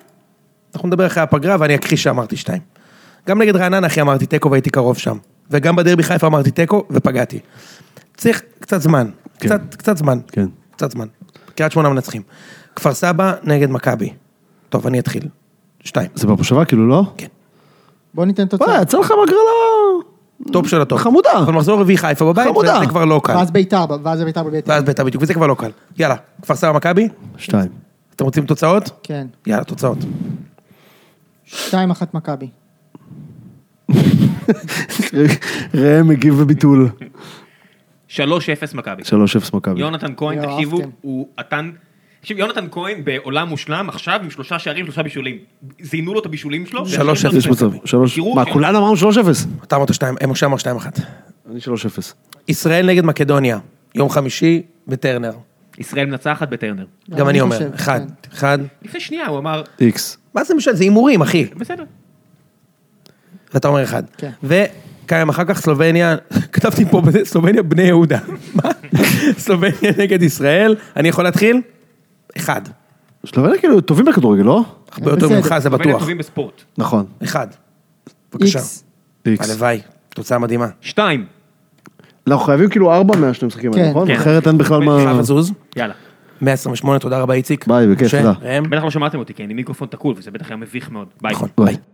אנחנו נדבר אחרי הפגרה ואני אכחיש שאמרתי שתיים. גם נגד רעננה אחי אמרתי תיקו והייתי קרוב שם. וגם בדרבי חיפה אמרתי תיקו ופגעתי. צריך קצת זמן.
כן.
קצת, קצת זמן.
כן.
קצת זמן. קריית שמונה מנצחים. כפר סבא נגד מכבי. טוב, אני אתחיל. שתיים.
זה במושבה כאילו, לא?
כן.
בוא ניתן תוצאה.
וואי, יצא לך מגרלה...
טופ של הטופ.
חמודה.
אבל מחזור רביעי חיפה בבית,
חמודה.
וזה כבר לא קל.
ואז ביתר, ב- ואז ביתר בביתר.
ואז ביתר בדיוק, וזה כבר לא קל. יאללה, כפר סבא מכבי?
שתיים.
אתם רוצים תוצאות?
כן.
יאללה, תוצאות.
שתיים אחת מכבי.
ראם מגיב בביטול.
3-0 מכבי.
3-0 מכבי.
יונתן כהן,
יואו,
תקשיבו,
אהבתם.
הוא נתן... תקשיב, יונתן כהן בעולם מושלם עכשיו עם שלושה שערים, שלושה בישולים. זיינו לו את הבישולים שלו.
שלוש
ועכשיו
אפס
יש
יש
לו את
מצב.
זה.
שלוש...
תראו,
מה,
ש-
כולנו אמרנו 3-0?
אתה אמרת שתיים, אה, משה אמר שתיים אחת.
אני 3-0.
ישראל נגד מקדוניה, יום חמישי בטרנר.
ישראל מנצחת בטרנר.
גם אני
חושב,
אומר, אחד,
כן.
אחד.
לפני שנייה הוא אמר,
איקס.
מה זה משנה? זה הימורים, אחי.
בסדר.
ואתה אומר אחד.
כן.
וקיים אחר כך סלובניה, כתבתי פה, בזה, סלובניה בני יהודה. מה? סלובניה נגד ישראל, אני יכול להתחיל? אחד.
שלבנה כאילו טובים בכדורגל, לא?
הרבה יותר ממך, זה
ובין
בטוח.
הטובים בספורט.
נכון.
אחד. בבקשה.
איקס.
איקס.
הלוואי, תוצאה מדהימה.
שתיים.
אנחנו חייבים כאילו ארבע מהשני משחקים האלה,
כן.
נכון?
כן.
אחרת אין בכלל מה...
חייב לזוז,
יאללה.
128, תודה רבה איציק.
ביי, בכיף,
משה,
תודה.
ראם.
בטח לא שמעתם אותי, כי אני מיקרופון תקול, וזה בטח היה מביך מאוד. ביי.
נכון.
ביי.